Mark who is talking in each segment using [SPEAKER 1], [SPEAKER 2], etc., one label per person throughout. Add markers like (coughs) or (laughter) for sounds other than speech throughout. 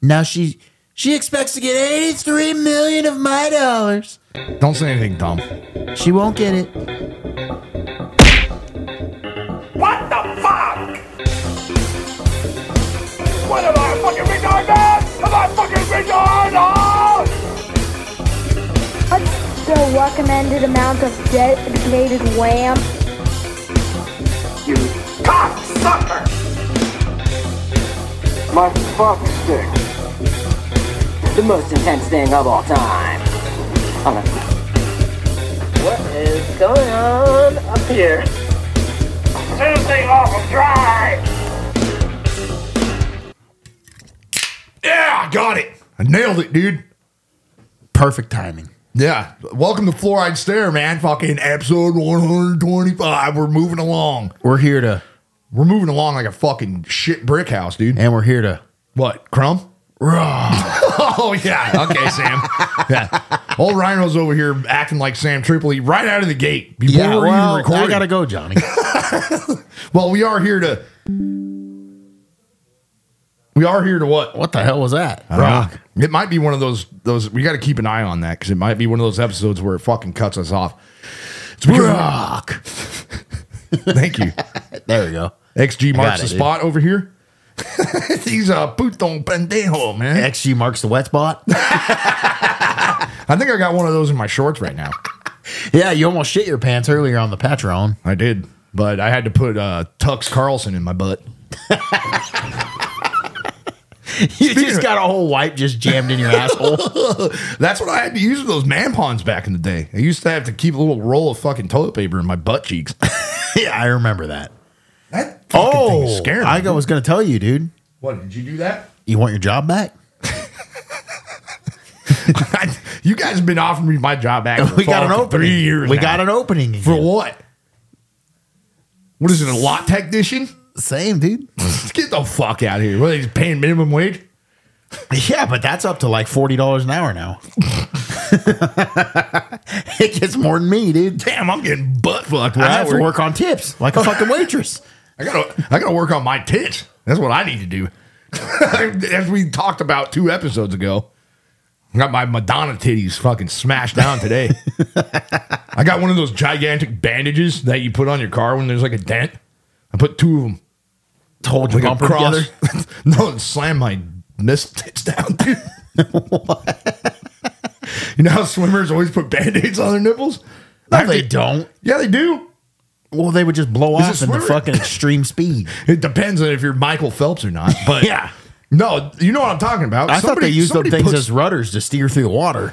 [SPEAKER 1] Now she she expects to get 83 million of my dollars.
[SPEAKER 2] Don't say anything dumb.
[SPEAKER 1] She won't get it.
[SPEAKER 3] What the fuck? What am I a fucking retard man? Am I a fucking retard? Oh!
[SPEAKER 4] What's the recommended amount of dedicated wham?
[SPEAKER 3] You cocksucker!
[SPEAKER 5] My fuck stick. The most intense thing of all time. Hold on. What is going on up here?
[SPEAKER 3] Something awful dry!
[SPEAKER 2] Yeah, I got it. I nailed it, dude.
[SPEAKER 1] Perfect timing.
[SPEAKER 2] Yeah. Welcome to Fluoride Stare, man. Fucking episode 125. We're moving along.
[SPEAKER 1] We're here to
[SPEAKER 2] We're moving along like a fucking shit brick house, dude.
[SPEAKER 1] and we're here to
[SPEAKER 2] What, crumb? (laughs) oh yeah, okay, Sam. Yeah, old Rhino's over here acting like Sam Tripoli right out of the gate before we're even recording.
[SPEAKER 1] I gotta go, (laughs) Johnny.
[SPEAKER 2] well, we are here to. We are here to what?
[SPEAKER 1] what the hell was that?
[SPEAKER 2] Rock. It might be one of those those we got to keep an eye on that because it might be one of those episodes where it fucking cuts us off. It's because-
[SPEAKER 1] Rock.
[SPEAKER 2] (laughs) Thank you.
[SPEAKER 1] There we go.
[SPEAKER 2] XG
[SPEAKER 1] it,
[SPEAKER 2] marks the
[SPEAKER 1] dude.
[SPEAKER 2] spot over here. (laughs) He's a puto pendejo, man.
[SPEAKER 1] XG marks the wet (laughs) spot.
[SPEAKER 2] I think I got one of those in my shorts right now.
[SPEAKER 1] yeah, you almost shit your pants earlier on the Patreon.
[SPEAKER 2] I did, but I had to put uh, Tux Carlson in my butt.
[SPEAKER 1] (laughs) You
[SPEAKER 2] of-
[SPEAKER 1] just got a whole wipe just jammed (laughs) in your asshole.
[SPEAKER 2] That's what I had to use with those tampons back in the day. I used to have to keep a little roll of fucking toilet paper in my butt cheeks. (laughs)
[SPEAKER 1] yeah, I remember that.
[SPEAKER 2] That fucking
[SPEAKER 1] Oh,
[SPEAKER 2] thing scared me.
[SPEAKER 1] I go- was gonna tell you, dude.
[SPEAKER 2] what did you do that? (laughs)
[SPEAKER 1] You want your job back?
[SPEAKER 2] you guys have been offering me my job back.
[SPEAKER 1] (laughs)
[SPEAKER 2] For
[SPEAKER 1] (laughs) we got an
[SPEAKER 2] fucking
[SPEAKER 1] opening.
[SPEAKER 2] Three years.
[SPEAKER 1] we
[SPEAKER 2] now.
[SPEAKER 1] got an opening.
[SPEAKER 2] for
[SPEAKER 1] again.
[SPEAKER 2] what? What is it? A lot technician?
[SPEAKER 1] Same, dude.
[SPEAKER 2] Get the fuck out of here! What are they paying minimum wage?
[SPEAKER 1] Yeah, but that's up to like forty dollars an hour now. (laughs) it gets more than me, dude.
[SPEAKER 2] Damn, I'm getting butt fucked. where
[SPEAKER 1] I have to
[SPEAKER 2] work.
[SPEAKER 1] work on tips like a fucking
[SPEAKER 2] (laughs)
[SPEAKER 1] waitress.
[SPEAKER 2] I gotta, I gotta work on my tits. That's what I need to do. (laughs) As we talked about two episodes ago, I got my Madonna titties fucking smashed down today.
[SPEAKER 1] (laughs)
[SPEAKER 2] I got one of those gigantic bandages that you put on your car when there's like a dent. I put two of them
[SPEAKER 1] To hold your
[SPEAKER 2] like
[SPEAKER 1] bumper
[SPEAKER 2] across.
[SPEAKER 1] together.
[SPEAKER 2] (laughs) no, and slam my missed tits down, dude. (laughs) you know how swimmers always put band-aids on their nipples? I
[SPEAKER 1] No,
[SPEAKER 2] have
[SPEAKER 1] they
[SPEAKER 2] to-
[SPEAKER 1] don't.
[SPEAKER 2] Yeah, they do.
[SPEAKER 1] Well, they would just blow
[SPEAKER 2] Is
[SPEAKER 1] off
[SPEAKER 2] it
[SPEAKER 1] in the
[SPEAKER 2] swimmer? (laughs)
[SPEAKER 1] fucking extreme speed.
[SPEAKER 2] It depends on if you're Michael Phelps or not.
[SPEAKER 1] (laughs)
[SPEAKER 2] But
[SPEAKER 1] Yeah.
[SPEAKER 2] no, you know what I'm talking about.
[SPEAKER 1] I thought they used those
[SPEAKER 2] somebody
[SPEAKER 1] things
[SPEAKER 2] puts-
[SPEAKER 1] as rudders to steer through the water.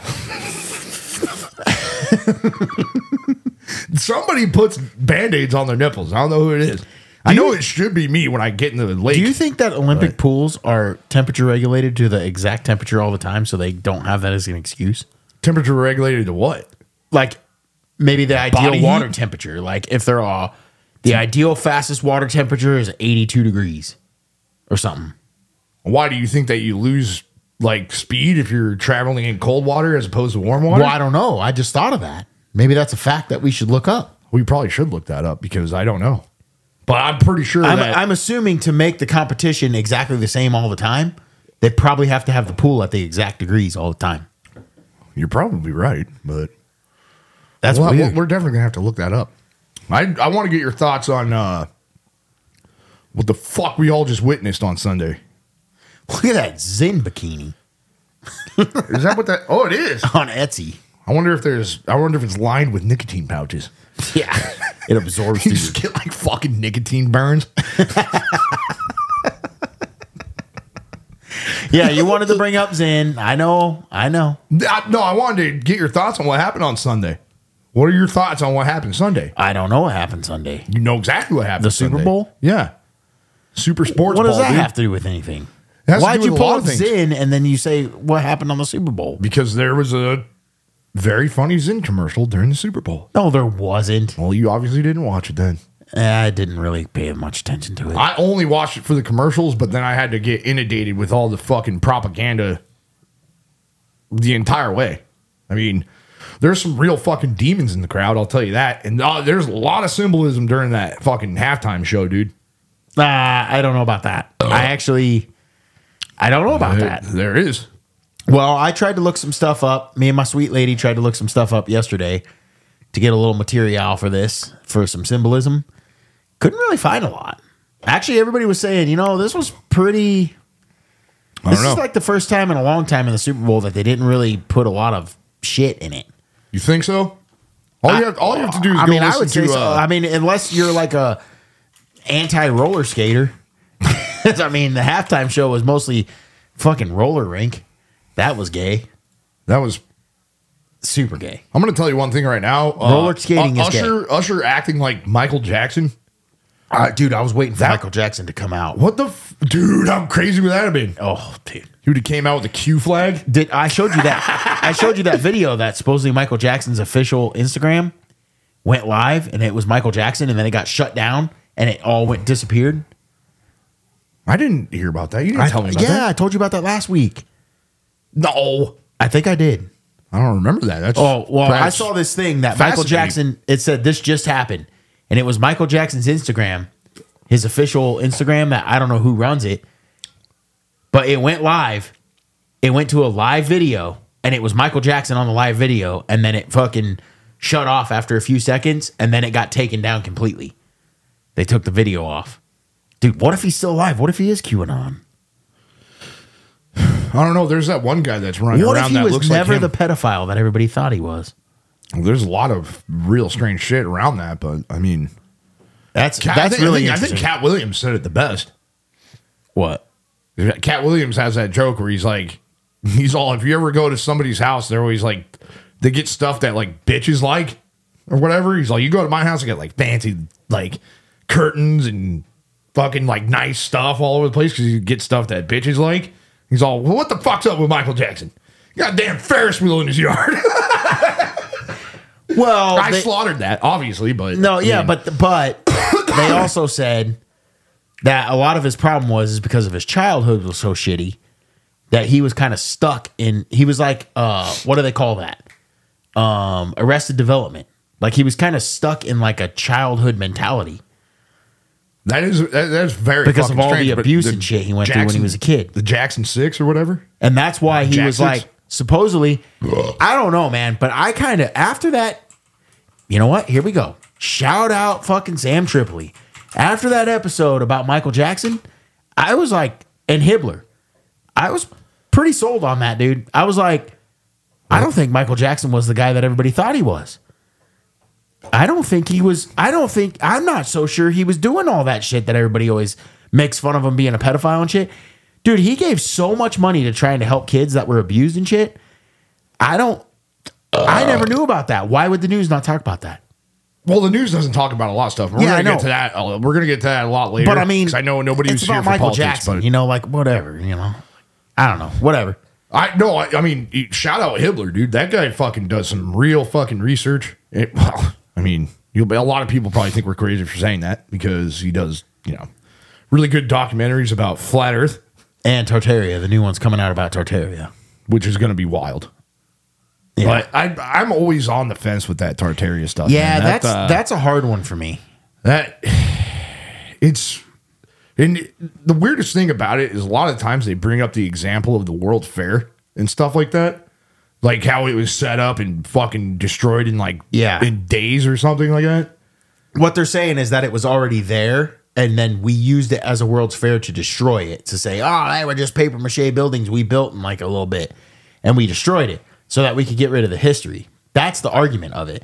[SPEAKER 2] somebody puts band aids on their nipples. I don't know who it is. I know it should be me when I get into the lake.
[SPEAKER 1] Do you think that Olympic pools are temperature regulated to the exact temperature all the time, so they don't have that as an excuse?
[SPEAKER 2] temperature regulated to what?
[SPEAKER 1] like maybe the ideal
[SPEAKER 2] Body heat?
[SPEAKER 1] water temperature. Like if they're all the ideal fastest water temperature is 82 degrees or something.
[SPEAKER 2] Why do you think that you lose like speed if you're traveling in cold water as opposed to warm water?
[SPEAKER 1] Well, I don't know. I just thought of that. Maybe that's a fact that we should look up.
[SPEAKER 2] We probably should look that up because I don't know. But I'm pretty sure
[SPEAKER 1] I'm,
[SPEAKER 2] that
[SPEAKER 1] I'm assuming to make the competition exactly the same all the time, they probably have to have the pool at the exact degrees all the time.
[SPEAKER 2] you're probably right. But
[SPEAKER 1] That's
[SPEAKER 2] Well,
[SPEAKER 1] weird.
[SPEAKER 2] We're definitely gonna have to look that up. I I want to get your thoughts on uh, what the fuck we all just witnessed on Sunday.
[SPEAKER 1] Look at that Zen bikini
[SPEAKER 2] Is that what that? (laughs) Oh, it is.
[SPEAKER 1] on
[SPEAKER 2] (laughs)
[SPEAKER 1] Etsy.
[SPEAKER 2] I wonder if there's. I wonder if it's lined with
[SPEAKER 1] (laughs)
[SPEAKER 2] nicotine pouches.
[SPEAKER 1] Yeah, it absorbs.
[SPEAKER 2] You
[SPEAKER 1] the-
[SPEAKER 2] just get like fucking
[SPEAKER 1] (laughs)
[SPEAKER 2] nicotine burns.
[SPEAKER 1] yeah, you wanted to bring up Zen. I know. I know.
[SPEAKER 2] I- no, I wanted to get your thoughts on what happened on Sunday. What are your thoughts on what happened Sunday?
[SPEAKER 1] I don't know what happened Sunday.
[SPEAKER 2] You know exactly what happened.
[SPEAKER 1] The Super
[SPEAKER 2] Sunday.
[SPEAKER 1] Bowl?
[SPEAKER 2] Yeah. Super sports.
[SPEAKER 1] What does
[SPEAKER 2] Bowl,
[SPEAKER 1] that
[SPEAKER 2] dude.
[SPEAKER 1] have to do with anything?
[SPEAKER 2] It has to
[SPEAKER 1] Why'd
[SPEAKER 2] do
[SPEAKER 1] you
[SPEAKER 2] with a
[SPEAKER 1] pull
[SPEAKER 2] lot
[SPEAKER 1] up
[SPEAKER 2] of things.
[SPEAKER 1] Zin and then you say what happened on the Super Bowl?
[SPEAKER 2] Because there was a very funny Zyn commercial during the Super Bowl.
[SPEAKER 1] No, there wasn't.
[SPEAKER 2] Well, you obviously didn't watch it then.
[SPEAKER 1] I didn't really pay much attention to it.
[SPEAKER 2] I only watched it for the commercials, but then I had to get inundated with all the fucking propaganda the entire way. I mean, there's some real fucking demons in the crowd, I'll tell you that. And uh, there's a lot of symbolism during that fucking halftime show, dude.
[SPEAKER 1] Uh, I don't know about that. I actually, I don't know about that.
[SPEAKER 2] There is.
[SPEAKER 1] Well, I tried to look some stuff up. Me and my sweet lady tried to look some stuff up yesterday to get a little material for this, for some symbolism. Couldn't really find a lot. Actually, everybody was saying, you know, this was pretty.
[SPEAKER 2] I
[SPEAKER 1] This
[SPEAKER 2] don't know.
[SPEAKER 1] is like the first time in a long time in the Super Bowl that they didn't really put a lot of shit in it.
[SPEAKER 2] you think so? All you have, all you have to do is
[SPEAKER 1] I
[SPEAKER 2] go
[SPEAKER 1] mean, I
[SPEAKER 2] listen
[SPEAKER 1] would say
[SPEAKER 2] to.
[SPEAKER 1] so.
[SPEAKER 2] uh,
[SPEAKER 1] I mean, unless you're like a anti roller skater. (laughs) I mean, the halftime show was mostly fucking roller rink. That was gay,
[SPEAKER 2] that was.
[SPEAKER 1] super gay.
[SPEAKER 2] I'm going to tell you one thing right now. Uh,
[SPEAKER 1] Roller skating
[SPEAKER 2] U-
[SPEAKER 1] is gay.
[SPEAKER 2] Usher, Usher acting like Michael Jackson.
[SPEAKER 1] Uh, dude, I was waiting for
[SPEAKER 2] That-
[SPEAKER 1] Michael Jackson to come out.
[SPEAKER 2] What the f- dude? How crazy would that have been?
[SPEAKER 1] Oh, dude.
[SPEAKER 2] He would have came out with a Q flag.
[SPEAKER 1] Did I showed you that? I showed you that video that supposedly Michael Jackson's official Instagram went live, and it was Michael Jackson, and then it got shut down, and it all went disappeared.
[SPEAKER 2] I didn't hear about that. You didn't tell me about
[SPEAKER 1] yeah,
[SPEAKER 2] that.
[SPEAKER 1] I told you about that last week.
[SPEAKER 2] No,
[SPEAKER 1] I think I did.
[SPEAKER 2] I don't remember that. That's
[SPEAKER 1] Oh well, I
[SPEAKER 2] that's-
[SPEAKER 1] saw this thing that Michael
[SPEAKER 2] fascinating.
[SPEAKER 1] Jackson. It said this just happened, and it was Michael Jackson's Instagram, his official Instagram. That I don't know who runs it, but it went live. It went to a live video, and it was Michael Jackson on the live video, and then it fucking shut off after a few seconds, and then it got taken down completely. They took the video off. Dude, what if he's still alive? What if he is QAnon?
[SPEAKER 2] I don't know. There's that one guy that's running
[SPEAKER 1] What if
[SPEAKER 2] around
[SPEAKER 1] he
[SPEAKER 2] that
[SPEAKER 1] was
[SPEAKER 2] looks
[SPEAKER 1] never
[SPEAKER 2] like him.
[SPEAKER 1] the pedophile that everybody thought he was?
[SPEAKER 2] There's a lot of real strange shit around that, but I mean,
[SPEAKER 1] That's
[SPEAKER 2] Cat,
[SPEAKER 1] that's
[SPEAKER 2] I think,
[SPEAKER 1] really
[SPEAKER 2] I think, I think
[SPEAKER 1] interesting.
[SPEAKER 2] Cat Williams said it the best.
[SPEAKER 1] what?
[SPEAKER 2] Cat Williams has that joke where he's like, he's all. If you ever go to somebody's house, they're always like, they get stuff that like bitches like or whatever. He's like, you go to my house, I get like fancy like curtains and fucking like nice stuff all over the place because you get stuff that bitches like. He's all, well, what the fuck's up with Michael Jackson? Goddamn Ferris wheel in his yard. (laughs)
[SPEAKER 1] Well,
[SPEAKER 2] I
[SPEAKER 1] they-
[SPEAKER 2] slaughtered that, obviously, but
[SPEAKER 1] No, yeah,
[SPEAKER 2] I mean,
[SPEAKER 1] but but they also said that a lot of his problem was is because of his childhood was so shitty that he was kind of stuck in he was like uh what do they call that? Um arrested development. Like he was kind of stuck in like a childhood mentality
[SPEAKER 2] that is that, that's very
[SPEAKER 1] because of
[SPEAKER 2] fucking
[SPEAKER 1] all
[SPEAKER 2] strange,
[SPEAKER 1] the
[SPEAKER 2] but
[SPEAKER 1] abuse and shit he went through when he
[SPEAKER 2] Jackson-
[SPEAKER 1] was a kid.
[SPEAKER 2] The Jackson Six or whatever.
[SPEAKER 1] And that's why he was
[SPEAKER 2] Jacksons?
[SPEAKER 1] like, supposedly, I don't know, man, but I kind of, after that, you know what? Here we go. Shout out fucking Sam Tripoli. After that episode about Michael Jackson, I was like, and Hibbler, I was pretty sold on that, dude. I was like, I don't think Michael Jackson was the guy that everybody thought he was. I don't think he was. I don't think. I'm not so sure he was doing all that shit that everybody always makes fun of him being a pedophile and shit. Dude, he gave so much money to trying to help kids that were abused and shit. I don't. I never knew about that. Why would the news not talk about that?
[SPEAKER 2] Well, the news doesn't talk about a lot of stuff. We're
[SPEAKER 1] Yeah, I
[SPEAKER 2] gonna
[SPEAKER 1] know.
[SPEAKER 2] get to that. uh, We're gonna get to that a lot later.
[SPEAKER 1] But I mean,
[SPEAKER 2] 'cause I know nobody was
[SPEAKER 1] it's
[SPEAKER 2] here
[SPEAKER 1] about
[SPEAKER 2] for
[SPEAKER 1] Michael
[SPEAKER 2] politics,
[SPEAKER 1] Jackson.
[SPEAKER 2] but
[SPEAKER 1] you know, like whatever. You know, I don't know. Whatever.
[SPEAKER 2] I no, I, I mean, e- shout out Hibbler, dude. That guy fucking does some real fucking research. It, (laughs) well, I mean, you'll be, a lot of people probably think we're crazy for saying that because he does, you know, really good documentaries about flat Earth,
[SPEAKER 1] And Tartaria, the new one's coming out about Tartaria.
[SPEAKER 2] which is gonna be wild.
[SPEAKER 1] Yeah,
[SPEAKER 2] But I, I'm always on the fence with that Tartaria stuff.
[SPEAKER 1] yeah,
[SPEAKER 2] man. That,
[SPEAKER 1] that's
[SPEAKER 2] uh,
[SPEAKER 1] that's a hard one for me.
[SPEAKER 2] that (sighs) it's and the weirdest thing about it is a lot of times they bring up the example of the world fair and stuff like that like how it was set up and fucking destroyed in like
[SPEAKER 1] Yeah.
[SPEAKER 2] in days or something like that
[SPEAKER 1] what they're saying is that it was already there and then we used it as a world's fair to destroy it to say oh they were just paper mache buildings we built in like a little bit and we destroyed it so that we could get rid of the history that's the argument of it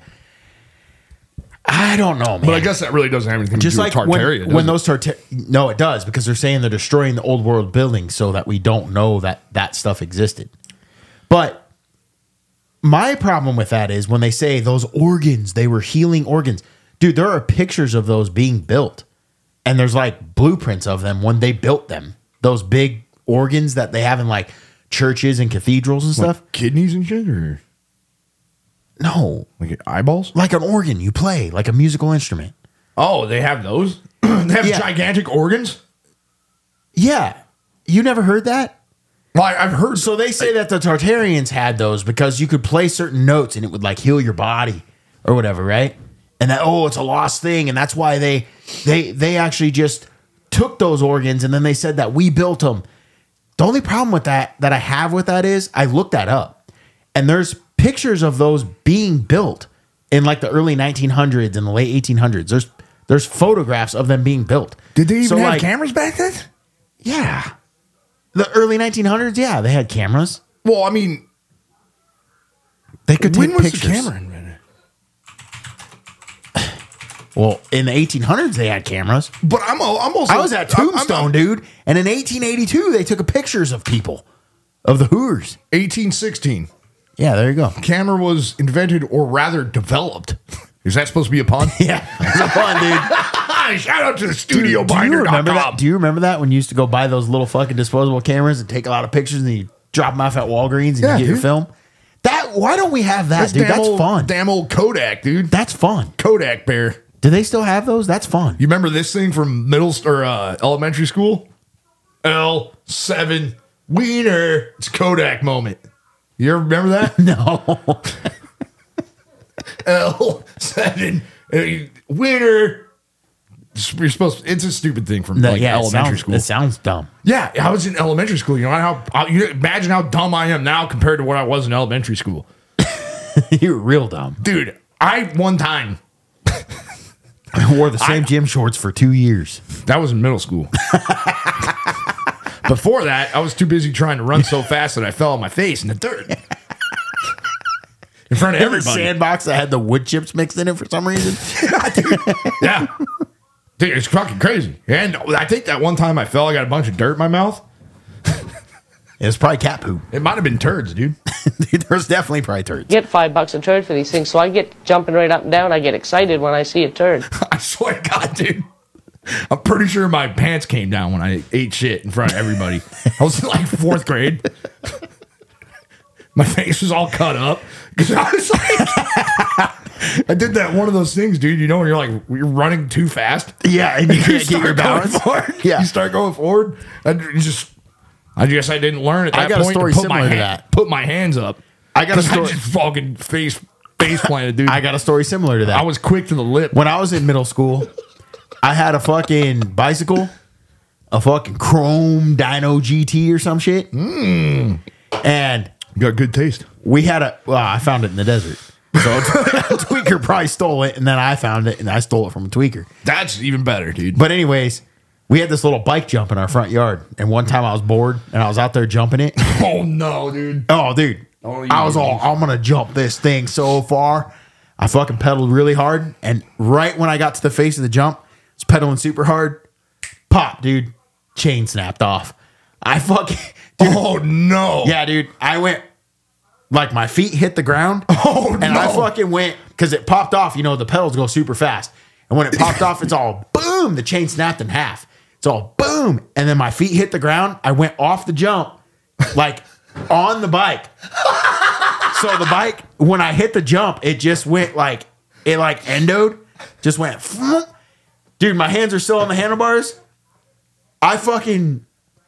[SPEAKER 1] i don't know man
[SPEAKER 2] but i guess that really doesn't have anything
[SPEAKER 1] just
[SPEAKER 2] to do
[SPEAKER 1] like
[SPEAKER 2] with tartaria
[SPEAKER 1] when, when
[SPEAKER 2] does it?
[SPEAKER 1] those Tartaria, no, it does because they're saying they're destroying the old world buildings so that we don't know that that stuff existed. But my problem with that is when they say those organs, they were healing organs. Dude, there are pictures of those being built, and there's like blueprints of them when they built them. Those big organs that they have in like churches and cathedrals and stuff.
[SPEAKER 2] kidneys and shit or
[SPEAKER 1] No,
[SPEAKER 2] like eyeballs
[SPEAKER 1] like an organ you play, like a musical instrument.
[SPEAKER 2] oh they have those (clears throat) they have
[SPEAKER 1] Yeah.
[SPEAKER 2] gigantic organs
[SPEAKER 1] Yeah, you never heard that?
[SPEAKER 2] well, I, i've heard
[SPEAKER 1] So they say that the Tartarians had those because you could play certain notes and it would like heal your body or whatever, right? And that oh, it's a lost thing, and that's why they they they actually just took those organs and then they said that we built them. The only problem with that that I have with that is I looked that up, and there's pictures of those being built in like the early 1900s and the late 1800s. There's there's photographs of them being built.
[SPEAKER 2] Did they even
[SPEAKER 1] So,
[SPEAKER 2] have
[SPEAKER 1] like,
[SPEAKER 2] cameras back then?
[SPEAKER 1] Yeah, the early 1900s. Yeah, they had cameras.
[SPEAKER 2] Well, I mean,
[SPEAKER 1] They could
[SPEAKER 2] when
[SPEAKER 1] take
[SPEAKER 2] was
[SPEAKER 1] pictures.
[SPEAKER 2] the camera invented?
[SPEAKER 1] Well, in the 1800s, they had cameras.
[SPEAKER 2] But I'm al- I'm also
[SPEAKER 1] I was at
[SPEAKER 2] I'm- I'm-
[SPEAKER 1] Tombstone, dude, and in 1882, they took pictures of people, of the Hooters.
[SPEAKER 2] 1816.
[SPEAKER 1] Yeah, there you go.
[SPEAKER 2] Camera was invented, or rather developed. (laughs) Is that supposed to be a pun?
[SPEAKER 1] (laughs) Yeah, it's a fun, dude.
[SPEAKER 2] (laughs) Shout out to the
[SPEAKER 1] Dude,
[SPEAKER 2] (laughs) studio
[SPEAKER 1] do you remember that?
[SPEAKER 2] binder.com.
[SPEAKER 1] Do you remember that when you used to go buy those little fucking disposable cameras and take a lot of pictures and you drop them off at Walgreens and
[SPEAKER 2] Yeah,
[SPEAKER 1] you get your
[SPEAKER 2] dude.
[SPEAKER 1] film? That why don't we have that, dude?
[SPEAKER 2] damn
[SPEAKER 1] That's
[SPEAKER 2] old-
[SPEAKER 1] fun.
[SPEAKER 2] Damn old Kodak, dude.
[SPEAKER 1] That's fun.
[SPEAKER 2] (laughs) Kodak bear.
[SPEAKER 1] Do they still have those? That's fun.
[SPEAKER 2] You remember this thing from middle s- or uh, elementary school? L seven wiener. It's Kodak moment. You ever remember that?
[SPEAKER 1] (laughs) No,
[SPEAKER 2] (laughs) L seven uh, wiener. It's- You're supposed. It's a stupid thing from like
[SPEAKER 1] yeah,
[SPEAKER 2] elementary
[SPEAKER 1] elementary it sounds,
[SPEAKER 2] school.
[SPEAKER 1] It sounds dumb. (laughs)
[SPEAKER 2] yeah, I was in elementary school. You know how? I, you imagine how dumb I am now compared to what I was in elementary school,
[SPEAKER 1] You're real dumb.
[SPEAKER 2] dude. I one time
[SPEAKER 1] I wore the same gym shorts for two years.
[SPEAKER 2] That was in middle school. Before that, I was too busy trying to run so fast that I fell on my face in the dirt. In front of
[SPEAKER 1] Every
[SPEAKER 2] everybody.
[SPEAKER 1] sandbox that had the wood chips mixed in it for some reason.
[SPEAKER 2] Yeah. Dude, it's fucking crazy. And I think that one time I fell, I got a bunch of dirt in my mouth.
[SPEAKER 1] It was probably cat poop. (laughs)
[SPEAKER 2] It might have been turds, dude.
[SPEAKER 1] There's definitely probably turds.
[SPEAKER 6] get five bucks a turd for these things, so I get jumping right up and down. I get excited when I see a
[SPEAKER 7] (laughs)
[SPEAKER 6] turd.
[SPEAKER 2] I swear to God, dude. I'm pretty sure my pants came down when I ate shit in front of everybody. I was in like fourth grade. My face was all cut up (laughs) because I was like, I did that one of those things, dude. You know, when you're like you're running too fast,
[SPEAKER 1] Yeah,
[SPEAKER 2] (laughs)
[SPEAKER 1] and you can't
[SPEAKER 2] start
[SPEAKER 1] get your
[SPEAKER 2] going
[SPEAKER 1] balance.
[SPEAKER 2] Forward.
[SPEAKER 1] Yeah.
[SPEAKER 2] you start going forward. I d- you just, I guess I didn't learn at
[SPEAKER 1] I
[SPEAKER 2] that
[SPEAKER 1] got a
[SPEAKER 2] point.
[SPEAKER 1] story
[SPEAKER 2] put my
[SPEAKER 1] similar to
[SPEAKER 2] hand-
[SPEAKER 1] that.
[SPEAKER 2] Put my hands up.
[SPEAKER 1] I got a
[SPEAKER 2] (laughs) 'Cause
[SPEAKER 1] story-
[SPEAKER 2] just fucking face face planted, dude.
[SPEAKER 1] I got a story similar to that.
[SPEAKER 2] I was quick to the lip.
[SPEAKER 1] when I was in middle school, I had a fucking bicycle, a fucking chrome Dino GT or some shit,
[SPEAKER 2] Hmm.
[SPEAKER 1] and
[SPEAKER 2] You got good taste.
[SPEAKER 1] we had a. Well, I found it in the desert, so a (laughs) tweaker probably stole it, and then I found it, and I stole it from a tweaker.
[SPEAKER 2] That's even better, dude.
[SPEAKER 1] But anyways, we had this little bike jump in our front yard, and one time I was bored and I was out there jumping it. (laughs)
[SPEAKER 2] Oh no, dude.
[SPEAKER 1] Oh, dude. I was all, I'm going to jump this thing so far. I fucking pedaled really hard. And right when I got to the face of the jump, I was pedaling super hard. Pop, dude. Chain snapped off. I fucking, (laughs) dude.
[SPEAKER 2] (laughs) Oh no.
[SPEAKER 1] Yeah, dude. I went, like, my feet hit the ground.
[SPEAKER 2] (laughs) Oh
[SPEAKER 1] And I fucking went, because it popped off. You know, the pedals go super fast. And when it popped off, it's all (laughs) boom. The chain snapped in half. It's all boom. And then my feet hit the ground. I went off the jump, like, on the bike. So the bike, when I hit the jump, it just went like it like endoed, just went. (laughs) flunk. Dude, my hands are still on the handlebars. I fucking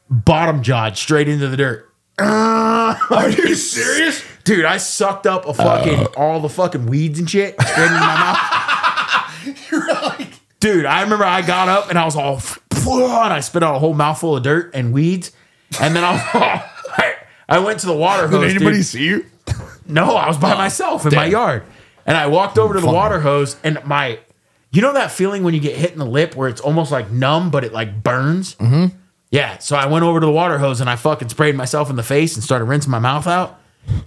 [SPEAKER 1] bottom jawed straight into the dirt.
[SPEAKER 2] Are you serious?
[SPEAKER 1] Dude, I sucked up a fucking
[SPEAKER 2] Uh.
[SPEAKER 1] all the fucking weeds and shit straight into my mouth.
[SPEAKER 2] (laughs) You're like
[SPEAKER 1] Dude, I remember I got up and I was all and I spit out a whole mouthful of dirt and weeds, and then I was I, (laughs) I went to the water hose.
[SPEAKER 2] Did anybody
[SPEAKER 1] dude.
[SPEAKER 2] see you?
[SPEAKER 1] No, I was by myself in my
[SPEAKER 2] damn.
[SPEAKER 1] yard. And I walked over to the
[SPEAKER 2] Fuck.
[SPEAKER 1] water hose and my you know that feeling when you get hit in the lip where it's almost like numb but it like burns? Mm-hmm. Yeah. So I went over to the water hose and I fucking sprayed myself in the face and started rinsing my mouth out.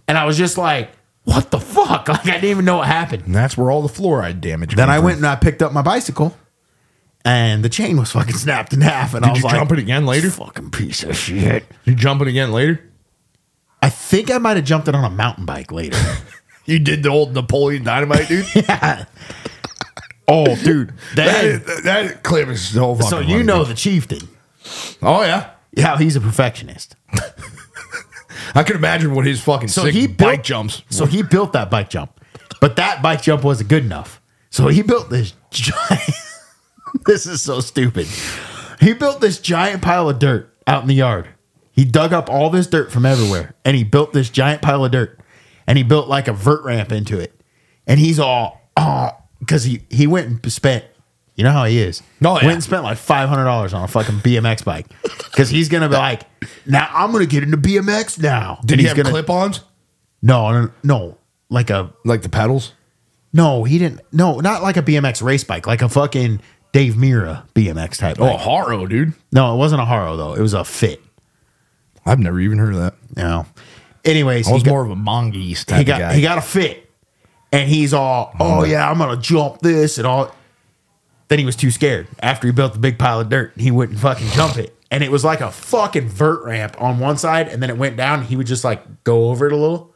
[SPEAKER 1] And I was just like, what the fuck? (laughs) Like I didn't even know what happened.
[SPEAKER 2] And that's where all the fluoride damage.
[SPEAKER 1] Then
[SPEAKER 2] came
[SPEAKER 1] I
[SPEAKER 2] from.
[SPEAKER 1] went and I picked up my bicycle and the chain was fucking snapped in half. And I
[SPEAKER 2] Did
[SPEAKER 1] was
[SPEAKER 2] you
[SPEAKER 1] like,
[SPEAKER 2] jump it again later?
[SPEAKER 1] fucking piece of shit.
[SPEAKER 2] You jump it again later?
[SPEAKER 1] I think I might have jumped it on a mountain bike later.
[SPEAKER 2] You did the old Napoleon Dynamite, (laughs) dude.
[SPEAKER 1] oh, dude.
[SPEAKER 2] that,
[SPEAKER 1] That
[SPEAKER 2] is, that clip is so
[SPEAKER 1] (laughs)
[SPEAKER 2] fucking.
[SPEAKER 1] so you
[SPEAKER 2] funny,
[SPEAKER 1] know
[SPEAKER 2] dude.
[SPEAKER 1] the chieftain.
[SPEAKER 2] Oh yeah.
[SPEAKER 1] how he's a perfectionist.
[SPEAKER 2] I can imagine what his fucking
[SPEAKER 1] So
[SPEAKER 2] sick
[SPEAKER 1] he built,
[SPEAKER 2] bike jumps.
[SPEAKER 1] So he built that bike jump, but that bike jump wasn't good enough. So he built this giant. (laughs) this is so stupid. He built this giant pile of dirt out in the yard. He dug up all this dirt from everywhere, and he built this giant pile of dirt, and he built like a vert ramp into it. And he's all, oh, because he he went and spent You know how he is.
[SPEAKER 2] Oh, yeah.
[SPEAKER 1] Went and spent like five hundred dollars on a fucking BMX bike because he's gonna be like, now I'm gonna get into BMX now.
[SPEAKER 2] Did
[SPEAKER 1] And
[SPEAKER 2] he
[SPEAKER 1] he's
[SPEAKER 2] have
[SPEAKER 1] gonna
[SPEAKER 2] clip-ons
[SPEAKER 1] no no no like a
[SPEAKER 2] like the pedals?
[SPEAKER 1] no he didn't no not like a BMX race bike like a fucking Dave Mira BMX type.
[SPEAKER 2] Oh,
[SPEAKER 1] Bike.
[SPEAKER 2] Haro, dude.
[SPEAKER 1] No, it wasn't a Haro though. It was a Fit.
[SPEAKER 2] I've never even heard of that.
[SPEAKER 1] You know. Anyways,
[SPEAKER 2] I
[SPEAKER 1] he
[SPEAKER 2] was
[SPEAKER 1] got-
[SPEAKER 2] more of a mongoose type
[SPEAKER 1] he got
[SPEAKER 2] of guy.
[SPEAKER 1] he got a fit, and he's all, oh yeah, I'm gonna jump this and all. Then he was too scared. After he built the big pile of dirt, he wouldn't fucking jump it, and it was like a fucking vert ramp on one side, and then it went down. And he would just like go over it a little.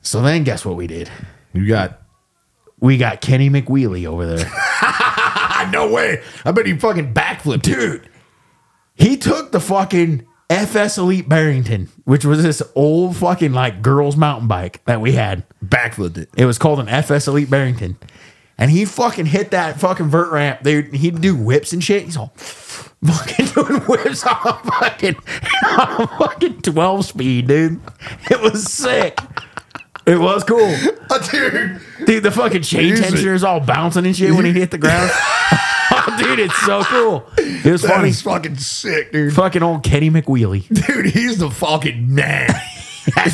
[SPEAKER 1] So then, guess what we did?
[SPEAKER 2] you got
[SPEAKER 1] We got Kenny McWheely over there.
[SPEAKER 2] ah, no way. I bet he fucking backflipped, dude.
[SPEAKER 1] he took the fucking FS Elite Barrington, which was this old fucking like girls mountain bike that we had.
[SPEAKER 2] Backflipped it.
[SPEAKER 1] It was called an FS Elite Barrington. And he fucking hit that fucking vert ramp, dude. And He'd do whips and shit. He's all (laughs) fucking doing whips on a fucking, (laughs) on a fucking 12 speed, dude. It was sick. It was cool.
[SPEAKER 2] dude.
[SPEAKER 1] Dude, the fucking chain
[SPEAKER 2] Music.
[SPEAKER 1] tensioner is all bouncing and shit when he hit the
[SPEAKER 2] (laughs)
[SPEAKER 1] ground. (laughs) dude, it's so cool. It was
[SPEAKER 2] That
[SPEAKER 1] funny.
[SPEAKER 2] is fucking sick, dude.
[SPEAKER 1] Fucking old Kenny McWheely.
[SPEAKER 2] Dude, he's the fucking (laughs) man.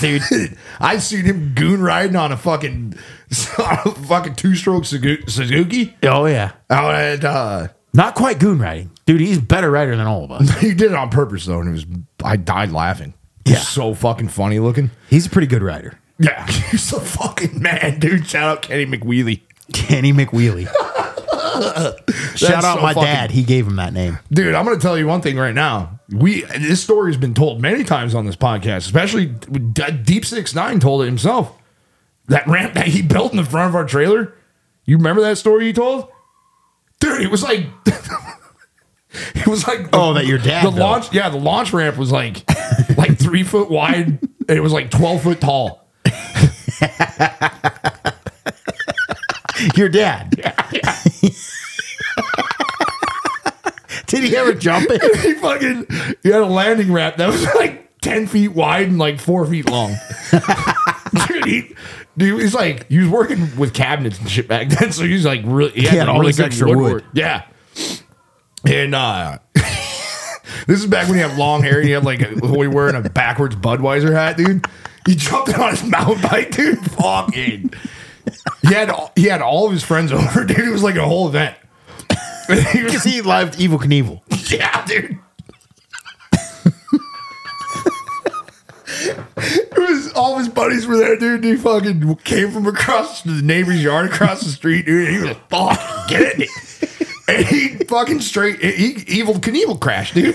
[SPEAKER 1] dude.
[SPEAKER 2] (laughs) I seen him goon riding on a fucking, (laughs) on a fucking two stroke Suzuki.
[SPEAKER 1] (laughs) Oh, yeah.
[SPEAKER 2] Out at, uh,
[SPEAKER 1] Not quite goon riding. Dude, he's a better rider than all of us.
[SPEAKER 2] he did it on purpose though, and it was I died laughing.
[SPEAKER 1] Yeah.
[SPEAKER 2] He's so fucking funny looking.
[SPEAKER 1] He's a pretty good rider.
[SPEAKER 2] Yeah, (laughs) he's the fucking man, dude. Shout out Kenny McWheely,
[SPEAKER 1] Kenny (laughs) McWheely. Shout
[SPEAKER 2] That's
[SPEAKER 1] out
[SPEAKER 2] so
[SPEAKER 1] my
[SPEAKER 2] fucking-
[SPEAKER 1] dad. He gave him that name.
[SPEAKER 2] dude. I'm gonna tell you one thing right now. We this story has been told many times on this podcast, especially D- Deep Six Nine told it himself. That ramp that he built in the front of our trailer. You remember that story he told, dude? It was like. (laughs) It was like
[SPEAKER 1] Oh, that your dad
[SPEAKER 2] The
[SPEAKER 1] built.
[SPEAKER 2] launch, yeah, the launch ramp was like, like three foot wide, and it was like twelve foot tall.
[SPEAKER 1] Your (laughs) dad. Did he ever jump (laughs) it?
[SPEAKER 2] (laughs) he fucking he had a landing ramp that was (laughs) like ten feet wide and like four feet long. (laughs) dude, he, dude, he's like he was working with cabinets and shit back then, (laughs) so he's like really he had,
[SPEAKER 1] had all
[SPEAKER 2] all really
[SPEAKER 1] this
[SPEAKER 2] good
[SPEAKER 1] extra
[SPEAKER 2] woodwork.
[SPEAKER 1] wood.
[SPEAKER 2] Yeah, and uh. (laughs) This is back when you have long hair and you have like a, we wearing a backwards Budweiser hat, dude. He jumped on his (laughs) mountain bike, dude. Fucking, he had all, he had all of his friends over, (laughs) dude. It was like a whole event. (laughs) He was-
[SPEAKER 1] Because he loved Evil Knievel.
[SPEAKER 2] (laughs) yeah, dude. it was all his buddies were there, dude. He fucking came from across the neighbor's yard, across the street, dude. And he was fucking getting it. And he fucking straight, he evil Knievel crashed, dude. (laughs)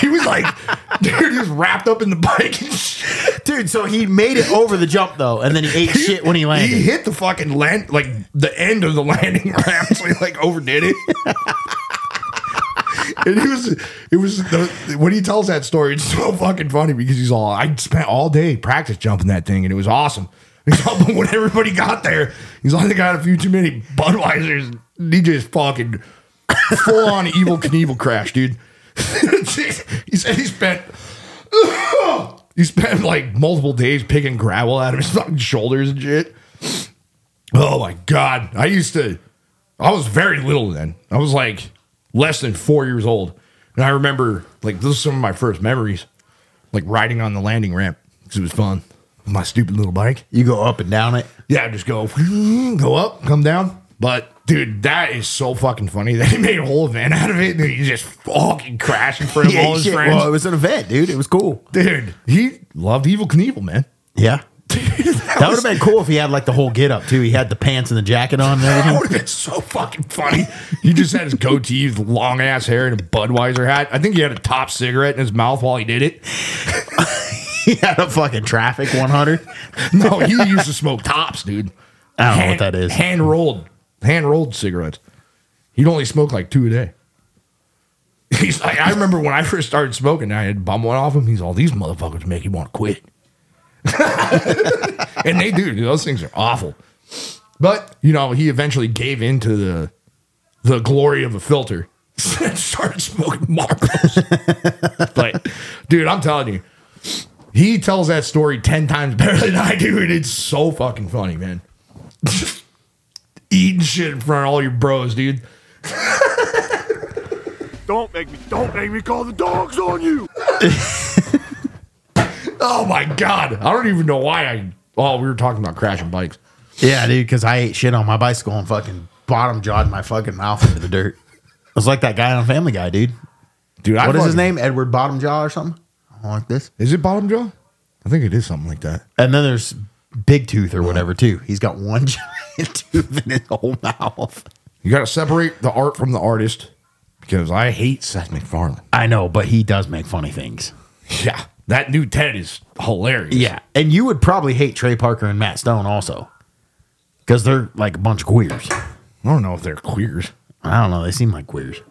[SPEAKER 2] he was like, dude, he was wrapped up in the bike and shit.
[SPEAKER 1] Dude, so he made it over the jump, though, and then (laughs) he ate shit when he
[SPEAKER 2] He
[SPEAKER 1] landed.
[SPEAKER 2] hit the fucking land, like the end of the landing (laughs) ramp, so he like overdid it. (laughs) and he was, it was the, when he tells that story, it's so fucking funny because he's all, I spent all day practice jumping that thing, and it was awesome. He's all, but when everybody got there, he's like, I got a few too many Budweisers. And He just fucking full on evil Knievel crash, dude. (laughs) he said he spent he spent like multiple days picking gravel out of his (laughs) fucking shoulders and shit. Oh my god. I used to I was very little then. I was like less than four years old. And I remember like those are some of my first memories. Like riding on the landing ramp. Because it was fun. With my stupid little bike.
[SPEAKER 1] You go up and down it.
[SPEAKER 2] Yeah, just go (laughs) go up, come down. But dude, that is so fucking funny (laughs) that he made a whole event out of it. And he just fucking crashed in front of all his
[SPEAKER 1] shit.
[SPEAKER 2] friends.
[SPEAKER 1] Well, it was an event, dude. It was cool.
[SPEAKER 2] dude, he loved Evil Knievel, man.
[SPEAKER 1] Yeah. That
[SPEAKER 2] that
[SPEAKER 1] would
[SPEAKER 2] was-
[SPEAKER 1] have been cool if he had like the whole get up, too. He had the pants and the jacket on (laughs) and
[SPEAKER 2] That
[SPEAKER 1] everything.
[SPEAKER 2] would have been so fucking funny. He just had his goatee, his long ass hair, and a Budweiser hat. I think he had a top cigarette in his mouth while he did it.
[SPEAKER 1] He had a fucking traffic 100.
[SPEAKER 2] No, he used to smoke tops, dude.
[SPEAKER 1] I don't know what that is.
[SPEAKER 2] Hand rolled, hand rolled cigarettes. He'd only smoke like two a day. (laughs) He's like, I remember when I first started smoking, I had bum one off him. He's all these motherfuckers make you want to quit, (laughs) and they do. Dude, those things are awful. But you know, he eventually gave in to the the glory of a filter (laughs) and started smoking
[SPEAKER 1] (laughs)
[SPEAKER 2] Marlboros. but dude, I'm telling you, he tells that story 10 times better than I do, and it's so fucking funny, man. Eating shit in front of all your bros, dude.
[SPEAKER 8] (laughs) Don't make me, don't make me call the dogs on you.
[SPEAKER 2] (laughs) Oh my god, I don't even know why I. Oh, we were talking about crashing bikes.
[SPEAKER 1] Yeah, dude, because I ate shit on my bicycle and fucking bottom jawed my fucking mouth into the dirt. I was like that guy on Family Guy, dude.
[SPEAKER 2] Dude, I
[SPEAKER 1] What is his
[SPEAKER 2] fucking-
[SPEAKER 1] name? Edward Bottom Jaw or something? I like this.
[SPEAKER 2] Is it bottom jaw? I think it is something like that.
[SPEAKER 1] And then there's Big Tooth or whatever too. He's got one (laughs) giant tooth in his whole mouth.
[SPEAKER 2] You got to separate the art from the artist because I hate Seth MacFarlane. (laughs)
[SPEAKER 1] I know, but he does make funny things.
[SPEAKER 2] Yeah, that new Ted is hilarious.
[SPEAKER 1] Yeah, and you would probably hate Trey Parker and Matt Stone also, because they're like a bunch of queers.
[SPEAKER 2] I don't know if they're queers.
[SPEAKER 1] I don't know. They seem like queers.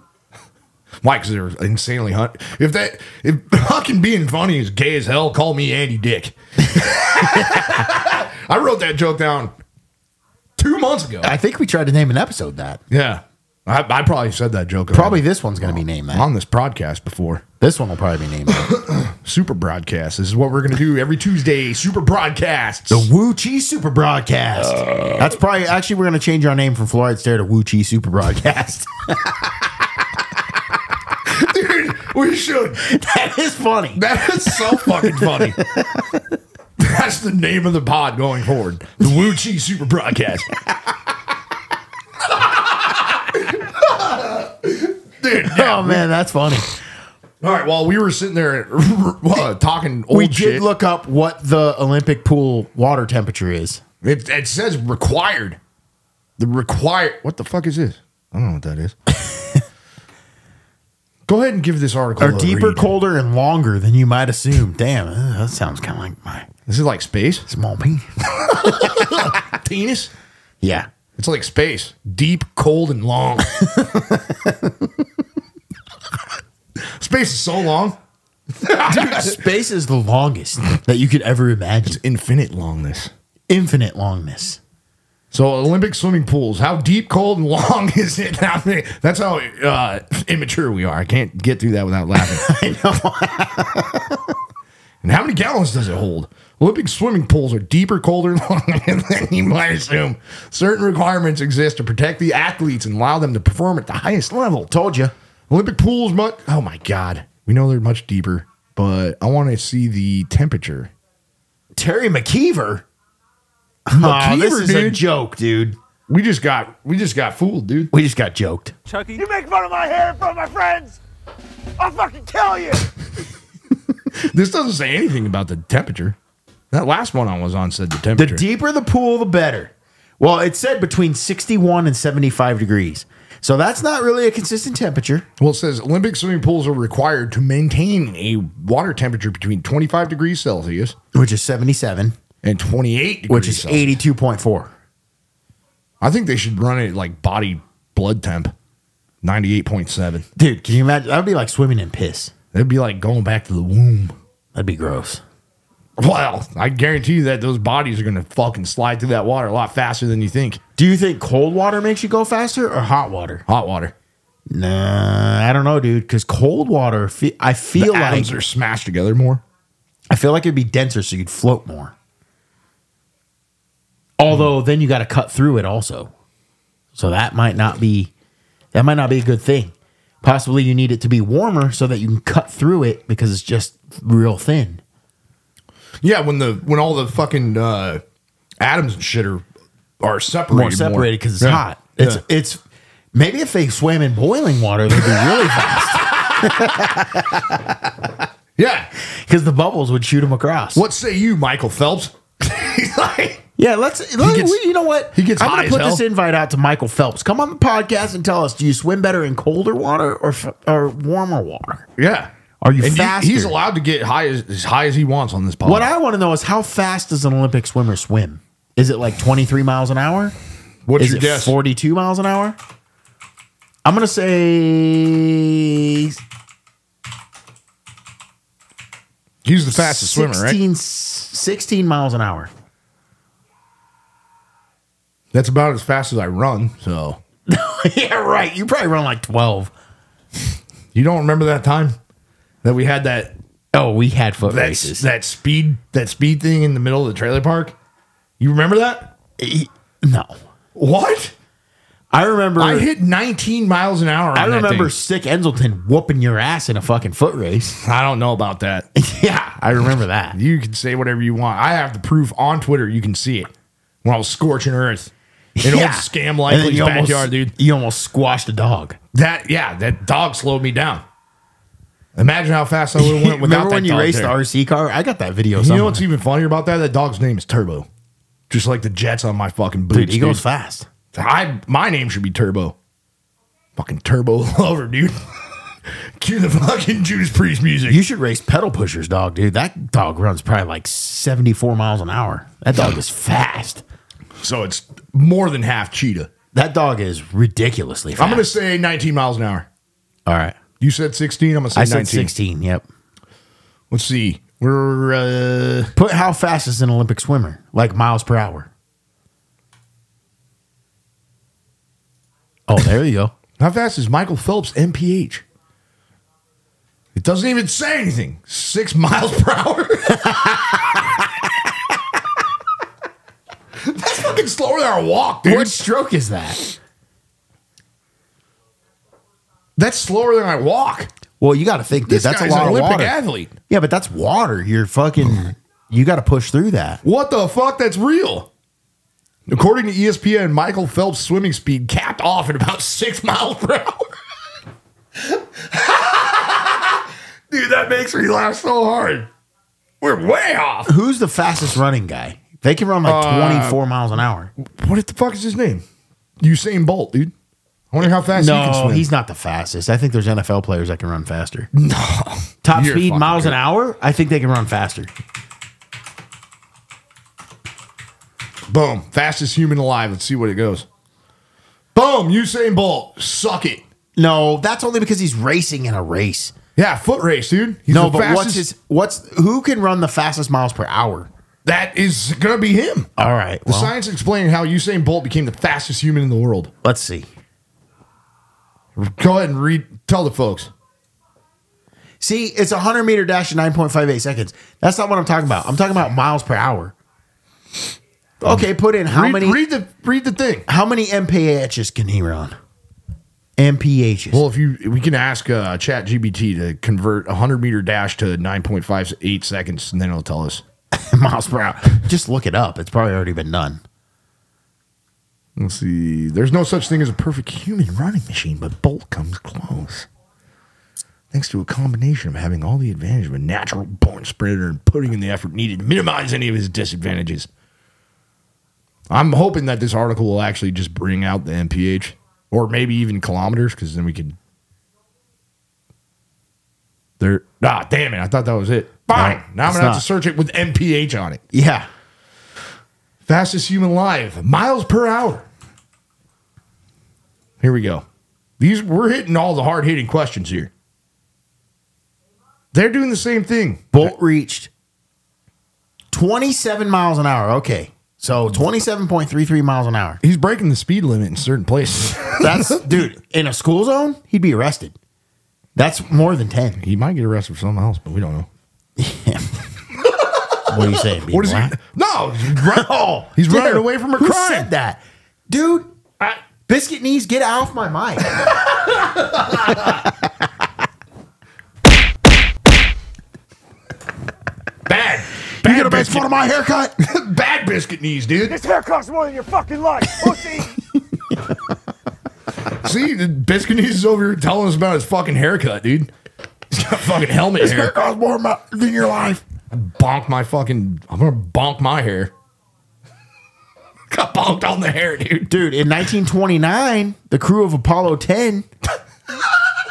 [SPEAKER 2] Why? Because they're insanely hunt. If that, if (laughs) fucking being funny is gay as hell, call me Andy Dick. (laughs) I wrote that joke down two months ago.
[SPEAKER 1] I think we tried to name an episode that.
[SPEAKER 2] yeah, I, I probably said that joke on-
[SPEAKER 1] Probably this one's going to be named that.
[SPEAKER 2] on this broadcast before.
[SPEAKER 1] This one will probably be named (laughs) that.
[SPEAKER 2] Super broadcast. This is what we're gonna do every Tuesday. Super broadcasts.
[SPEAKER 1] the Woo Chi Super Broadcast. That's probably actually we're going to change our name from Fluoride Stare to Woo Chi Super Broadcast. (laughs)
[SPEAKER 2] Dude, we should.
[SPEAKER 1] that is funny.
[SPEAKER 2] That is so fucking funny. That's the name of the pod going forward. The Wu Chi Super Broadcast. (laughs) Dude, yeah.
[SPEAKER 1] (laughs) Oh man, that's funny.
[SPEAKER 2] all right. While we were sitting there uh, talking old
[SPEAKER 1] we did
[SPEAKER 2] shit,
[SPEAKER 1] look up what the Olympic pool water temperature is.
[SPEAKER 2] it, it says required. The required. What the fuck is this? I don't know what that is.
[SPEAKER 1] (laughs)
[SPEAKER 2] Go ahead and give this article
[SPEAKER 1] Are
[SPEAKER 2] a
[SPEAKER 1] deeper,
[SPEAKER 2] read.
[SPEAKER 1] colder, and longer than you might assume. Damn, uh, that sounds kind of like my
[SPEAKER 2] This is like space.
[SPEAKER 1] small penis.
[SPEAKER 2] Penis.
[SPEAKER 1] Yeah.
[SPEAKER 2] It's like space, deep, cold, and (laughs) long. space is so long.
[SPEAKER 1] Space is the longest that you could ever imagine.
[SPEAKER 2] Infinite longness.
[SPEAKER 1] Infinite longness.
[SPEAKER 2] So Olympic swimming pools. How deep, cold, and long (laughs) is it? How many- That's how uh, immature we are. I can't get through that without laughing. and how many gallons does it hold? Olympic swimming pools are deeper, colder, and longer (laughs) than you might assume. Certain requirements exist to protect the athletes and allow them to perform at the highest level.
[SPEAKER 1] Told you.
[SPEAKER 2] Olympic pools, much. Oh my God, we know they're much deeper, but I want to see the temperature.
[SPEAKER 1] Terry McKeever.
[SPEAKER 2] McKeever,
[SPEAKER 1] oh, this is a
[SPEAKER 2] dude.
[SPEAKER 1] joke, dude.
[SPEAKER 2] We just got we just got fooled, dude.
[SPEAKER 1] We just got joked.
[SPEAKER 8] You make fun of my hair in front of my friends. I'll fucking kill you.
[SPEAKER 2] This doesn't say anything about the temperature. That last one I was on said the
[SPEAKER 1] The
[SPEAKER 2] temperature.
[SPEAKER 1] deeper the pool, the better. Well, it said between 61 and 75 degrees. So that's not really a consistent temperature.
[SPEAKER 2] well, it says Olympic swimming pools are required to maintain a water temperature between 25 degrees Celsius
[SPEAKER 1] which is 77,
[SPEAKER 2] and 28 degrees
[SPEAKER 1] which is
[SPEAKER 2] Celsius.
[SPEAKER 1] 82.4.
[SPEAKER 2] I think they should run it at, like body blood temp, 98.7.
[SPEAKER 1] Dude, can you imagine? That would be like swimming in piss.
[SPEAKER 2] That'd be like going back to the womb.
[SPEAKER 1] That'd be gross.
[SPEAKER 2] Well, I guarantee you that those bodies are going to fucking slide through that water a lot faster than you think.
[SPEAKER 1] Do you think cold water makes you go faster or hot water?
[SPEAKER 2] Hot water.
[SPEAKER 1] Nah, I don't know, dude. Because cold water, fe- I
[SPEAKER 2] The
[SPEAKER 1] feel like
[SPEAKER 2] atoms are smashed together more.
[SPEAKER 1] I feel like it'd be denser, so you'd float more. Although
[SPEAKER 2] Hmm.
[SPEAKER 1] then you got to cut through it also, so that might not be that might not be a good thing. Possibly you need it to be warmer so that you can cut through it because it's just real thin.
[SPEAKER 2] Yeah, when the when all the fucking uh, atoms and shit are are separated,
[SPEAKER 1] more separated because it's
[SPEAKER 2] Yeah.
[SPEAKER 1] hot. It's
[SPEAKER 2] Yeah.
[SPEAKER 1] it's maybe if they swam in boiling water, they'd be
[SPEAKER 2] (laughs)
[SPEAKER 1] really fast
[SPEAKER 2] yeah.
[SPEAKER 1] because the bubbles would shoot them across.
[SPEAKER 2] What say you, Michael Phelps? (laughs) He's like,
[SPEAKER 1] Yeah, let's. let-
[SPEAKER 2] gets-
[SPEAKER 1] we- you know what?
[SPEAKER 2] he gets
[SPEAKER 1] I'm
[SPEAKER 2] hot
[SPEAKER 1] gonna
[SPEAKER 2] as
[SPEAKER 1] put
[SPEAKER 2] hell.
[SPEAKER 1] this invite out to Michael Phelps. Come on the podcast and tell us: Do you swim better in colder water or f- or warmer water?
[SPEAKER 2] yeah.
[SPEAKER 1] Are you
[SPEAKER 2] And
[SPEAKER 1] faster?
[SPEAKER 2] he's allowed to get high as, as high as he wants on this pod.
[SPEAKER 1] What I want to know is how fast does an Olympic swimmer swim? Is it like 23 miles an hour?
[SPEAKER 2] What's
[SPEAKER 1] Is
[SPEAKER 2] your
[SPEAKER 1] it
[SPEAKER 2] guess?
[SPEAKER 1] 42 miles an hour? I'm gonna say
[SPEAKER 2] he's the fastest swimmer, right?
[SPEAKER 1] 16 16 miles an hour. (laughs)
[SPEAKER 2] That's about as fast as I run. So
[SPEAKER 1] yeah, right. You probably run like 12.
[SPEAKER 2] you don't remember that time that we had that
[SPEAKER 1] Oh, we had foot
[SPEAKER 2] that
[SPEAKER 1] races.
[SPEAKER 2] that speed that speed thing in the middle of the trailer park. You remember that?
[SPEAKER 1] no.
[SPEAKER 2] What?
[SPEAKER 1] I remember.
[SPEAKER 2] I hit 19 miles an hour. On
[SPEAKER 1] I
[SPEAKER 2] that
[SPEAKER 1] remember
[SPEAKER 2] thing.
[SPEAKER 1] Stick Enzelton whooping your ass in a fucking foot race. (laughs)
[SPEAKER 2] I don't know about that.
[SPEAKER 1] yeah, I remember that.
[SPEAKER 2] You can say whatever you want. I have the proof on Twitter. You can see it when I was scorching earth in
[SPEAKER 1] (laughs) yeah.
[SPEAKER 2] old scam
[SPEAKER 1] And then
[SPEAKER 2] likely's
[SPEAKER 1] you almost-
[SPEAKER 2] backyard, dude.
[SPEAKER 1] You almost squashed a (laughs) dog.
[SPEAKER 2] That yeah, that dog slowed me down. Imagine how fast I
[SPEAKER 1] (laughs)
[SPEAKER 2] would have went without
[SPEAKER 1] remember
[SPEAKER 2] that
[SPEAKER 1] when you
[SPEAKER 2] dog
[SPEAKER 1] raced
[SPEAKER 2] there.
[SPEAKER 1] the RC car? I got that video.
[SPEAKER 2] You
[SPEAKER 1] somewhere.
[SPEAKER 2] know what's even funnier about that? That dog's name is Turbo, just like the Jets on my fucking boots.
[SPEAKER 1] dude, he goes fast.
[SPEAKER 2] I my name should be Turbo. Fucking Turbo (laughs) lover, dude. Cue the fucking Judas Priest music.
[SPEAKER 1] You should race pedal pushers, dog, dude. That dog runs probably like 74 miles an hour. That dog is fast.
[SPEAKER 2] So it's more than half cheetah.
[SPEAKER 1] That dog is ridiculously fast.
[SPEAKER 2] I'm gonna say 19 miles an hour.
[SPEAKER 1] All right.
[SPEAKER 2] You said 16. I'm gonna say
[SPEAKER 1] I
[SPEAKER 2] 19.
[SPEAKER 1] said 16. Yep.
[SPEAKER 2] Let's see. We're uh,
[SPEAKER 1] Put how fast is an Olympic swimmer? Like miles per hour. Oh, there you go. (laughs)
[SPEAKER 2] how fast is Michael Phelps MPH? It doesn't even say anything. Six (laughs) miles per hour. That's fucking slower than our walk, dude.
[SPEAKER 1] What stroke is that?
[SPEAKER 2] That's slower than I walk.
[SPEAKER 1] Well, you got to think, dude.
[SPEAKER 2] This
[SPEAKER 1] That's a
[SPEAKER 2] guy's
[SPEAKER 1] lot
[SPEAKER 2] an
[SPEAKER 1] of
[SPEAKER 2] Olympic
[SPEAKER 1] water.
[SPEAKER 2] athlete.
[SPEAKER 1] Yeah, but that's water. You're fucking. You got to push through that.
[SPEAKER 2] What the fuck? That's real. According to E ESPN, Michael Phelps' swimming speed capped off at about six miles per hour. (laughs) Dude, that makes me laugh so hard. We're way off.
[SPEAKER 1] Who's the fastest running guy? They can run like 24 miles an hour.
[SPEAKER 2] What the fuck is his name? Usain Bolt, dude. I wonder how fast he can
[SPEAKER 1] No,
[SPEAKER 2] swim.
[SPEAKER 1] he's not the fastest. I think there's NFL players that can run faster. No. Top
[SPEAKER 2] You're
[SPEAKER 1] speed
[SPEAKER 2] fucking
[SPEAKER 1] miles an hour? I think they can run faster.
[SPEAKER 2] (laughs) Boom. Fastest human alive. Let's see what it goes. Boom. Usain Bolt. Suck it.
[SPEAKER 1] No, that's only because he's racing in a race.
[SPEAKER 2] Yeah, foot race, dude. He's
[SPEAKER 1] no,
[SPEAKER 2] the
[SPEAKER 1] but what's
[SPEAKER 2] fastest-
[SPEAKER 1] his what's who can run the fastest miles per hour?
[SPEAKER 2] That is gonna be him.
[SPEAKER 1] All right.
[SPEAKER 2] The
[SPEAKER 1] Well,
[SPEAKER 2] science explained how Usain Bolt became the fastest human in the world.
[SPEAKER 1] let's see.
[SPEAKER 2] Go ahead and read. Tell the folks.
[SPEAKER 1] See, it's a 100 meter dash in 9.58 seconds. That's not what I'm talking about. I'm talking about miles per hour. Okay, put in how
[SPEAKER 2] read,
[SPEAKER 1] many
[SPEAKER 2] Read the read the thing.
[SPEAKER 1] how many MPHs can he run? MPHs.
[SPEAKER 2] Well, if you we can ask uh, Chat GBT to convert a hundred meter dash to nine point five eight seconds, and then it'll tell us.
[SPEAKER 1] (laughs) miles per hour. Just look it up. It's probably already been done.
[SPEAKER 2] Let's see. There's no such thing as a perfect human running machine, but Bolt comes close. Thanks to a combination of having all the advantage of a natural born sprinter and putting in the effort needed to minimize any of his disadvantages. I'm hoping that this article will actually just bring out the MPH or maybe even kilometers because then we could. There. Ah, damn it. I thought that was it. Fine. now I'm
[SPEAKER 1] it's
[SPEAKER 2] going to have to
[SPEAKER 1] not.
[SPEAKER 2] search it with MPH on it.
[SPEAKER 1] Yeah.
[SPEAKER 2] Fastest human live, miles per hour. Here we go. These we're hitting all the hard hitting questions here. They're doing the same thing.
[SPEAKER 1] Bolt reached 27 miles an hour. Okay. So 27.33 miles an hour.
[SPEAKER 2] He's breaking the speed limit in certain places. (laughs)
[SPEAKER 1] That's dude, in a school zone, he'd be arrested. That's more than 10.
[SPEAKER 2] he might get arrested for something else, but we don't know.
[SPEAKER 1] What are you saying?
[SPEAKER 2] What is (laughs)
[SPEAKER 1] black?
[SPEAKER 2] he? No, he's run-
[SPEAKER 1] Oh,
[SPEAKER 2] (laughs) He's running away from a
[SPEAKER 1] who
[SPEAKER 2] crime.
[SPEAKER 1] said that? Dude, biscuit knees, get off my mic.
[SPEAKER 2] (laughs) bad. Bad
[SPEAKER 1] You're gonna make
[SPEAKER 2] biscuit.
[SPEAKER 1] fun of my haircut.
[SPEAKER 2] (laughs) bad biscuit knees, dude.
[SPEAKER 8] This hair costs more than your fucking life, pussy.
[SPEAKER 2] See, the biscuit knees is over here telling us about his fucking haircut, dude. He's got fucking helmet hair.
[SPEAKER 1] costs more than your life.
[SPEAKER 2] bonk my fucking. I'm gonna bonk my hair. (laughs) Got bonked on the hair,
[SPEAKER 1] (laughs)
[SPEAKER 2] dude.
[SPEAKER 1] Dude, in 1929, the crew of Apollo 10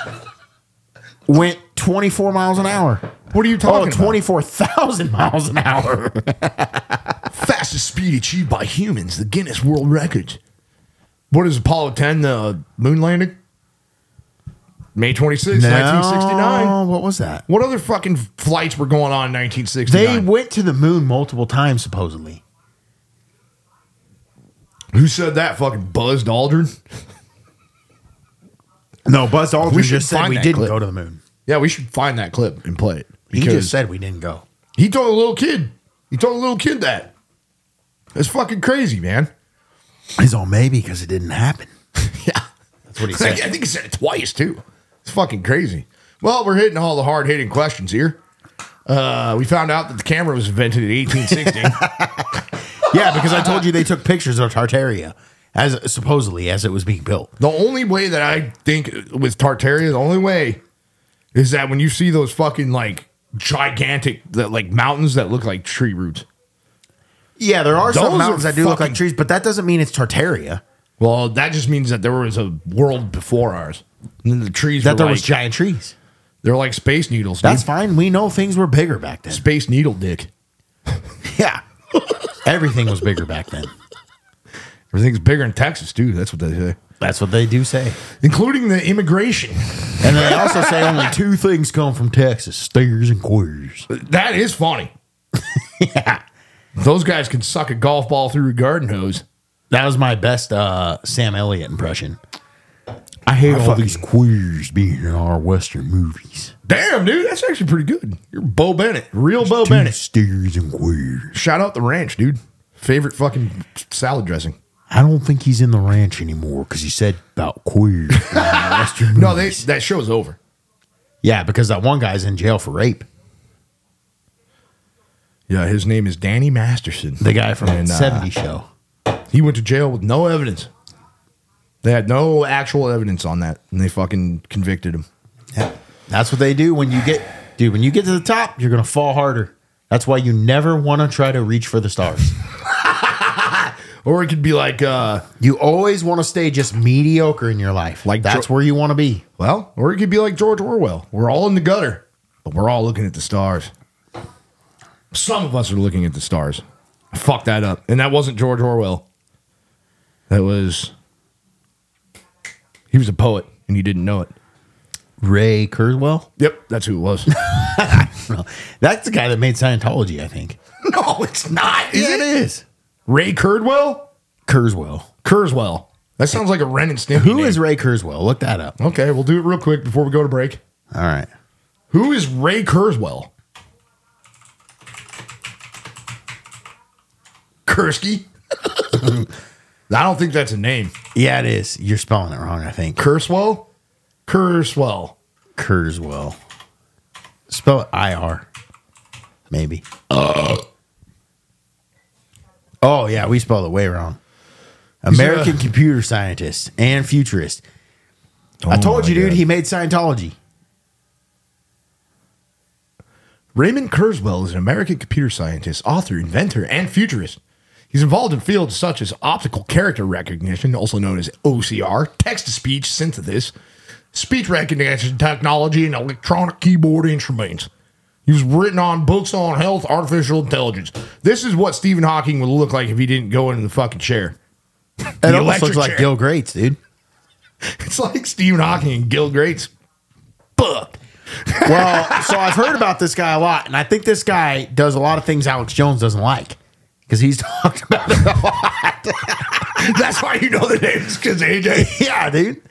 [SPEAKER 1] (laughs) went 24 miles an hour.
[SPEAKER 2] What are you
[SPEAKER 1] Oh,
[SPEAKER 2] talking about?
[SPEAKER 1] 24,000 (laughs) miles an hour.
[SPEAKER 2] Fastest speed achieved by humans, the Guinness World Records. What is Apollo 10, the moon landing? May 26, 1969.
[SPEAKER 1] No, What was that?
[SPEAKER 2] What other fucking flights were going on in
[SPEAKER 1] They
[SPEAKER 2] 1969?
[SPEAKER 1] went to the moon multiple times, supposedly.
[SPEAKER 2] Who said that? Fucking Buzz Aldrin?
[SPEAKER 1] No, Buzz Aldrin
[SPEAKER 2] We should
[SPEAKER 1] just said
[SPEAKER 2] find
[SPEAKER 1] we
[SPEAKER 2] that
[SPEAKER 1] didn't
[SPEAKER 2] clip.
[SPEAKER 1] go to the moon.
[SPEAKER 2] Yeah, we should find that clip and play it.
[SPEAKER 1] He
[SPEAKER 2] because-
[SPEAKER 1] just said we didn't go.
[SPEAKER 2] He told a little kid. He told a little kid that. That's fucking crazy, man.
[SPEAKER 1] (laughs) He's all maybe because it didn't happen. That's what he
[SPEAKER 2] I
[SPEAKER 1] said.
[SPEAKER 2] think he said it twice too. It's fucking crazy. Well, we're hitting all the hard hitting questions here. Uh, we found out that the camera was invented in
[SPEAKER 1] (laughs)
[SPEAKER 2] 1860.
[SPEAKER 1] (laughs) Yeah, because I told you they took pictures of Tartaria as supposedly as it was being built.
[SPEAKER 2] the only way that I think with Tartaria, the only way is that when you see those fucking like gigantic that like mountains that look like tree roots.
[SPEAKER 1] Yeah, there are
[SPEAKER 2] Those
[SPEAKER 1] some
[SPEAKER 2] are
[SPEAKER 1] mountains that do look
[SPEAKER 2] fucking-
[SPEAKER 1] like trees, but that doesn't mean it's Tartaria.
[SPEAKER 2] Well, that just means that there was a world before ours. And then the trees
[SPEAKER 1] That
[SPEAKER 2] were
[SPEAKER 1] there
[SPEAKER 2] like,
[SPEAKER 1] was giant trees.
[SPEAKER 2] they're like space needles. Dude.
[SPEAKER 1] That's fine. We know things were bigger back then.
[SPEAKER 2] space needle dick.
[SPEAKER 1] (laughs) Yeah. (laughs) Everything was bigger back then.
[SPEAKER 2] Everything's bigger in Texas too. That's what they say,
[SPEAKER 1] That's what they do (laughs) say.
[SPEAKER 2] including the immigration.
[SPEAKER 1] And they also say only two things come from Texas stairs and queers.
[SPEAKER 2] That is funny. (laughs) yeah. Those guys can suck a golf ball through a garden hose.
[SPEAKER 1] That was my best uh, Sam Elliott impression. I hate all these queers being in our Western movies.
[SPEAKER 2] Damn, dude, that's actually pretty good. You're Bo Bennett, real Bo
[SPEAKER 1] Two
[SPEAKER 2] Bennett.
[SPEAKER 1] stairs and queers.
[SPEAKER 2] Shout out the ranch, dude. Favorite fucking salad dressing.
[SPEAKER 1] I don't think he's in the ranch anymore because he said about queers. being in our Western
[SPEAKER 2] (laughs) No, they,
[SPEAKER 1] movies.
[SPEAKER 2] that show's over.
[SPEAKER 1] Yeah, because that one guy's in jail for rape.
[SPEAKER 2] Yeah, his name is Danny Masterson.
[SPEAKER 1] The guy from
[SPEAKER 2] And,
[SPEAKER 1] the 70
[SPEAKER 2] uh,
[SPEAKER 1] show.
[SPEAKER 2] He went to jail with no evidence. They had no actual evidence on that, and they fucking convicted him.
[SPEAKER 1] Yeah. That's what they do when you get dude, when you get to the top, you're gonna fall harder. That's why you never wanna try to reach for the stars.
[SPEAKER 2] Or it could be like, uh,
[SPEAKER 1] (laughs) you always wanna stay just mediocre in your life.
[SPEAKER 2] Like
[SPEAKER 1] Like that's
[SPEAKER 2] Dro-
[SPEAKER 1] where you wanna be.
[SPEAKER 2] well, or it could be like George Orwell. We're all in the gutter, but we're all looking at the stars. Some of us are looking at the stars. I fucked that up, and that wasn't George Orwell. That was he was a poet, and he didn't know it.
[SPEAKER 1] Ray Kurzweil?
[SPEAKER 2] Yep, that's who it was.
[SPEAKER 1] No. That's the guy that made Scientology, I think.
[SPEAKER 2] (laughs) no, it's not. Is
[SPEAKER 1] Yeah,
[SPEAKER 2] it
[SPEAKER 1] is.
[SPEAKER 2] Ray Kurzweil?
[SPEAKER 1] Kurzweil.
[SPEAKER 2] Kurzweil. That sounds like a Ren and Stimpy.
[SPEAKER 1] Who
[SPEAKER 2] name.
[SPEAKER 1] is Ray Kurzweil? Look that up.
[SPEAKER 2] Okay, we'll do it real quick before we go to break.
[SPEAKER 1] All right.
[SPEAKER 2] Who is Ray Kurzweil? Kursky? (laughs) I don't think that's a name.
[SPEAKER 1] Yeah, it is. You're spelling it wrong, I think.
[SPEAKER 2] Kurzweil? Kurzweil.
[SPEAKER 1] Kurzweil. Spell it I R. Maybe. Uh. Oh yeah, we spelled it way wrong. American
[SPEAKER 2] a-
[SPEAKER 1] computer scientist and futurist. I
[SPEAKER 2] Oh
[SPEAKER 1] told
[SPEAKER 2] my
[SPEAKER 1] you, dude,
[SPEAKER 2] God.
[SPEAKER 1] he made Scientology.
[SPEAKER 2] Raymond Kurzweil is an American computer scientist, author, inventor, and futurist. He's involved in fields such as optical character recognition, also known as OCR, text to speech synthesis, speech recognition technology, and electronic keyboard instruments. He's written on books on health, artificial intelligence. This is what Stephen Hawking would look like if he didn't go into the fucking chair. (laughs)
[SPEAKER 1] It
[SPEAKER 2] The
[SPEAKER 1] almost
[SPEAKER 2] electric
[SPEAKER 1] looks like
[SPEAKER 2] chair.
[SPEAKER 1] Gil Grates, dude.
[SPEAKER 2] It's like Stephen Hawking and Gil Grates. Fuck.
[SPEAKER 1] Well, so I've heard about this guy a lot, and I think this guy does a lot of things Alex Jones doesn't like because he's (laughs) talked about it.
[SPEAKER 2] That's why you know the names, because AJ.
[SPEAKER 1] yeah, dude.
[SPEAKER 2] He's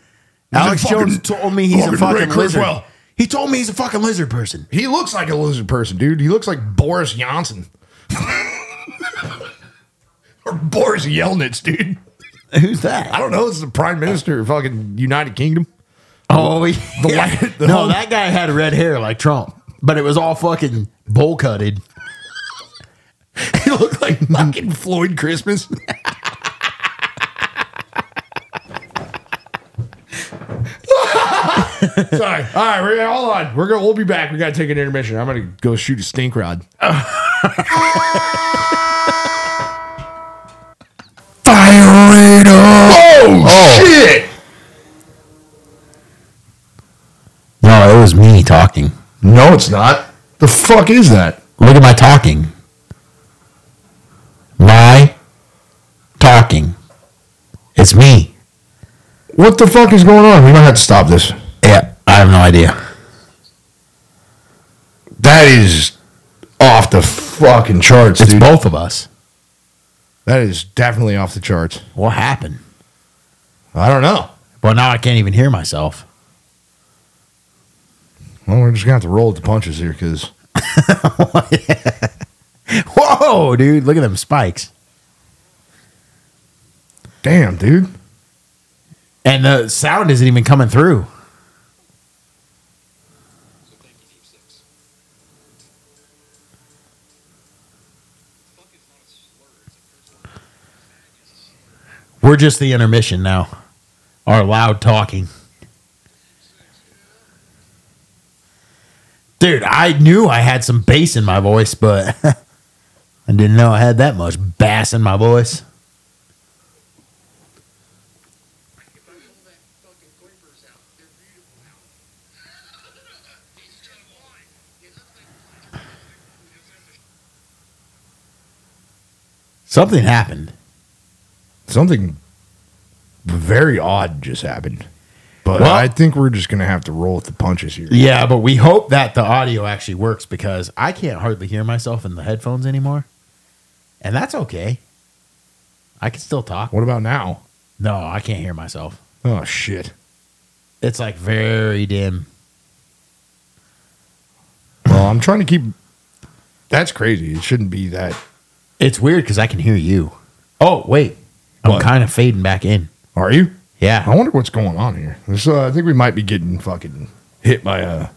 [SPEAKER 2] a
[SPEAKER 1] Alex
[SPEAKER 2] fucking-
[SPEAKER 1] Jones told me he's a
[SPEAKER 2] fucking Ray
[SPEAKER 1] fucking lizard.
[SPEAKER 2] Kurzweil.
[SPEAKER 1] He told me he's a fucking lizard person.
[SPEAKER 2] He looks like a lizard person, dude. He looks like Boris Johnson. (laughs) or Boris Yelnats, dude.
[SPEAKER 1] Who's that?
[SPEAKER 2] I don't know. This is the Prime Minister of fucking United Kingdom.
[SPEAKER 1] Oh, he-
[SPEAKER 2] The light- (laughs) the
[SPEAKER 1] no,
[SPEAKER 2] whole-
[SPEAKER 1] that guy had red hair like Trump, but it was all fucking bowl cutted.
[SPEAKER 2] (laughs) He looked like fucking Floyd Christmas. Sorry. All right, we're hold on. We're gonna we'll be back. We gotta take an intermission. I'm gonna go shoot a stink rod.
[SPEAKER 1] Fire it
[SPEAKER 2] Oh, shit!
[SPEAKER 1] No, it was me talking.
[SPEAKER 2] No, it's not. The fuck is that?
[SPEAKER 1] Look at my talking. My talking. It's me.
[SPEAKER 2] What the fuck is going on? We might have to stop this.
[SPEAKER 1] Yeah, I have no idea.
[SPEAKER 2] That is off the fucking charts,
[SPEAKER 1] It's
[SPEAKER 2] dude.
[SPEAKER 1] both of us.
[SPEAKER 2] That is definitely off the charts.
[SPEAKER 1] What happened?
[SPEAKER 2] I don't know.
[SPEAKER 1] Well, now I can't even hear myself. (laughs)
[SPEAKER 2] Well, we're just gonna have to roll with the punches here because
[SPEAKER 1] Whoa, dude! Look at them spikes.
[SPEAKER 2] damn, dude.
[SPEAKER 1] and the sound isn't even coming through. We're just the intermission now. Our loud talking. Dude, I knew I had some bass in my voice, but (laughs) I didn't know I had that much bass in my voice. Something happened.
[SPEAKER 2] Something very odd just happened. But
[SPEAKER 1] Well-
[SPEAKER 2] I think we're just gonna have to roll with the punches here.
[SPEAKER 1] Yeah, but we hope that the audio actually works because I can't hardly hear myself in the headphones anymore. And that's okay. I can still talk.
[SPEAKER 2] What about now?
[SPEAKER 1] No, I can't hear myself.
[SPEAKER 2] Oh shit.
[SPEAKER 1] It's like very dim.
[SPEAKER 2] Well, I'm trying to keep. That's crazy. It shouldn't be that.
[SPEAKER 1] It's weird because I can hear you. Oh, wait. I'm
[SPEAKER 2] What?
[SPEAKER 1] kind of fading back in.
[SPEAKER 2] Are you? I
[SPEAKER 1] Yeah.
[SPEAKER 2] wonder what's going on here. This, uh, I think we might be getting fucking hit by a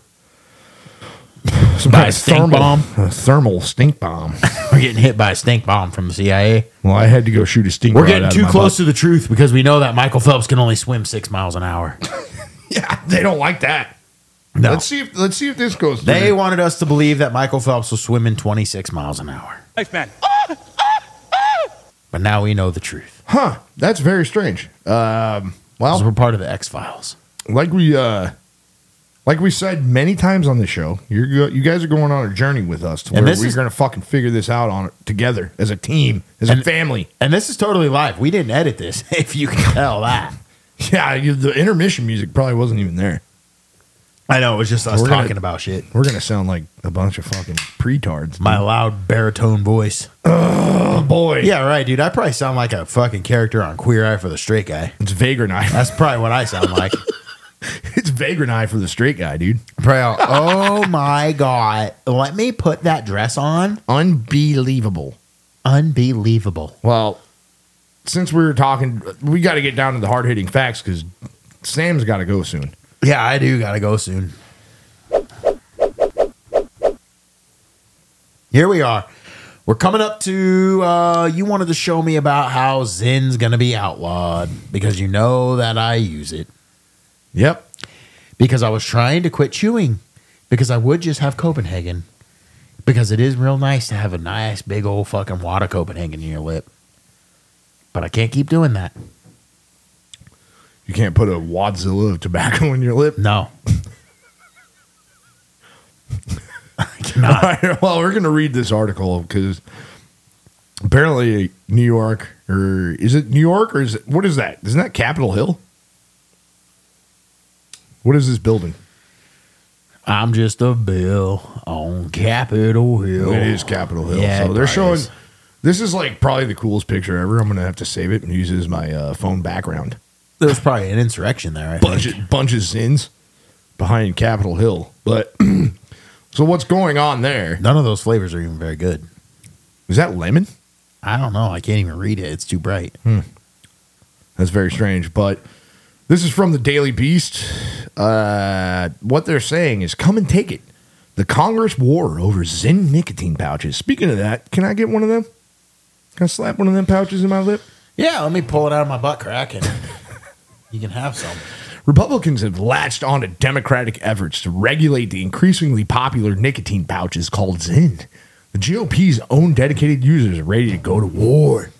[SPEAKER 2] (sighs) some
[SPEAKER 1] By
[SPEAKER 2] kind
[SPEAKER 1] a
[SPEAKER 2] of
[SPEAKER 1] stink
[SPEAKER 2] thermal
[SPEAKER 1] bomb?
[SPEAKER 2] (laughs) A thermal stink bomb.
[SPEAKER 1] We're getting hit by a stink bomb from the CIA.
[SPEAKER 2] well, I had to go shoot a stink.
[SPEAKER 1] We're
[SPEAKER 2] rod
[SPEAKER 1] getting
[SPEAKER 2] out of
[SPEAKER 1] too
[SPEAKER 2] my
[SPEAKER 1] close
[SPEAKER 2] butt.
[SPEAKER 1] to the truth because we know that Michael Phelps can only swim six miles an hour.
[SPEAKER 2] Yeah, (laughs) they don't like that.
[SPEAKER 1] No.
[SPEAKER 2] Let's see if let's see if this goes.
[SPEAKER 1] They
[SPEAKER 2] through.
[SPEAKER 1] wanted us to believe that Michael Phelps was swimming 26 miles an hour.
[SPEAKER 8] Thanks, man.
[SPEAKER 1] But now we know the truth.
[SPEAKER 2] huh? That's very strange. Um,
[SPEAKER 1] 'Cause
[SPEAKER 2] well,
[SPEAKER 1] we're part of the X Files.
[SPEAKER 2] like we uh, like we said many times on this show, you're go- you guys are going on a journey with us to
[SPEAKER 1] And
[SPEAKER 2] where
[SPEAKER 1] this
[SPEAKER 2] we're
[SPEAKER 1] is-
[SPEAKER 2] going to fucking figure this out on together as a team, as a
[SPEAKER 1] And-
[SPEAKER 2] family. (laughs)
[SPEAKER 1] And this is totally live. We didn't edit this, (laughs) if you can tell that.
[SPEAKER 2] Yeah, you, the intermission music probably wasn't even there.
[SPEAKER 1] I know, it was just us
[SPEAKER 2] We're gonna-
[SPEAKER 1] talking about shit.
[SPEAKER 2] We're gonna sound like a bunch of fucking pretards. Oh,
[SPEAKER 1] My loud baritone voice.
[SPEAKER 2] boy, yeah,
[SPEAKER 1] Yeah, right, dude. I probably sound like a fucking character on Queer Eye for the Straight Guy.
[SPEAKER 2] it's Vagrant Eye.
[SPEAKER 1] That's probably what I sound (laughs) like.
[SPEAKER 2] (laughs) it's Vagrant Eye for the straight guy, dude.
[SPEAKER 1] Probably, all, oh my God. Let me put that dress on.
[SPEAKER 2] Unbelievable.
[SPEAKER 1] Unbelievable.
[SPEAKER 2] Well, since we were talking, we got to get down to the hard hitting facts because Sam's got to go soon.
[SPEAKER 1] Yeah, I do gotta go soon. Here we are. We're coming up to uh, you wanted to show me about how Zen's gonna be outlawed because you know that I use it
[SPEAKER 2] Yep.
[SPEAKER 1] because I was trying to quit chewing because I would just have Copenhagen because it is real nice to have a nice big old fucking wad of Copenhagen in your lip. But I can't keep doing that.
[SPEAKER 2] You can't put a wadzilla of tobacco (laughs) in your lip.
[SPEAKER 1] No. I cannot.
[SPEAKER 2] All right, (laughs) well, we're gonna read this article because apparently New York or is it New York or is it what is that? Isn't that Capitol Hill? What is this building?
[SPEAKER 1] I'm just a bill on Capitol Hill.
[SPEAKER 2] It is Capitol Hill.
[SPEAKER 1] Yeah,
[SPEAKER 2] so
[SPEAKER 1] it
[SPEAKER 2] they're showing.
[SPEAKER 1] probably is.
[SPEAKER 2] This is like probably the coolest picture ever. I'm gonna have to save it and use it as my uh, phone background.
[SPEAKER 1] There's probably an insurrection there. I
[SPEAKER 2] Bunch
[SPEAKER 1] think.
[SPEAKER 2] of, bunch of sins behind Capitol Hill, but (clears throat) so what's going on there?
[SPEAKER 1] None of those flavors are even very good.
[SPEAKER 2] Is that lemon?
[SPEAKER 1] I don't know. I can't even read it. It's too bright.
[SPEAKER 2] That's very strange. But this is from the Daily Beast. Uh, what they're saying is come and take it. The Congress war over Zen nicotine pouches. Speaking of that, can I get one of them? Can I slap one of them pouches in my lip?
[SPEAKER 1] Yeah, let me pull it out of my butt crack and you can have some.
[SPEAKER 2] Republicans have latched on to Democratic efforts to regulate the increasingly popular nicotine pouches called Zyn. The GOP's own dedicated users are ready to go to war.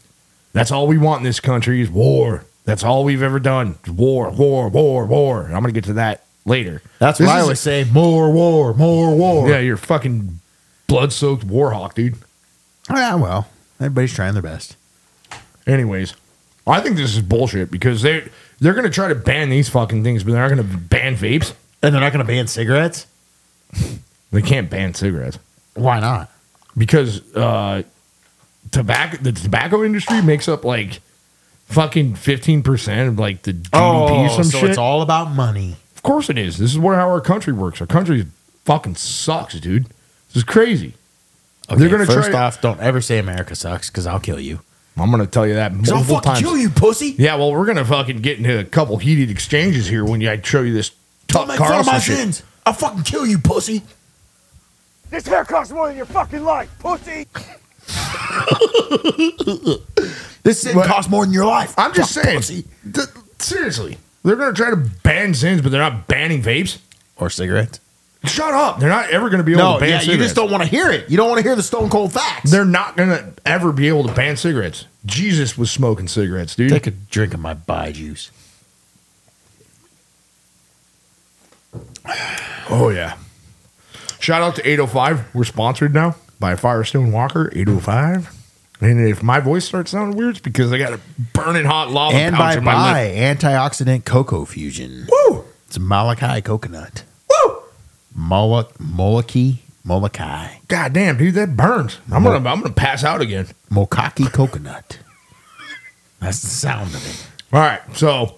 [SPEAKER 2] That's all we want in this country is war. That's all we've ever done. War, war, war, war. And I'm going to get to that later.
[SPEAKER 1] That's
[SPEAKER 2] This
[SPEAKER 1] what I
[SPEAKER 2] is-
[SPEAKER 1] always say. More war, more war.
[SPEAKER 2] Yeah, you're a fucking blood soaked war hawk, dude.
[SPEAKER 1] Yeah, well, everybody's trying their best.
[SPEAKER 2] Anyways, I think this is bullshit because they they're going to try to ban these fucking things, but they're not going to ban vapes.
[SPEAKER 1] And they're not going to ban cigarettes?
[SPEAKER 2] They can't ban cigarettes.
[SPEAKER 1] Why not?
[SPEAKER 2] because uh, tobacco the tobacco industry makes up like fucking fifteen percent of like the GDP or some
[SPEAKER 1] Oh, so
[SPEAKER 2] shit.
[SPEAKER 1] it's all about money.
[SPEAKER 2] of course it is. This is what how our country works. Our country fucking sucks, dude. This is crazy.
[SPEAKER 1] Okay,
[SPEAKER 2] They're gonna
[SPEAKER 1] first
[SPEAKER 2] try-
[SPEAKER 1] off, don't ever say America sucks because I'll kill you.
[SPEAKER 2] I'm going to tell you that multiple
[SPEAKER 1] I'll fucking
[SPEAKER 2] times.
[SPEAKER 1] kill you, pussy.
[SPEAKER 2] Yeah, well, we're going to fucking get into a couple heated exchanges here when I show you this
[SPEAKER 1] Don't
[SPEAKER 2] Tuck
[SPEAKER 1] make fun of
[SPEAKER 2] Carlson
[SPEAKER 1] my
[SPEAKER 2] shit.
[SPEAKER 1] sins. I'll fucking kill you, pussy.
[SPEAKER 8] This hair costs more than your fucking life, pussy.
[SPEAKER 1] This sin
[SPEAKER 2] What?
[SPEAKER 1] costs more than your life.
[SPEAKER 2] I'm just
[SPEAKER 1] Fuck,
[SPEAKER 2] saying.
[SPEAKER 1] pussy.
[SPEAKER 2] th- seriously, they're going to try to ban sins, but they're not banning vapes.
[SPEAKER 1] Or cigarettes.
[SPEAKER 2] Shut up! They're not ever going to be able
[SPEAKER 1] No,
[SPEAKER 2] to ban
[SPEAKER 1] yeah,
[SPEAKER 2] cigarettes.
[SPEAKER 1] you just don't want to hear it. You don't want to hear the stone cold facts.
[SPEAKER 2] They're not going to ever be able to ban cigarettes. Jesus was smoking cigarettes, dude.
[SPEAKER 1] Take a drink of my bi juice.
[SPEAKER 2] Oh yeah. Shout out to 805. We're sponsored now by Firestone Walker 805. And if my voice starts sounding weird, it's because I got a burning hot lava
[SPEAKER 1] and
[SPEAKER 2] pouch
[SPEAKER 1] by
[SPEAKER 2] in my
[SPEAKER 1] by
[SPEAKER 2] lip.
[SPEAKER 1] antioxidant cocoa fusion.
[SPEAKER 2] Woo!
[SPEAKER 1] It's Malachi coconut.
[SPEAKER 2] Woo!
[SPEAKER 1] Moloch, Molochi, Molokai,
[SPEAKER 2] God damn, dude, that burns. I'm gonna I'm gonna pass out again.
[SPEAKER 1] Mokaki coconut. (laughs) That's the sound of it.
[SPEAKER 2] All right, so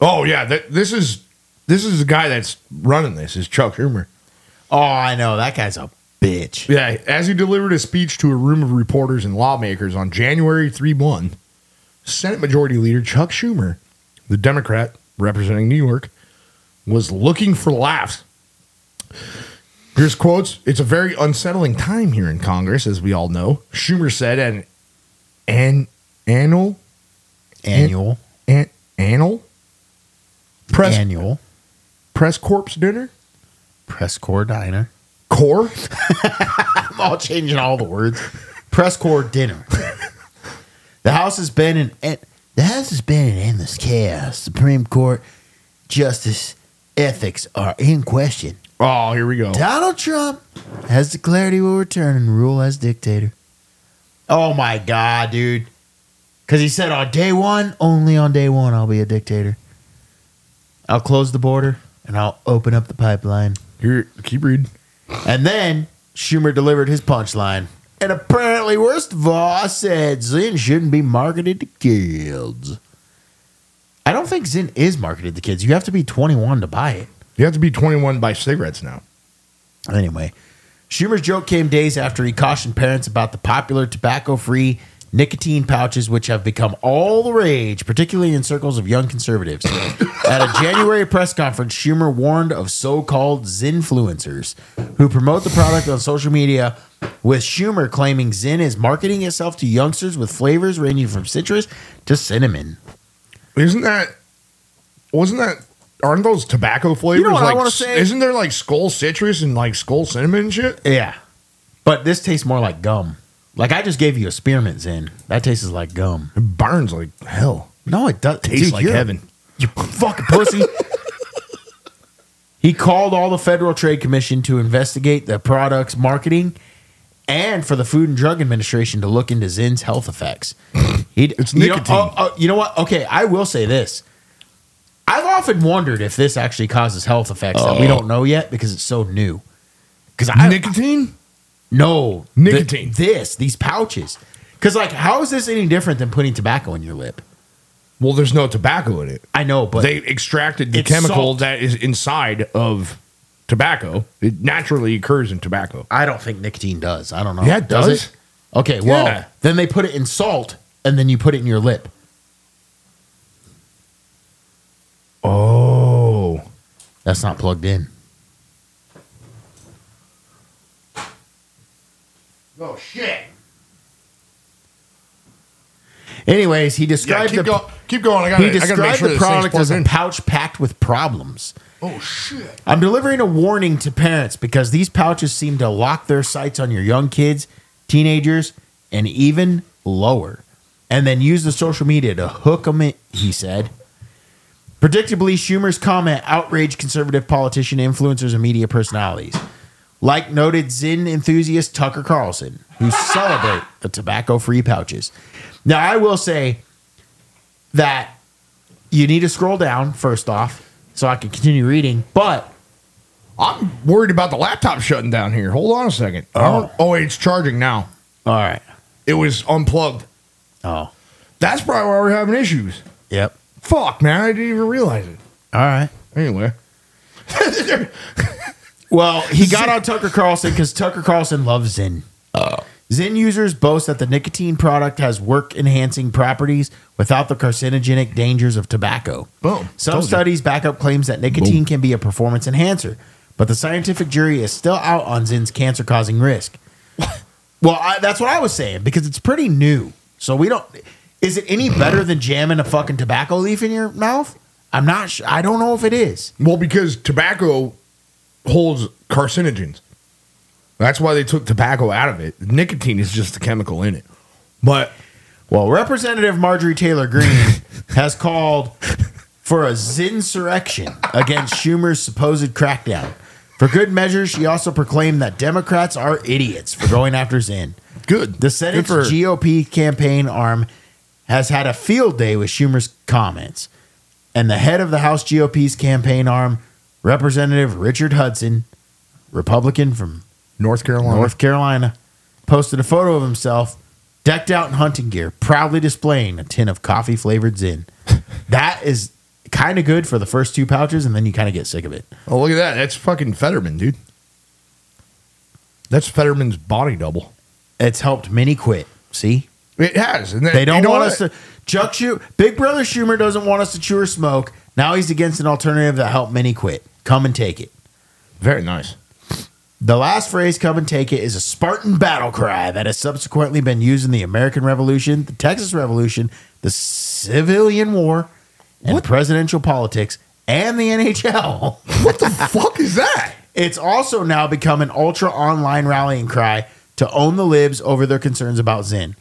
[SPEAKER 2] oh yeah, that, this is this is the guy that's running this is Chuck Schumer.
[SPEAKER 1] Oh, I know. That guy's a bitch.
[SPEAKER 2] Yeah, as he delivered a speech to a room of reporters and lawmakers on January 3 1, Senate Majority Leader Chuck Schumer, the Democrat representing New York, was looking for laughs. Here's quotes It's a very unsettling time here in Congress, as we all know. Schumer said at an, an annual,
[SPEAKER 1] Annual,
[SPEAKER 2] an, annual press,
[SPEAKER 1] annual
[SPEAKER 2] press corps dinner.
[SPEAKER 1] press corps diner.
[SPEAKER 2] Corps?
[SPEAKER 1] I'm all changing all the words. Press corps dinner. the house has been in en- the house has been in endless chaos. Supreme Court justice ethics are in question.
[SPEAKER 2] Oh, here we go.
[SPEAKER 1] Donald Trump has declared he will return and rule as dictator. Oh my God, dude. Because he said on day one, only on day one, I'll be a dictator. I'll close the border and I'll open up the pipeline.
[SPEAKER 2] Here, keep reading.
[SPEAKER 1] And then Schumer delivered his punchline. And apparently, worst of all, I said Zinn shouldn't be marketed to kids. I don't think Zinn is marketed to kids. You have to be 21 to buy it.
[SPEAKER 2] You have to be 21 by cigarettes now.
[SPEAKER 1] Anyway, Schumer's joke came days after he cautioned parents about the popular tobacco free nicotine pouches, which have become all the rage, particularly in circles of young conservatives. (coughs) At a January press conference, Schumer warned of so called Zinfluencers who promote the product on social media. With Schumer claiming Zin is marketing itself to youngsters with flavors ranging from citrus to cinnamon.
[SPEAKER 2] Isn't that? Wasn't that? Aren't those tobacco flavors?
[SPEAKER 1] what I
[SPEAKER 2] like,
[SPEAKER 1] wanna say?
[SPEAKER 2] Isn't there like skull citrus and like skull cinnamon and shit?
[SPEAKER 1] Yeah. But this tastes more like gum. Like I just gave you a spearmint Zin. That tastes like gum.
[SPEAKER 2] It burns like hell.
[SPEAKER 1] No, it does.
[SPEAKER 2] Tastes
[SPEAKER 1] Dude,
[SPEAKER 2] like
[SPEAKER 1] you're-
[SPEAKER 2] heaven.
[SPEAKER 1] You fucking pussy. he called all the Federal Trade Commission to investigate the product's marketing and for the Food and Drug Administration to look into Zinn's health effects. He'd,
[SPEAKER 2] It's
[SPEAKER 1] you know-
[SPEAKER 2] nicotine.
[SPEAKER 1] oh, oh, you know what? Okay, I will say this. I've often wondered if this actually causes health effects that
[SPEAKER 2] Oh.
[SPEAKER 1] we don't know yet because it's so new. Because I
[SPEAKER 2] Nicotine?
[SPEAKER 1] no th-
[SPEAKER 2] Nicotine.
[SPEAKER 1] this these pouches. Because like, how is this any different than putting tobacco in your lip?
[SPEAKER 2] Well, there's no tobacco in it.
[SPEAKER 1] I know, but
[SPEAKER 2] they extracted the
[SPEAKER 1] It's
[SPEAKER 2] chemical
[SPEAKER 1] salt.
[SPEAKER 2] that is inside of tobacco. It naturally occurs in tobacco.
[SPEAKER 1] I don't think nicotine does. I don't know.
[SPEAKER 2] Yeah, it does.
[SPEAKER 1] Okay, well,
[SPEAKER 2] Yeah.
[SPEAKER 1] then they put it in salt and then you put it in your lip.
[SPEAKER 2] Oh,
[SPEAKER 1] That's not plugged in.
[SPEAKER 2] oh shit!
[SPEAKER 1] Anyways, he
[SPEAKER 2] Yeah,
[SPEAKER 1] described
[SPEAKER 2] keep,
[SPEAKER 1] the
[SPEAKER 2] go, keep going. I
[SPEAKER 1] he
[SPEAKER 2] gotta, I gotta make
[SPEAKER 1] described
[SPEAKER 2] sure
[SPEAKER 1] the
[SPEAKER 2] this thing's
[SPEAKER 1] product as
[SPEAKER 2] plugged
[SPEAKER 1] a
[SPEAKER 2] in.
[SPEAKER 1] pouch packed with problems.
[SPEAKER 2] Oh shit!
[SPEAKER 1] I'm delivering a warning to parents because these pouches seem to lock their sights on your young kids, teenagers, and even lower, and then use the social media to hook them in, he said. Predictably, Schumer's comment outraged conservative politician influencers and media personalities, like noted Zinn enthusiast Tucker Carlson, who celebrate the tobacco free pouches. Now, I will say that you need to scroll down first off so I can continue reading, but
[SPEAKER 2] I'm worried about the laptop shutting down here. Hold on a second. I don't- oh wait, it's charging now.
[SPEAKER 1] All right.
[SPEAKER 2] It was unplugged.
[SPEAKER 1] Oh.
[SPEAKER 2] That's probably why we're having issues.
[SPEAKER 1] Yep.
[SPEAKER 2] Fuck, man, I didn't even realize it.
[SPEAKER 1] All right.
[SPEAKER 2] Anyway, Oh.
[SPEAKER 1] Well, he got on Tucker Carlson because Tucker Carlson loves Zinn. Zen users boast that the nicotine product has work enhancing properties without the carcinogenic dangers of tobacco.
[SPEAKER 2] Boom.
[SPEAKER 1] Some
[SPEAKER 2] Told you.
[SPEAKER 1] studies back up claims that nicotine can be a performance enhancer, but the scientific jury is still out on Zen's cancer causing
[SPEAKER 2] (laughs)
[SPEAKER 1] risk. well, I, that's what I was saying because it's pretty new. So we don't. Is it any better than jamming a fucking tobacco leaf in your mouth? I'm not. Sh- I don't know if it is.
[SPEAKER 2] Well, because tobacco holds carcinogens. That's why they took tobacco out of it. Nicotine is just the chemical in it. But
[SPEAKER 1] Well, Representative Marjorie Taylor Greene (laughs) has called for a zinsurrection against Schumer's supposed crackdown. For good measure, she also proclaimed that Democrats are idiots for going after Zinn.
[SPEAKER 2] good.
[SPEAKER 1] The Senate's
[SPEAKER 2] Good for-
[SPEAKER 1] GOP campaign arm has had a field day with Schumer's comments. And the head of the House GOP's campaign arm, Representative Richard Hudson, Republican from
[SPEAKER 2] North Carolina.
[SPEAKER 1] North Carolina, posted a photo of himself decked out in hunting gear, proudly displaying a tin of coffee flavored
[SPEAKER 2] (laughs)
[SPEAKER 1] Zin. that is kind of good for the first two pouches, and then you kind of get sick of it.
[SPEAKER 2] Oh, look at that. That's fucking Fetterman, dude. That's Fetterman's body double.
[SPEAKER 1] It's helped many quit. See,
[SPEAKER 2] It has. And
[SPEAKER 1] they don't
[SPEAKER 2] you know
[SPEAKER 1] want
[SPEAKER 2] what?
[SPEAKER 1] us to. Chuck Schu- Big Brother Schumer doesn't want us to chew or smoke. Now he's against an alternative that helped many quit. Come and take it.
[SPEAKER 2] Very nice.
[SPEAKER 1] The last phrase, come and take it, is a Spartan battle cry that has subsequently been used in the American Revolution, the Texas Revolution, the Civilian War, and presidential politics, and the (laughs) NHL.
[SPEAKER 2] What the fuck is that?
[SPEAKER 1] It's also now become an ultra online rallying cry to own the libs over their concerns about Zen.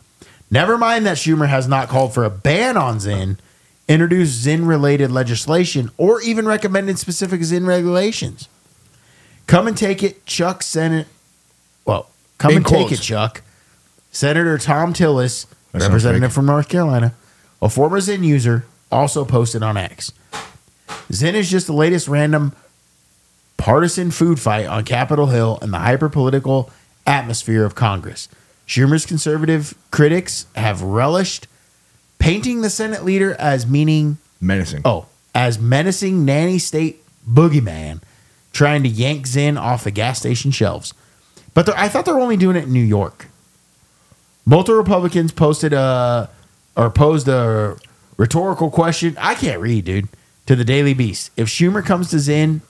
[SPEAKER 1] Never mind that Schumer has not called for a ban on Zen, introduced Zen related legislation, or even recommended specific Zen regulations. Come and take it, Chuck Senate. Well, come
[SPEAKER 2] In
[SPEAKER 1] and take
[SPEAKER 2] quotes.
[SPEAKER 1] it, Chuck. Senator Tom Tillis,
[SPEAKER 2] That sounds
[SPEAKER 1] representative
[SPEAKER 2] fake.
[SPEAKER 1] from North Carolina, a former Zen user, also posted on X. Zen is just the latest random partisan food fight on Capitol Hill and the hyperpolitical atmosphere of Congress. Schumer's conservative critics have relished painting the Senate leader as meaning
[SPEAKER 2] Menacing.
[SPEAKER 1] oh, as menacing nanny state boogeyman trying to yank Zen off the gas station shelves. But they're- I thought they were only doing it in New York. Multiple Republicans posted a or posed a rhetorical question. I can't read, dude. To the Daily Beast, if Schumer comes to Zen,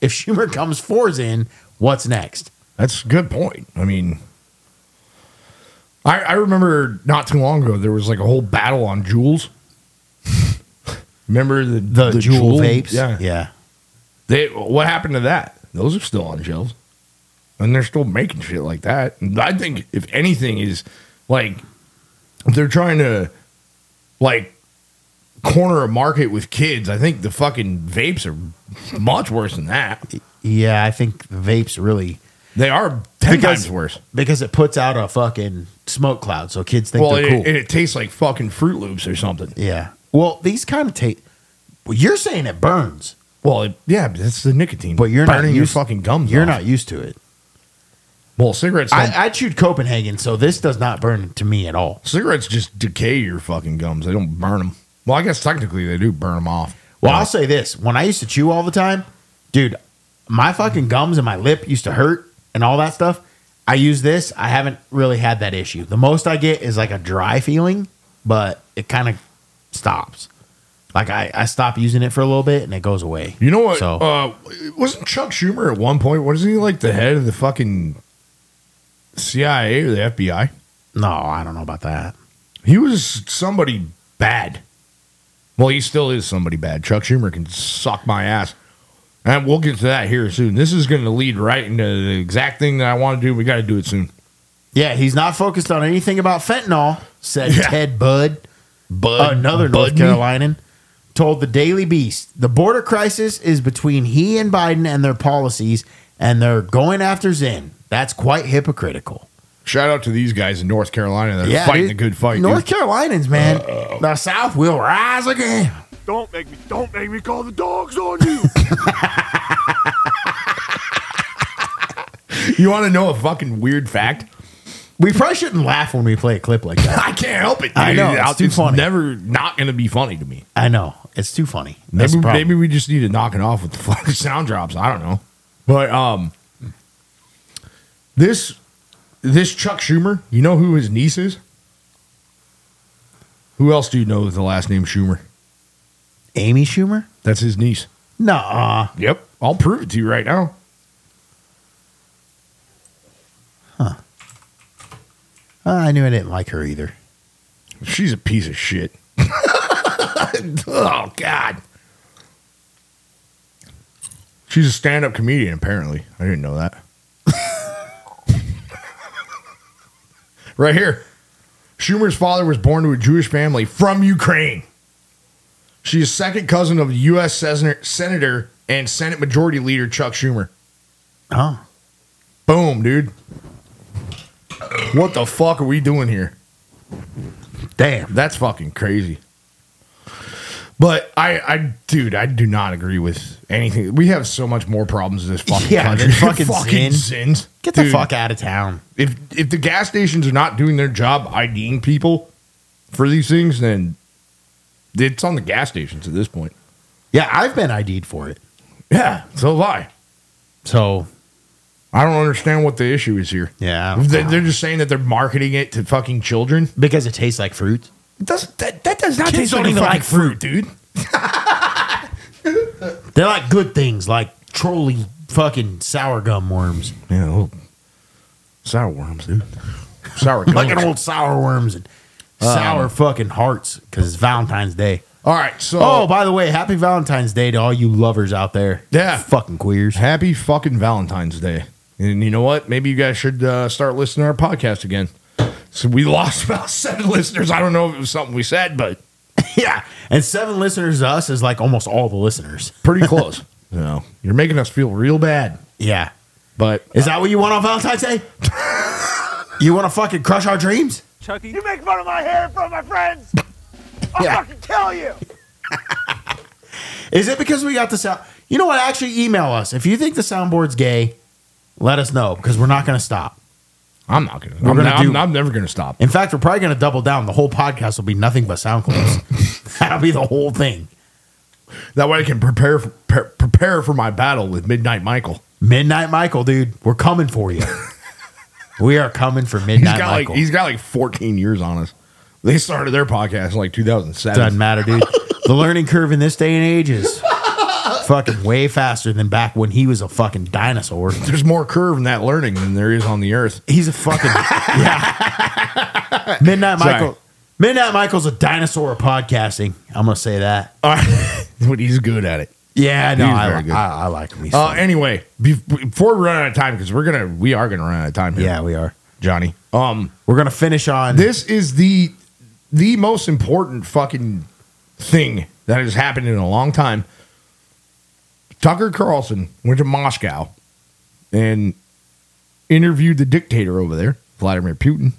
[SPEAKER 1] if (laughs) Schumer comes for Zen, what's next?
[SPEAKER 2] That's a good point. I mean, I, I remember not too long ago there was like a whole battle on Jules. (laughs) remember the
[SPEAKER 1] The, Juul vapes,
[SPEAKER 2] Yeah,
[SPEAKER 1] yeah.
[SPEAKER 2] They, what happened to that? Those are still on shelves, and they're still making shit like that. And I think if anything is like they're trying to like corner a market with kids. I think the fucking vapes are much worse than that.
[SPEAKER 1] Yeah, I think the vapes really
[SPEAKER 2] They are ten
[SPEAKER 1] Because-
[SPEAKER 2] times worse.
[SPEAKER 1] because it puts out a fucking smoke cloud, so kids think
[SPEAKER 2] Well,
[SPEAKER 1] they're
[SPEAKER 2] it,
[SPEAKER 1] cool.
[SPEAKER 2] and it tastes like fucking Fruit Loops or something.
[SPEAKER 1] Yeah. Well, these kind of taste. Well, you're saying it burns,
[SPEAKER 2] Well, it, yeah, but it's the nicotine.
[SPEAKER 1] but you're not
[SPEAKER 2] burning your
[SPEAKER 1] used-
[SPEAKER 2] fucking gums.
[SPEAKER 1] You're
[SPEAKER 2] off.
[SPEAKER 1] not used to it.
[SPEAKER 2] Well, cigarettes. don't-
[SPEAKER 1] I, I chewed Copenhagen, so this does not burn to me at all.
[SPEAKER 2] cigarettes just decay your fucking gums. They don't burn them. Well, I guess technically they do burn them off.
[SPEAKER 1] Well,
[SPEAKER 2] Uh,
[SPEAKER 1] I'll say this: when I used to chew all the time, dude, my fucking gums and my lip used to hurt and all that stuff. I use this. I haven't really had that issue. The most I get is like a dry feeling, but it kind of stops. Like I, I stop using it for a little bit and it goes away.
[SPEAKER 2] you know what?
[SPEAKER 1] So
[SPEAKER 2] Uh, wasn't Chuck Schumer at one point? Wasn't he like the head of the fucking CIA or the FBI?
[SPEAKER 1] no, I don't know about that.
[SPEAKER 2] He was somebody bad. Well, he still is somebody bad. Chuck Schumer can suck my ass. And we'll get to that here soon. This is going to lead right into the exact thing that I want to do. We got to do it soon.
[SPEAKER 1] Yeah, he's not focused on anything about fentanyl, said
[SPEAKER 2] Yeah.
[SPEAKER 1] Ted Budd,
[SPEAKER 2] Bud,
[SPEAKER 1] another North
[SPEAKER 2] Budney?
[SPEAKER 1] Carolinian, told the Daily Beast. The border crisis is between he and Biden and their policies, and they're going after Zen. That's quite hypocritical.
[SPEAKER 2] Shout out to these guys in North Carolina that are fighting
[SPEAKER 1] dude.
[SPEAKER 2] a good fight.
[SPEAKER 1] North
[SPEAKER 2] dude.
[SPEAKER 1] Carolinians, man. The South will rise again.
[SPEAKER 8] Don't make me, don't make me call the dogs on you.
[SPEAKER 2] You want to know a fucking weird fact? (laughs)
[SPEAKER 1] We probably shouldn't laugh when we play a clip like that.
[SPEAKER 2] I can't help it. Dude.
[SPEAKER 1] I know, it's
[SPEAKER 2] It's,
[SPEAKER 1] too funny.
[SPEAKER 2] never not going to be funny to me.
[SPEAKER 1] I know. It's too funny. That's
[SPEAKER 2] Maybe,
[SPEAKER 1] the problem.
[SPEAKER 2] maybe we just need to knock it off with the (laughs) fucking sound drops. I don't know. But um, this this Chuck Schumer, you know who his niece is? Who else do you know with the last name Schumer?
[SPEAKER 1] Amy Schumer?
[SPEAKER 2] That's his niece.
[SPEAKER 1] Nah.
[SPEAKER 2] Yep. I'll prove it to you right now.
[SPEAKER 1] Uh, I knew I didn't like her either.
[SPEAKER 2] She's a piece of shit. (laughs) oh God. She's a stand-up comedian, apparently. I didn't know that. (laughs) right here. Schumer's father was born to a Jewish family from Ukraine. She is second cousin of U.S. Senator- Senator and Senate Majority Leader Chuck Schumer.
[SPEAKER 1] Oh.
[SPEAKER 2] Boom, dude. What the fuck are we doing here?
[SPEAKER 1] Damn.
[SPEAKER 2] That's fucking crazy. But I, I, dude, I do not agree with anything. We have so much more problems in this fucking
[SPEAKER 1] Yeah,
[SPEAKER 2] country.
[SPEAKER 1] than
[SPEAKER 2] (laughs)
[SPEAKER 1] fucking Zyn.
[SPEAKER 2] Zins.
[SPEAKER 1] Get the
[SPEAKER 2] Dude,
[SPEAKER 1] fuck out of town.
[SPEAKER 2] If if the gas stations are not doing their job IDing people for these things, then it's on the gas stations at this point.
[SPEAKER 1] Yeah, I've been ID'd for it.
[SPEAKER 2] Yeah, so have I.
[SPEAKER 1] So,
[SPEAKER 2] I don't understand what the issue is here.
[SPEAKER 1] yeah.
[SPEAKER 2] They- They're just saying that they're marketing it to fucking children.
[SPEAKER 1] because it tastes like fruit.
[SPEAKER 2] It does that, that does not
[SPEAKER 1] Kids
[SPEAKER 2] taste
[SPEAKER 1] don't
[SPEAKER 2] like, a
[SPEAKER 1] even
[SPEAKER 2] fucking
[SPEAKER 1] like
[SPEAKER 2] fruit, dude.
[SPEAKER 1] They like good things like trolley fucking sour gum worms.
[SPEAKER 2] Yeah, little sour worms, dude. (laughs) Sour
[SPEAKER 1] Like an
[SPEAKER 2] gums.
[SPEAKER 1] old sour worms and sour fucking hearts because it's Valentine's Day.
[SPEAKER 2] All right, so
[SPEAKER 1] Oh, by the way, happy Valentine's Day to all you lovers out there.
[SPEAKER 2] Yeah.
[SPEAKER 1] Fucking queers.
[SPEAKER 2] happy fucking Valentine's Day. And you know what? Maybe you guys should uh, start listening to our podcast again. So we (laughs) lost about seven listeners. I don't know if it was something we said, but
[SPEAKER 1] (laughs) yeah. And seven listeners to us is like almost all the listeners.
[SPEAKER 2] pretty (laughs) close. you know, you're making us feel real bad.
[SPEAKER 1] Yeah.
[SPEAKER 2] But
[SPEAKER 1] Is that what you want on Valentine's (laughs) Day? you want to fucking crush our dreams?
[SPEAKER 8] You make fun of my hair in front of my friends. I'll
[SPEAKER 1] Yeah.
[SPEAKER 8] fucking kill you.
[SPEAKER 1] Is it because we got the sound? You know what? Actually, email us. If you think the soundboard's gay, let us know because we're not going to stop.
[SPEAKER 2] I'm not gonna. I'm,
[SPEAKER 1] gonna
[SPEAKER 2] not- I'm-
[SPEAKER 1] do-
[SPEAKER 2] I'm never gonna stop.
[SPEAKER 1] In fact, we're probably going to double down. The whole podcast will be nothing but sound
[SPEAKER 2] (laughs)
[SPEAKER 1] clips. That'll be the whole thing.
[SPEAKER 2] That way I can prepare for, pre- prepare for my battle with Midnight Michael.
[SPEAKER 1] Midnight Michael, dude, we're coming for
[SPEAKER 2] (laughs)
[SPEAKER 1] you. we are coming for
[SPEAKER 2] He's
[SPEAKER 1] Midnight
[SPEAKER 2] got
[SPEAKER 1] Michael.
[SPEAKER 2] like he's got like 14 years on us. They started their podcast in like 2007.
[SPEAKER 1] Doesn't matter, dude. the learning curve in this day and age
[SPEAKER 2] (laughs)
[SPEAKER 1] is fucking way faster than back when he was a fucking dinosaur.
[SPEAKER 2] There's more curve in that learning than there is on the earth.
[SPEAKER 1] He's a fucking yeah. Midnight
[SPEAKER 2] Sorry.
[SPEAKER 1] Michael. Midnight Michael's a dinosaur of podcasting. I'm gonna say that.
[SPEAKER 2] All right. (laughs) but he's good at it.
[SPEAKER 1] Yeah, no,
[SPEAKER 2] He's
[SPEAKER 1] I,
[SPEAKER 2] very
[SPEAKER 1] li-
[SPEAKER 2] good.
[SPEAKER 1] I, I like him. He's
[SPEAKER 2] Uh,
[SPEAKER 1] funny.
[SPEAKER 2] anyway, be- before we run out of time, because we're gonna we are gonna run out of time here,
[SPEAKER 1] yeah, we are.
[SPEAKER 2] Johnny. Um,
[SPEAKER 1] We're gonna finish on
[SPEAKER 2] this is the the most important fucking thing that has happened in a long time. Tucker Carlson went to Moscow and interviewed the dictator over there, Vladimir Putin.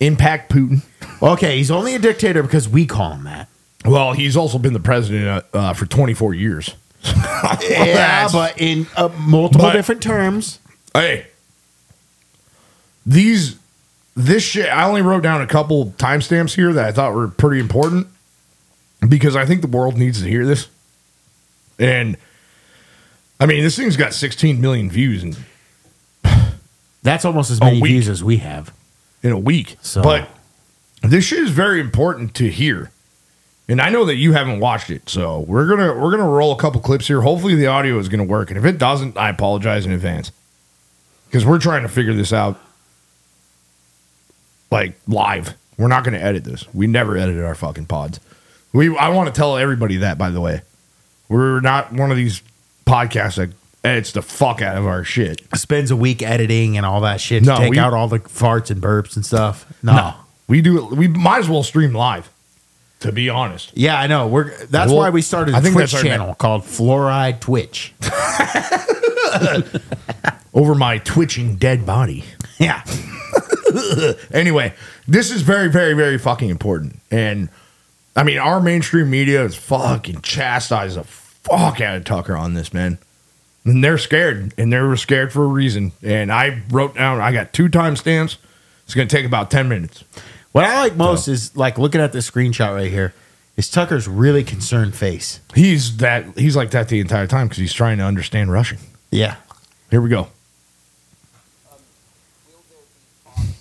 [SPEAKER 2] Impact Putin.
[SPEAKER 1] Okay, he's only a dictator because we call him that.
[SPEAKER 2] Well, he's also been the president uh, uh, for 24 years. (laughs)
[SPEAKER 1] Yeah,
[SPEAKER 2] That's-
[SPEAKER 1] but in uh, multiple
[SPEAKER 2] But-
[SPEAKER 1] different terms.
[SPEAKER 2] Hey, these this shit. I only wrote down a couple timestamps here that I thought were pretty important because I think the world needs to hear this. And I mean, this thing's got 16 million views in,
[SPEAKER 1] That's almost as
[SPEAKER 2] A
[SPEAKER 1] many
[SPEAKER 2] week.
[SPEAKER 1] views as we have.
[SPEAKER 2] in a week,
[SPEAKER 1] So-
[SPEAKER 2] but this shit is very important to hear. And I know that you haven't watched it, so we're gonna we're gonna roll a couple clips here. Hopefully, the audio is gonna work, and if it doesn't, I apologize in advance because we're trying to figure this out like live. We're not gonna edit this. We never edited our fucking pods. We I want to tell everybody that by the way, we're not one of these podcasts that edits the fuck out of our shit.
[SPEAKER 1] Spends a week editing and all that shit
[SPEAKER 2] No,
[SPEAKER 1] to take
[SPEAKER 2] we-
[SPEAKER 1] out all the farts and burps and stuff. No.
[SPEAKER 2] we do. We might as well stream live. To be honest,
[SPEAKER 1] Yeah, I know. We're that's
[SPEAKER 2] Well,
[SPEAKER 1] why we started
[SPEAKER 2] I
[SPEAKER 1] a
[SPEAKER 2] think
[SPEAKER 1] Twitch
[SPEAKER 2] that's our
[SPEAKER 1] channel called Fluoride
[SPEAKER 2] (laughs)
[SPEAKER 1] Twitch.
[SPEAKER 2] over my twitching dead body.
[SPEAKER 1] yeah.
[SPEAKER 2] Anyway, this is very, very, very fucking important. And I mean, our mainstream media is fucking chastised the fuck out of Tucker on this, man. And they're scared, and they were scared for a reason. And I wrote down, I got two timestamps. It's gonna take about ten minutes.
[SPEAKER 1] What I like most is like looking at this screenshot right here is Tucker's really concerned face.
[SPEAKER 2] He's that. He's like that the entire time because he's trying to understand Russian.
[SPEAKER 1] Yeah.
[SPEAKER 2] Here we go.
[SPEAKER 9] Will there be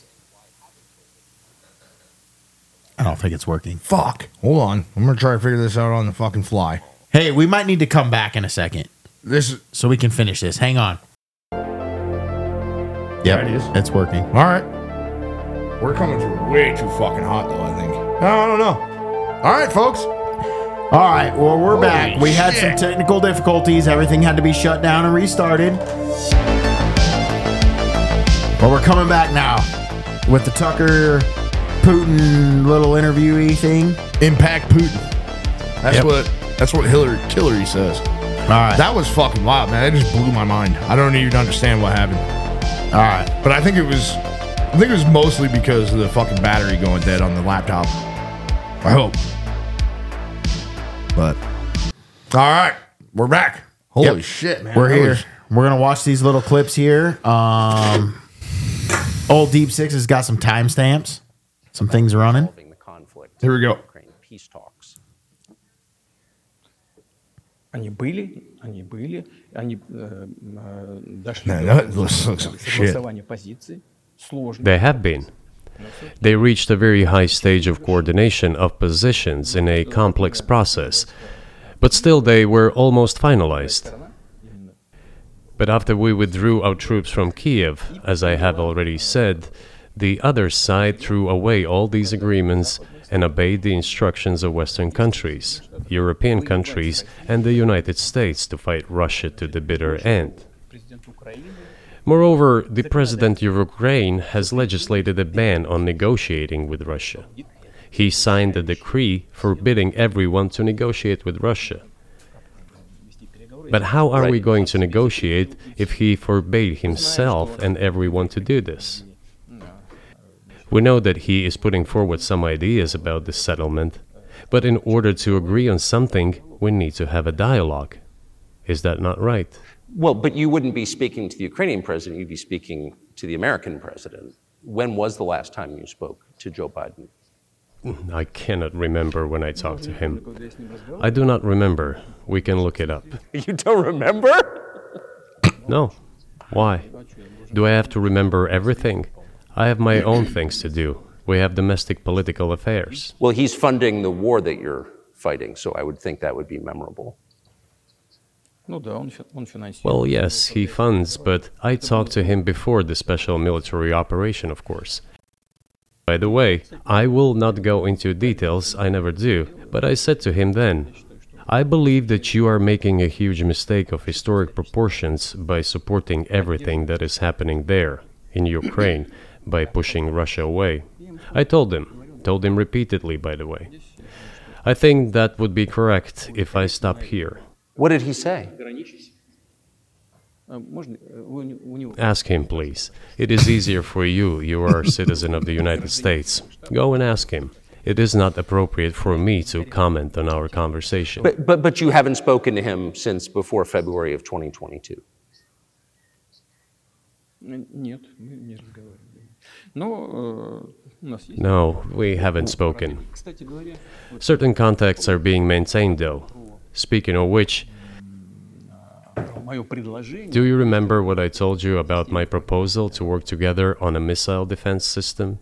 [SPEAKER 1] don't think it's working.
[SPEAKER 2] Fuck. Hold on. I'm gonna try to figure this out on the fucking fly.
[SPEAKER 1] Hey, we might need to come back in a second
[SPEAKER 2] This is
[SPEAKER 1] so we can finish this. Hang on. Yeah,
[SPEAKER 2] it is.
[SPEAKER 1] It's working.
[SPEAKER 2] all right. We're coming through way too fucking hot though. I think. I don't know. All right, folks.
[SPEAKER 1] All right, well, we're back. We had some
[SPEAKER 2] shit.
[SPEAKER 1] technical difficulties. Everything had to be shut down and restarted. But we're coming back now with the Tucker Putin little interviewee thing.
[SPEAKER 2] Impact Putin. That's
[SPEAKER 1] Yep.
[SPEAKER 2] what. That's what Hillary Hillary says.
[SPEAKER 1] All right.
[SPEAKER 2] That was fucking wild, man. That just blew my mind. I don't even understand what happened,
[SPEAKER 1] All right.
[SPEAKER 2] but I think it was. I think it was mostly because of the fucking battery going dead on the laptop. I hope. But all right, we're back. Holy
[SPEAKER 1] Yep.
[SPEAKER 2] shit, man!
[SPEAKER 1] We're
[SPEAKER 2] That
[SPEAKER 1] here.
[SPEAKER 2] was-
[SPEAKER 1] We're going to watch these little clips here. Um, old Deep Six has got some timestamps, some things running. (laughs)
[SPEAKER 9] resolving the conflict
[SPEAKER 2] Here we go.
[SPEAKER 9] Ukraine peace talks.
[SPEAKER 10] Они были, они были, они э, э, дошли
[SPEAKER 2] Man,
[SPEAKER 10] до
[SPEAKER 2] that looks, looks like shit.
[SPEAKER 10] согласования позиций. Сложно.
[SPEAKER 7] They have been. They reached a very high stage of coordination of positions in a complex process, but still they were almost finalized. But after we withdrew our troops from Kiev, as I have already said, the other side threw away all these agreements and obeyed the instructions of Western countries, European countries, and the United States to fight Russia to the bitter end.
[SPEAKER 10] Президент Украины
[SPEAKER 7] Moreover, the president of Ukraine has legislated a ban on negotiating with Russia. He signed a decree forbidding everyone to negotiate with Russia. But how are we going to negotiate if he forbade himself and everyone to do this? We know that he is putting forward some ideas about this settlement, but in order to agree on something, we need to have a dialogue. Is that not right?
[SPEAKER 9] Well, but you wouldn't be speaking to the Ukrainian president, you'd be speaking to the American president. When was the last (laughs) time you spoke to Joe Biden?
[SPEAKER 7] I cannot remember when I talked to him. I do not remember. We can look it up.
[SPEAKER 9] You don't remember?
[SPEAKER 7] No. Why? Do I have to remember everything? I have my own things to do. We have domestic political affairs.
[SPEAKER 9] Well, he's funding the war that you're fighting, so I would think that would be memorable.
[SPEAKER 10] Ну да, он, фи- он финансирует.
[SPEAKER 7] Well, yes, he funds, but I talked to him before the special military operation, of course. By the way, I will not go into details, I never do, but I said to him then, I believe that you are making a huge mistake of historic proportions by supporting everything that is happening there, in Ukraine, by pushing Russia away. I told him, told him repeatedly, by the way. I think that would be correct if I stop here.
[SPEAKER 9] What did he say?
[SPEAKER 10] Э, Можно, э, у, не- у него
[SPEAKER 7] Ask him, please. It is easier for you. You are a citizen of the United States. Go and ask him. It is not appropriate for me to comment on our conversation.
[SPEAKER 9] But, but, but you haven't spoken to him since before February of 2022.
[SPEAKER 10] э, нет, мы не разговаривали. Но э, у нас есть.
[SPEAKER 7] No, we haven't spoken.
[SPEAKER 10] Кстати говоря,
[SPEAKER 7] Certain contacts are being maintained, though. Speaking of which,
[SPEAKER 10] мое предложение
[SPEAKER 7] do you remember what I told you about my proposal to work together on a missile defense system?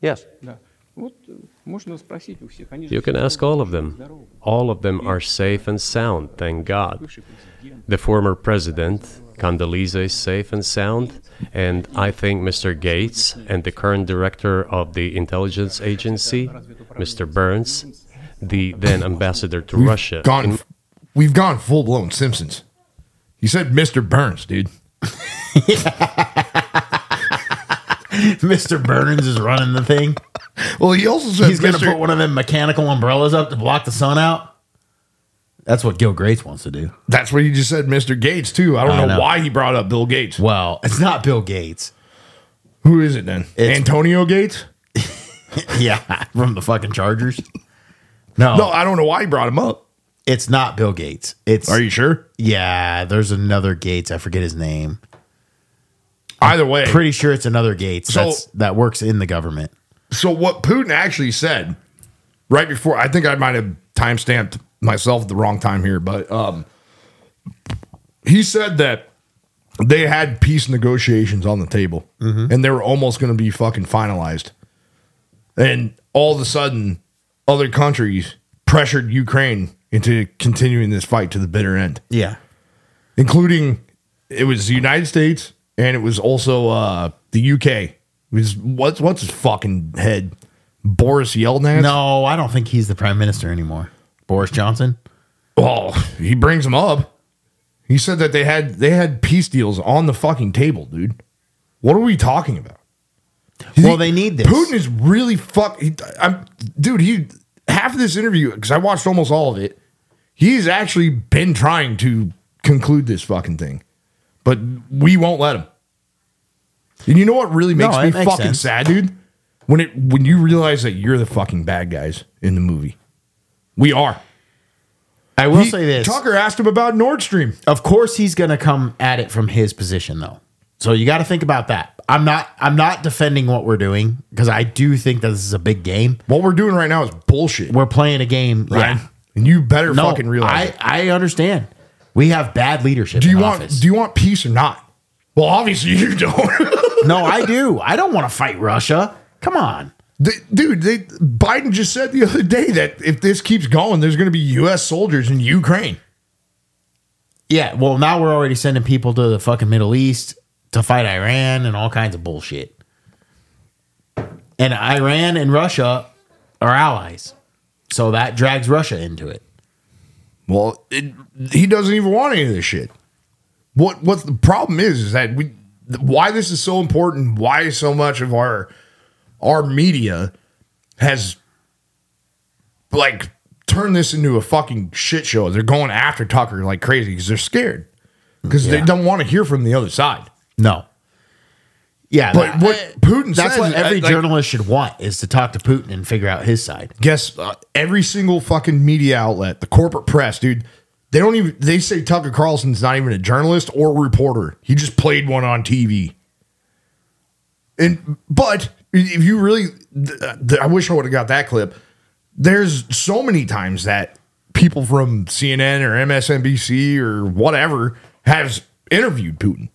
[SPEAKER 9] Yes.
[SPEAKER 10] Да. Вот э, можно спросить у всех. Они же
[SPEAKER 7] You
[SPEAKER 10] все
[SPEAKER 7] can ask all of
[SPEAKER 10] здоровы,
[SPEAKER 7] them.
[SPEAKER 10] здоровы.
[SPEAKER 7] All of them are safe and sound, thank God.
[SPEAKER 10] Бывший президент.
[SPEAKER 7] The former president, Condoleezza, is safe and sound, and I think Mr. Gates and the current director of the intelligence agency, Mr. Burns, the then ambassador to
[SPEAKER 2] We've
[SPEAKER 7] Russia.
[SPEAKER 2] Gone,
[SPEAKER 7] in-
[SPEAKER 2] we've gone full blown Simpsons. You said Mr. Burns, dude.
[SPEAKER 1] Mr. Burns is running the thing.
[SPEAKER 2] Well, he also said
[SPEAKER 1] He's going to
[SPEAKER 2] Mr.
[SPEAKER 1] put one of them mechanical umbrellas up to block the sun out. That's what Gil Grace wants to do.
[SPEAKER 2] That's what he just said, Mr. Gates too. I don't
[SPEAKER 1] I
[SPEAKER 2] know,
[SPEAKER 1] know.
[SPEAKER 2] why he brought up Bill Gates.
[SPEAKER 1] Well, it's not Bill Gates.
[SPEAKER 2] Who is it then?
[SPEAKER 1] It's-
[SPEAKER 2] Antonio Gates?
[SPEAKER 1] (laughs) Yeah, (laughs) from the fucking Chargers. No,
[SPEAKER 2] No, I don't know why he brought him up.
[SPEAKER 1] it's not Bill Gates. It's
[SPEAKER 2] Are you sure?
[SPEAKER 1] yeah. There's another Gates. I forget his name.
[SPEAKER 2] Either way,
[SPEAKER 1] Pretty sure it's another Gates
[SPEAKER 2] So-
[SPEAKER 1] that's, that works in the government.
[SPEAKER 2] so what Putin actually said right before I think I might have timestamped myself at the wrong time here, but um he said that they had peace negotiations on the table and they were almost going to be fucking finalized. And all of a sudden, other countries pressured Ukraine into continuing this fight to the bitter end.
[SPEAKER 1] Yeah.
[SPEAKER 2] Including it was the United States and it was also uh, the UK. It was what's what's his fucking head? Boris Yelnats?
[SPEAKER 1] No, I don't think he's the prime minister anymore. Boris Johnson.
[SPEAKER 2] Well, he brings them up. He said that they had they had peace deals on the fucking table, dude. What are we talking about?
[SPEAKER 1] Well, they need this.
[SPEAKER 2] Putin is really fuck. He, I'm, dude, he half of this interview because I watched almost all of it. He's actually been trying to conclude this fucking thing, but we won't let him. And you know what really
[SPEAKER 1] No,
[SPEAKER 2] makes
[SPEAKER 1] that
[SPEAKER 2] me
[SPEAKER 1] makes
[SPEAKER 2] fucking
[SPEAKER 1] sense.
[SPEAKER 2] sad, dude? When it when you realize that you're the fucking bad guys in the movie, we are.
[SPEAKER 1] I will
[SPEAKER 2] He-
[SPEAKER 1] say this.
[SPEAKER 2] Tucker asked him about Nord Stream.
[SPEAKER 1] Of course he's going to come at it from his position though. So you got to think about that. I'm not I'm not defending what we're doing because I do think that this is a big game.
[SPEAKER 2] What we're doing right now is bullshit,
[SPEAKER 1] We're playing a game.
[SPEAKER 2] right?
[SPEAKER 1] Yeah.
[SPEAKER 2] And you better
[SPEAKER 1] No,
[SPEAKER 2] fucking realize. it.
[SPEAKER 1] I, I understand. We have bad leadership.
[SPEAKER 2] do you
[SPEAKER 1] in
[SPEAKER 2] want
[SPEAKER 1] office.
[SPEAKER 2] do you want peace or not? Well, obviously you (laughs) don't.
[SPEAKER 1] no, I do. I don't want to fight Russia. Come on.
[SPEAKER 2] They- dude, they, Biden just said the other day that if this keeps going, there's going to be U.S. soldiers in Ukraine.
[SPEAKER 1] Yeah. Well, now we're already sending people to the fucking Middle East to fight Iran and all kinds of bullshit. And Iran and Russia are allies. So that drags Russia into it.
[SPEAKER 2] Well, it, he doesn't even want any of this shit. What what the problem is is that we why this is so important, why so much of our our media has like turned this into a fucking shit show. They're going after Tucker like crazy because they're scared because they
[SPEAKER 1] Yeah.
[SPEAKER 2] don't want to hear from the other side.
[SPEAKER 1] No. Yeah.
[SPEAKER 2] But
[SPEAKER 1] that-
[SPEAKER 2] what Putin
[SPEAKER 1] that's
[SPEAKER 2] says
[SPEAKER 1] what
[SPEAKER 2] is,
[SPEAKER 1] every
[SPEAKER 2] like,
[SPEAKER 1] journalist should want is to talk to Putin and figure out his side.
[SPEAKER 2] guess uh, every single fucking media outlet, the corporate press, dude, they don't even they say Tucker Carlson's not even a journalist or reporter. He just played one on TV. And but if you really, th- uh, th- I wish I would have got that clip. There's so many times that people from CNN or MSNBC or whatever has interviewed Putin.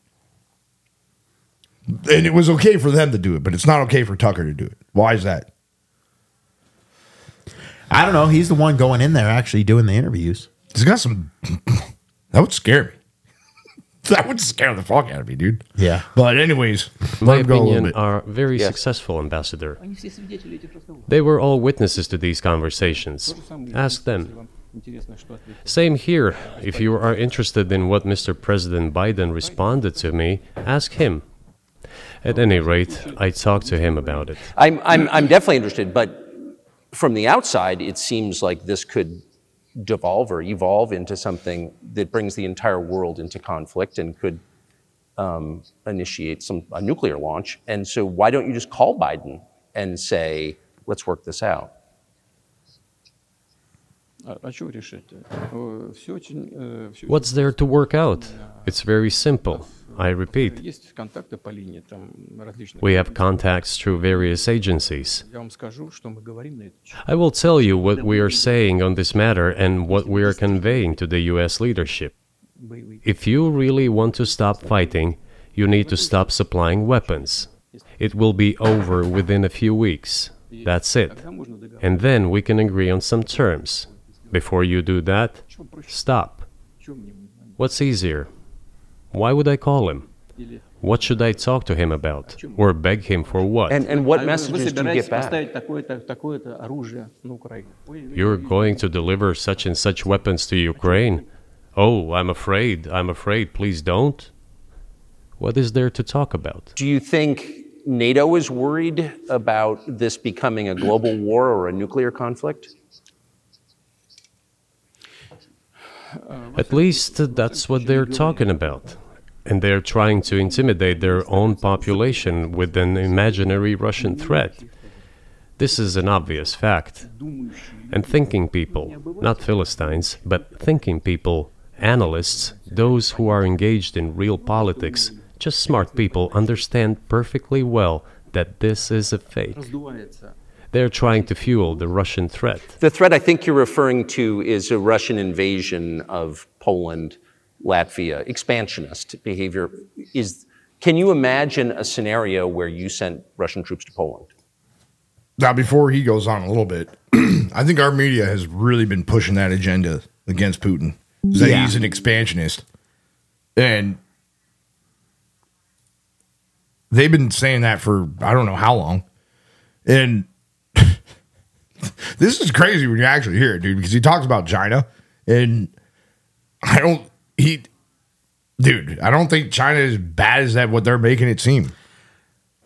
[SPEAKER 2] And it was okay for them to do it, but it's not okay for Tucker to do it. Why is that?
[SPEAKER 1] I don't know. He's the one going in there actually doing the interviews.
[SPEAKER 2] He's got some. that would scare me. (laughs) that would scare the fuck out of me, dude.
[SPEAKER 1] Yeah.
[SPEAKER 2] But anyways,
[SPEAKER 10] my
[SPEAKER 2] let him go a little
[SPEAKER 10] opinion,
[SPEAKER 2] bit.
[SPEAKER 10] are very successful ambassador. They were all witnesses to these conversations. Ask them. Same here. If you are interested in what Mr. President Biden responded to me, ask him. At any rate, I talked to him about it.
[SPEAKER 7] I'm, I'm, I'm definitely interested, but from the outside, it seems like this could devolve or evolve into something that brings the entire world into conflict and could um, initiate some a nuclear launch. And so, why don't you just call Biden and say, "Let's work this out"?
[SPEAKER 11] А, а что решить? Все очень... э, всё-
[SPEAKER 10] What's there to work out? It's very simple. I repeat,
[SPEAKER 11] Есть контакты по линии там различных.
[SPEAKER 10] we have contacts through various agencies.
[SPEAKER 11] Я вам скажу, что мы говорим на это.
[SPEAKER 10] I will tell you what we are saying on this matter and what we are conveying to the US leadership. If you really want to stop fighting, you need to stop supplying weapons. It will be over within a few weeks. That's it. And then we can agree on some terms. Before you do that, stop. What's easier? Why would I call him? What should I talk to him about? Or beg him for what?
[SPEAKER 7] And and what
[SPEAKER 11] А вы
[SPEAKER 7] messages do you
[SPEAKER 11] собираетесь
[SPEAKER 7] get back?
[SPEAKER 11] поставить такое-то такое-то оружие на Украину. Поняли?
[SPEAKER 10] You're going to deliver such and such weapons to Ukraine. Oh, I'm afraid. I'm afraid. Please don't. What is there to talk about?
[SPEAKER 7] Do you think NATO is worried about this becoming
[SPEAKER 10] (clears throat)
[SPEAKER 7] a global war or a nuclear conflict?
[SPEAKER 10] At least that's what they're talking about. And they're trying to intimidate their own population with an imaginary Russian threat. This is an obvious fact. And thinking people, not Philistines, but thinking people, analysts, those who are engaged in real politics, just smart people understand perfectly well that this is a fake.
[SPEAKER 11] Раздувается.
[SPEAKER 10] They're trying to fuel the Russian threat.
[SPEAKER 7] The threat I think you're referring to is a Russian invasion of Poland, Latvia, expansionist behavior. Is can you imagine a scenario where you sent Russian troops to Poland?
[SPEAKER 2] Now, before he goes on a little bit, (clears throat) I think our media has really been pushing that agenda against Putin. Is that
[SPEAKER 12] Yeah.
[SPEAKER 2] He's an expansionist. And they've been saying that for I don't know how long. And (laughs) this is crazy when you actually hear it, dude, because he talks about China and I don't he dude, I don't think China is bad as that what they're making it seem.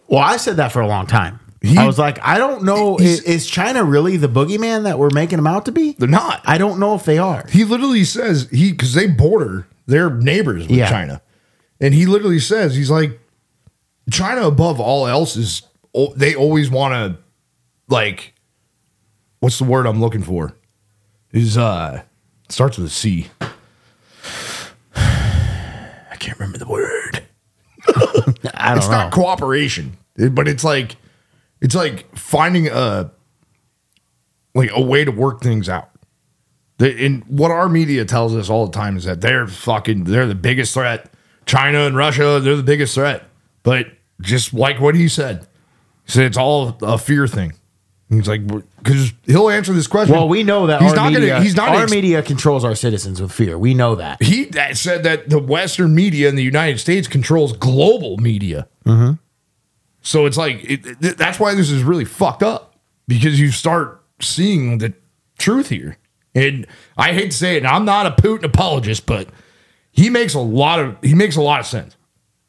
[SPEAKER 1] Well, I said that for a long time. I was like, I don't know. i- Is, China really the boogeyman that we're making them out to be?
[SPEAKER 2] They're not.
[SPEAKER 1] I don't know if they are.
[SPEAKER 2] He literally says he because they border their neighbors with
[SPEAKER 1] Yeah.
[SPEAKER 2] China, and he literally says he's like China above all else is al- they always want to like what's the word I'm looking for is uh starts with a C. (sighs) I can't remember the word.
[SPEAKER 1] I don't
[SPEAKER 2] it's
[SPEAKER 1] know.
[SPEAKER 2] not cooperation, but it's like it's like finding a like a way to work things out. The, and what our media tells us all the time is that they're fucking they're the biggest threat. China and Russia, they're the biggest threat. But just like what he said, he said it's all a fear thing. He's like because he'll answer this question.
[SPEAKER 1] Well, we know that
[SPEAKER 2] he's
[SPEAKER 1] our
[SPEAKER 2] not
[SPEAKER 1] media,
[SPEAKER 2] gonna he's not
[SPEAKER 1] our
[SPEAKER 2] ex-
[SPEAKER 1] media controls our citizens with fear. We know that.
[SPEAKER 2] he that said that the Western media in the United States controls global media.
[SPEAKER 1] Mm-hmm.
[SPEAKER 2] So it's like it, th- that's why this is really fucked up because you start seeing the truth here. And I hate to say it, and I'm not a Putin apologist, but he makes a lot of he makes a lot of sense.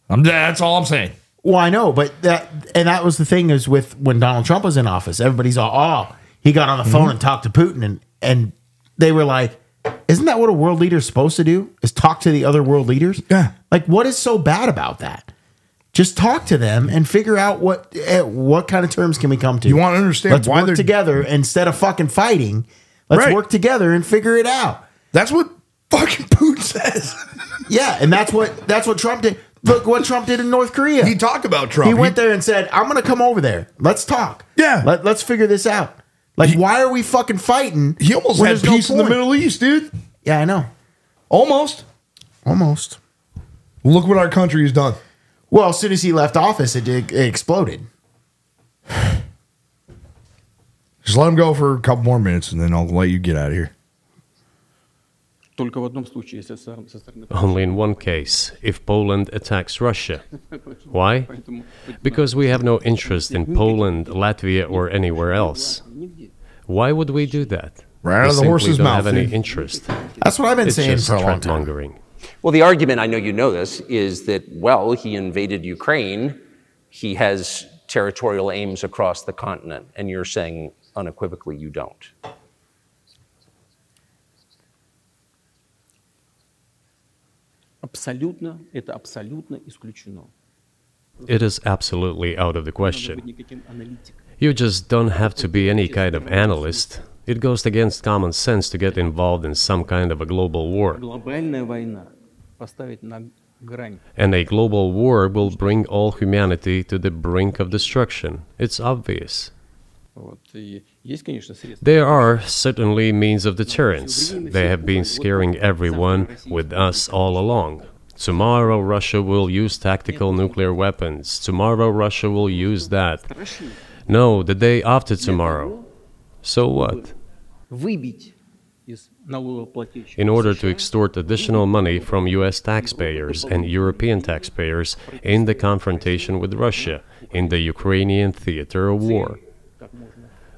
[SPEAKER 2] I'm that's all I'm saying.
[SPEAKER 1] Well, I know, but that and that was the thing is with when Donald Trump was in office, everybody's all, oh, he got on the phone
[SPEAKER 2] Mhm.
[SPEAKER 1] and talked to Putin, and and they were like, isn't that what a world leader is supposed to do? Is talk to the other world leaders? Yeah. Like, what is so bad about that? Just talk to them and figure out what eh, what kind of terms can we come to.
[SPEAKER 2] You want to understand
[SPEAKER 1] Let's
[SPEAKER 2] why
[SPEAKER 1] work
[SPEAKER 2] they're-
[SPEAKER 1] together instead of fucking fighting. Let's
[SPEAKER 2] Right.
[SPEAKER 1] work together and figure it out.
[SPEAKER 2] That's what fucking Putin says. (laughs)
[SPEAKER 1] yeah, and that's what that's what Trump did. Look what Trump did in North Korea. He
[SPEAKER 2] talked about Trump.
[SPEAKER 1] He went there and said, "I'm going to come over there. Let's talk.
[SPEAKER 2] Yeah,
[SPEAKER 1] Let, us figure this out. Like, why are we fucking fighting?
[SPEAKER 2] He almost
[SPEAKER 1] when
[SPEAKER 2] had
[SPEAKER 1] there's no
[SPEAKER 2] peace in the
[SPEAKER 1] point?
[SPEAKER 2] Middle East, dude.
[SPEAKER 1] Yeah, I know.
[SPEAKER 2] Almost.
[SPEAKER 1] Almost.
[SPEAKER 2] Look what our country has done.
[SPEAKER 1] Well, as soon as he left office, it, did, it exploded.
[SPEAKER 2] Just let him go for a couple more minutes, and then I'll let you get out of here.
[SPEAKER 10] Только в одном случае, если со, со стороны...
[SPEAKER 7] Only in one case, if Poland attacks Russia. Why? Because we have no interest in Poland, Latvia, or anywhere else. Why would we do that?
[SPEAKER 2] Right
[SPEAKER 9] out
[SPEAKER 7] We
[SPEAKER 9] of the
[SPEAKER 7] simply
[SPEAKER 9] horse's
[SPEAKER 7] don't
[SPEAKER 9] mouth,
[SPEAKER 7] have any
[SPEAKER 9] dude.
[SPEAKER 7] interest.
[SPEAKER 1] That's what I've been
[SPEAKER 7] It's
[SPEAKER 1] saying
[SPEAKER 7] just
[SPEAKER 1] for a long time.
[SPEAKER 7] mongering.
[SPEAKER 9] Well, the argument, I know you know this, is that, well, he invaded Ukraine, he has territorial aims across the continent, and you're saying unequivocally you don't.
[SPEAKER 10] Абсолютно, это абсолютно исключено.
[SPEAKER 7] It is absolutely out of
[SPEAKER 10] Надо
[SPEAKER 7] the question.
[SPEAKER 10] быть никаким аналитиком.
[SPEAKER 7] You just don't have to be any kind of analyst. It goes against common sense to get involved in some kind of a global war.
[SPEAKER 10] Глобальная война поставить на грань.
[SPEAKER 7] And a global war will bring all humanity to the brink of destruction. It's obvious.
[SPEAKER 10] Вот. И есть, конечно, средства.
[SPEAKER 7] There are certainly means of deterrence. They have been scaring everyone with us all along. Tomorrow Russia will use tactical nuclear weapons. Tomorrow Russia will use that. No, the day after tomorrow. So what?
[SPEAKER 10] Выбить из налогоплательщиков.
[SPEAKER 7] In order to extort additional money from US taxpayers and European taxpayers in the confrontation with Russia in the Ukrainian theater of war.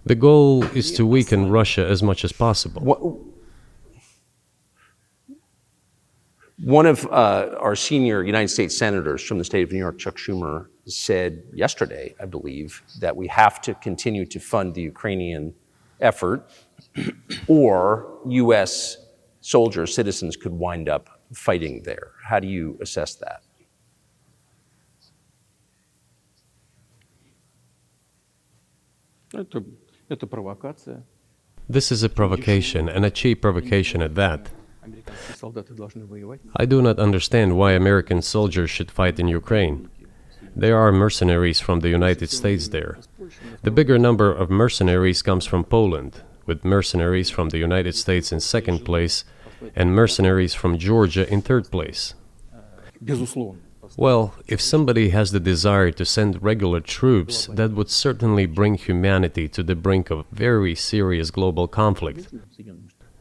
[SPEAKER 7] The goal is to weaken Russia as much as possible.
[SPEAKER 9] One of uh, our senior United States senators from the state of New York, Chuck Schumer, said yesterday, I believe, that we have to continue to fund the Ukrainian effort, or U.S. soldiers, citizens could wind up fighting there. How do you assess that?
[SPEAKER 10] Это, это провокация.
[SPEAKER 7] This is a provocation, and a cheap provocation at that.
[SPEAKER 10] Американские солдаты должны воевать.
[SPEAKER 7] I do not understand why American soldiers should fight in Ukraine. There are mercenaries from the United States there. The bigger number of mercenaries comes from Poland, with mercenaries from the United States in second place and mercenaries from Georgia in third place.
[SPEAKER 10] Безусловно.
[SPEAKER 7] Well, if somebody has the desire to send regular troops, that would certainly bring humanity to the brink of very serious global conflict.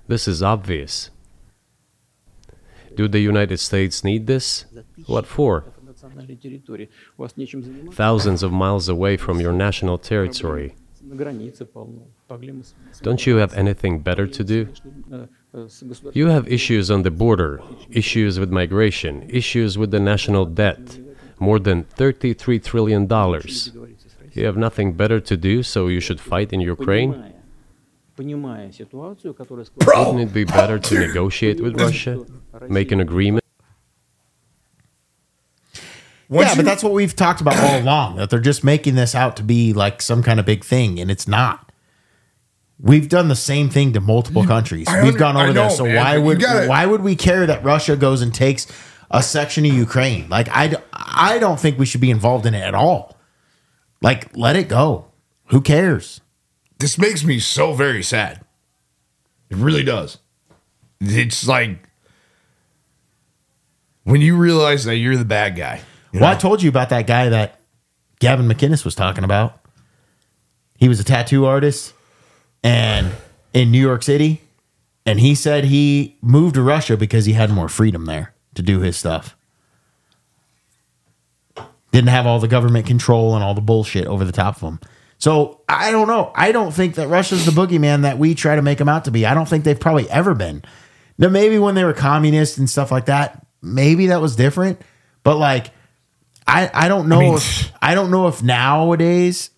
[SPEAKER 7] This is obvious. Do the United States need this? What for?
[SPEAKER 10] национальной территории. У вас нечем заниматься.
[SPEAKER 7] Thousands of miles away from your national territory.
[SPEAKER 10] На границе полно. Проблемы с, с-
[SPEAKER 7] Don't you have anything better to do?
[SPEAKER 10] э, э, с государ-
[SPEAKER 7] You have issues on the border, issues with migration, issues with the national debt, more than $33 trillion. You have nothing better to do, so you should fight in Ukraine?
[SPEAKER 10] Понимая, понимая ситуацию, которая
[SPEAKER 7] Wouldn't it be better to negotiate with Russia, make an agreement?
[SPEAKER 1] yeah, but that's what we've talked about all along that they're just making this out to be like some kind of big thing, and it's not. We've done the same thing to multiple countries.
[SPEAKER 2] I
[SPEAKER 1] We've
[SPEAKER 2] under-
[SPEAKER 1] gone
[SPEAKER 2] I
[SPEAKER 1] over
[SPEAKER 2] know,
[SPEAKER 1] that. So
[SPEAKER 2] man, but
[SPEAKER 1] why
[SPEAKER 2] you
[SPEAKER 1] would
[SPEAKER 2] gotta-
[SPEAKER 1] why would we care that Russia goes and takes a section of Ukraine? Like I, d- I don't think we should be involved in it at all. Like let it go. Who cares?
[SPEAKER 2] This makes me so very sad. It really does. It's like when you realize that you're the bad guy. you
[SPEAKER 1] Well, I
[SPEAKER 2] know?
[SPEAKER 1] told you about that guy that Gavin McInnes was talking about. He was a tattoo artist and in New York City. And he said he moved to Russia because he had more freedom there to do his stuff. Didn't have all the government control and all the bullshit over the top of him. So I don't know. I don't think that Russia's the boogeyman that we try to make them out to be. I don't think they've probably ever been. Now, maybe when they were communists and stuff like that, maybe that was different. But like, I, I don't know
[SPEAKER 2] mean,
[SPEAKER 1] if I don't know if nowadays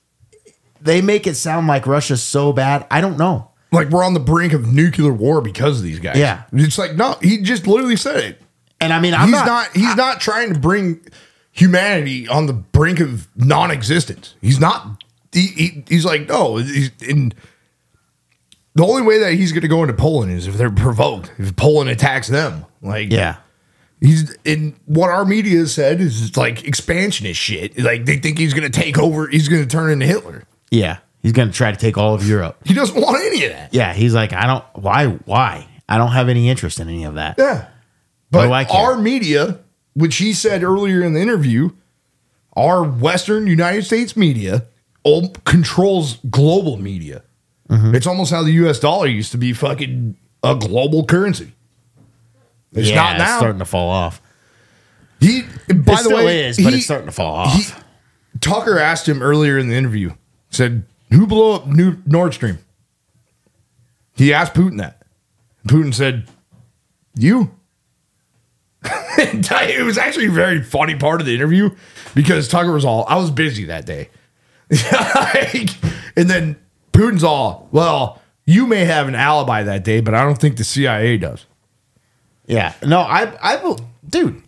[SPEAKER 1] they make it sound like Russia's so bad. I don't know.
[SPEAKER 2] like we're on the brink of nuclear war because of these guys.
[SPEAKER 1] Yeah.
[SPEAKER 2] It's like no, he just literally said it.
[SPEAKER 1] And I mean, I'm
[SPEAKER 2] he's
[SPEAKER 1] not,
[SPEAKER 2] not, he's not trying to bring humanity on the brink of non-existence. He's not he, he- he's like no, he's in the only way that he's going to go into Poland is if they're provoked. If Poland attacks them, like
[SPEAKER 1] Yeah.
[SPEAKER 2] he's in what our media has said is it's like expansionist shit. Like they think he's going to take over. He's going to turn into Hitler.
[SPEAKER 1] Yeah. He's going to try to take all of Europe.
[SPEAKER 2] He doesn't want any of that.
[SPEAKER 1] Yeah. He's like, I don't, why, why? I don't have any interest in any of that.
[SPEAKER 2] Yeah.
[SPEAKER 1] What
[SPEAKER 2] But
[SPEAKER 1] do Oh, I care?
[SPEAKER 2] our media, which he said earlier in the interview, our Western United States media all controls global media.
[SPEAKER 1] Mm-hmm.
[SPEAKER 2] It's almost how the US dollar used to be fucking a global currency. It's
[SPEAKER 1] yeah,
[SPEAKER 2] not
[SPEAKER 1] It's
[SPEAKER 2] now.
[SPEAKER 1] starting to fall off.
[SPEAKER 2] he, by
[SPEAKER 1] it
[SPEAKER 2] the
[SPEAKER 1] still
[SPEAKER 2] way,
[SPEAKER 1] is, but
[SPEAKER 2] he-
[SPEAKER 1] it's starting to fall off.
[SPEAKER 2] he- Tucker asked him earlier in the interview, said, Who blew up New Nord Stream? He asked Putin that. Putin said, You. (laughs) it was actually a very funny part of the interview because Tucker was all, I was busy that day. (laughs) Like, and then Putin's all, Well, you may have an alibi that day, but I don't think the CIA does.
[SPEAKER 1] yeah. No, I, I, bel- dude,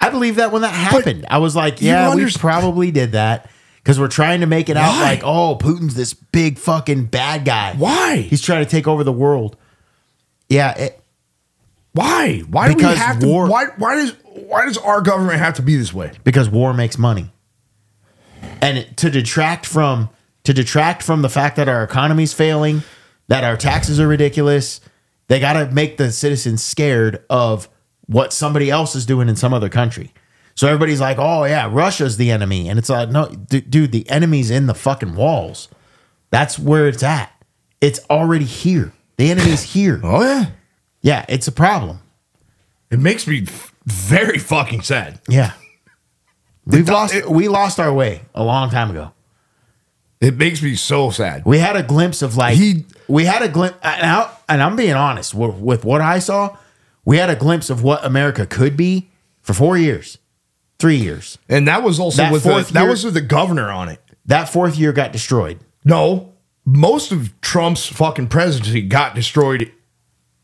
[SPEAKER 1] I believe that when that happened, I was like,
[SPEAKER 2] you
[SPEAKER 1] yeah, we
[SPEAKER 2] underst-
[SPEAKER 1] probably did that because we're trying to make it out
[SPEAKER 2] Why?
[SPEAKER 1] like, oh, Putin's this big fucking bad guy.
[SPEAKER 2] Why?
[SPEAKER 1] He's trying to take over the world. Yeah. It,
[SPEAKER 2] Why? Why do we
[SPEAKER 1] Because
[SPEAKER 2] have to?
[SPEAKER 1] war-
[SPEAKER 2] Why? Why does? Why does our government have to be this way?
[SPEAKER 1] because war makes money. And it- to detract from to detract from the fact that our economy's failing, that our taxes are ridiculous, they got to make the citizens scared of what somebody else is doing in some other country. So everybody's like, "Oh yeah, Russia's the enemy," and it's like, "No, d- dude, the enemy's in the fucking walls. That's where it's at. It's already here. The enemy's here.
[SPEAKER 2] Oh yeah,
[SPEAKER 1] Yeah, it's a problem.
[SPEAKER 2] it makes me f- very fucking sad.
[SPEAKER 1] Yeah, we've
[SPEAKER 2] do-
[SPEAKER 1] lost.
[SPEAKER 2] it-
[SPEAKER 1] we lost our way a long time ago.
[SPEAKER 2] It makes me so sad.
[SPEAKER 1] We had a glimpse of like
[SPEAKER 2] He-
[SPEAKER 1] we had a glimpse, and, I, and I'm being honest with, with what I saw. We had a glimpse of what America could be for four years, three years.
[SPEAKER 2] And that was also
[SPEAKER 1] That
[SPEAKER 2] with the,
[SPEAKER 1] fourth
[SPEAKER 2] that
[SPEAKER 1] year-
[SPEAKER 2] was with the governor on it.
[SPEAKER 1] That fourth year got destroyed.
[SPEAKER 2] No, most of Trump's fucking presidency got destroyed.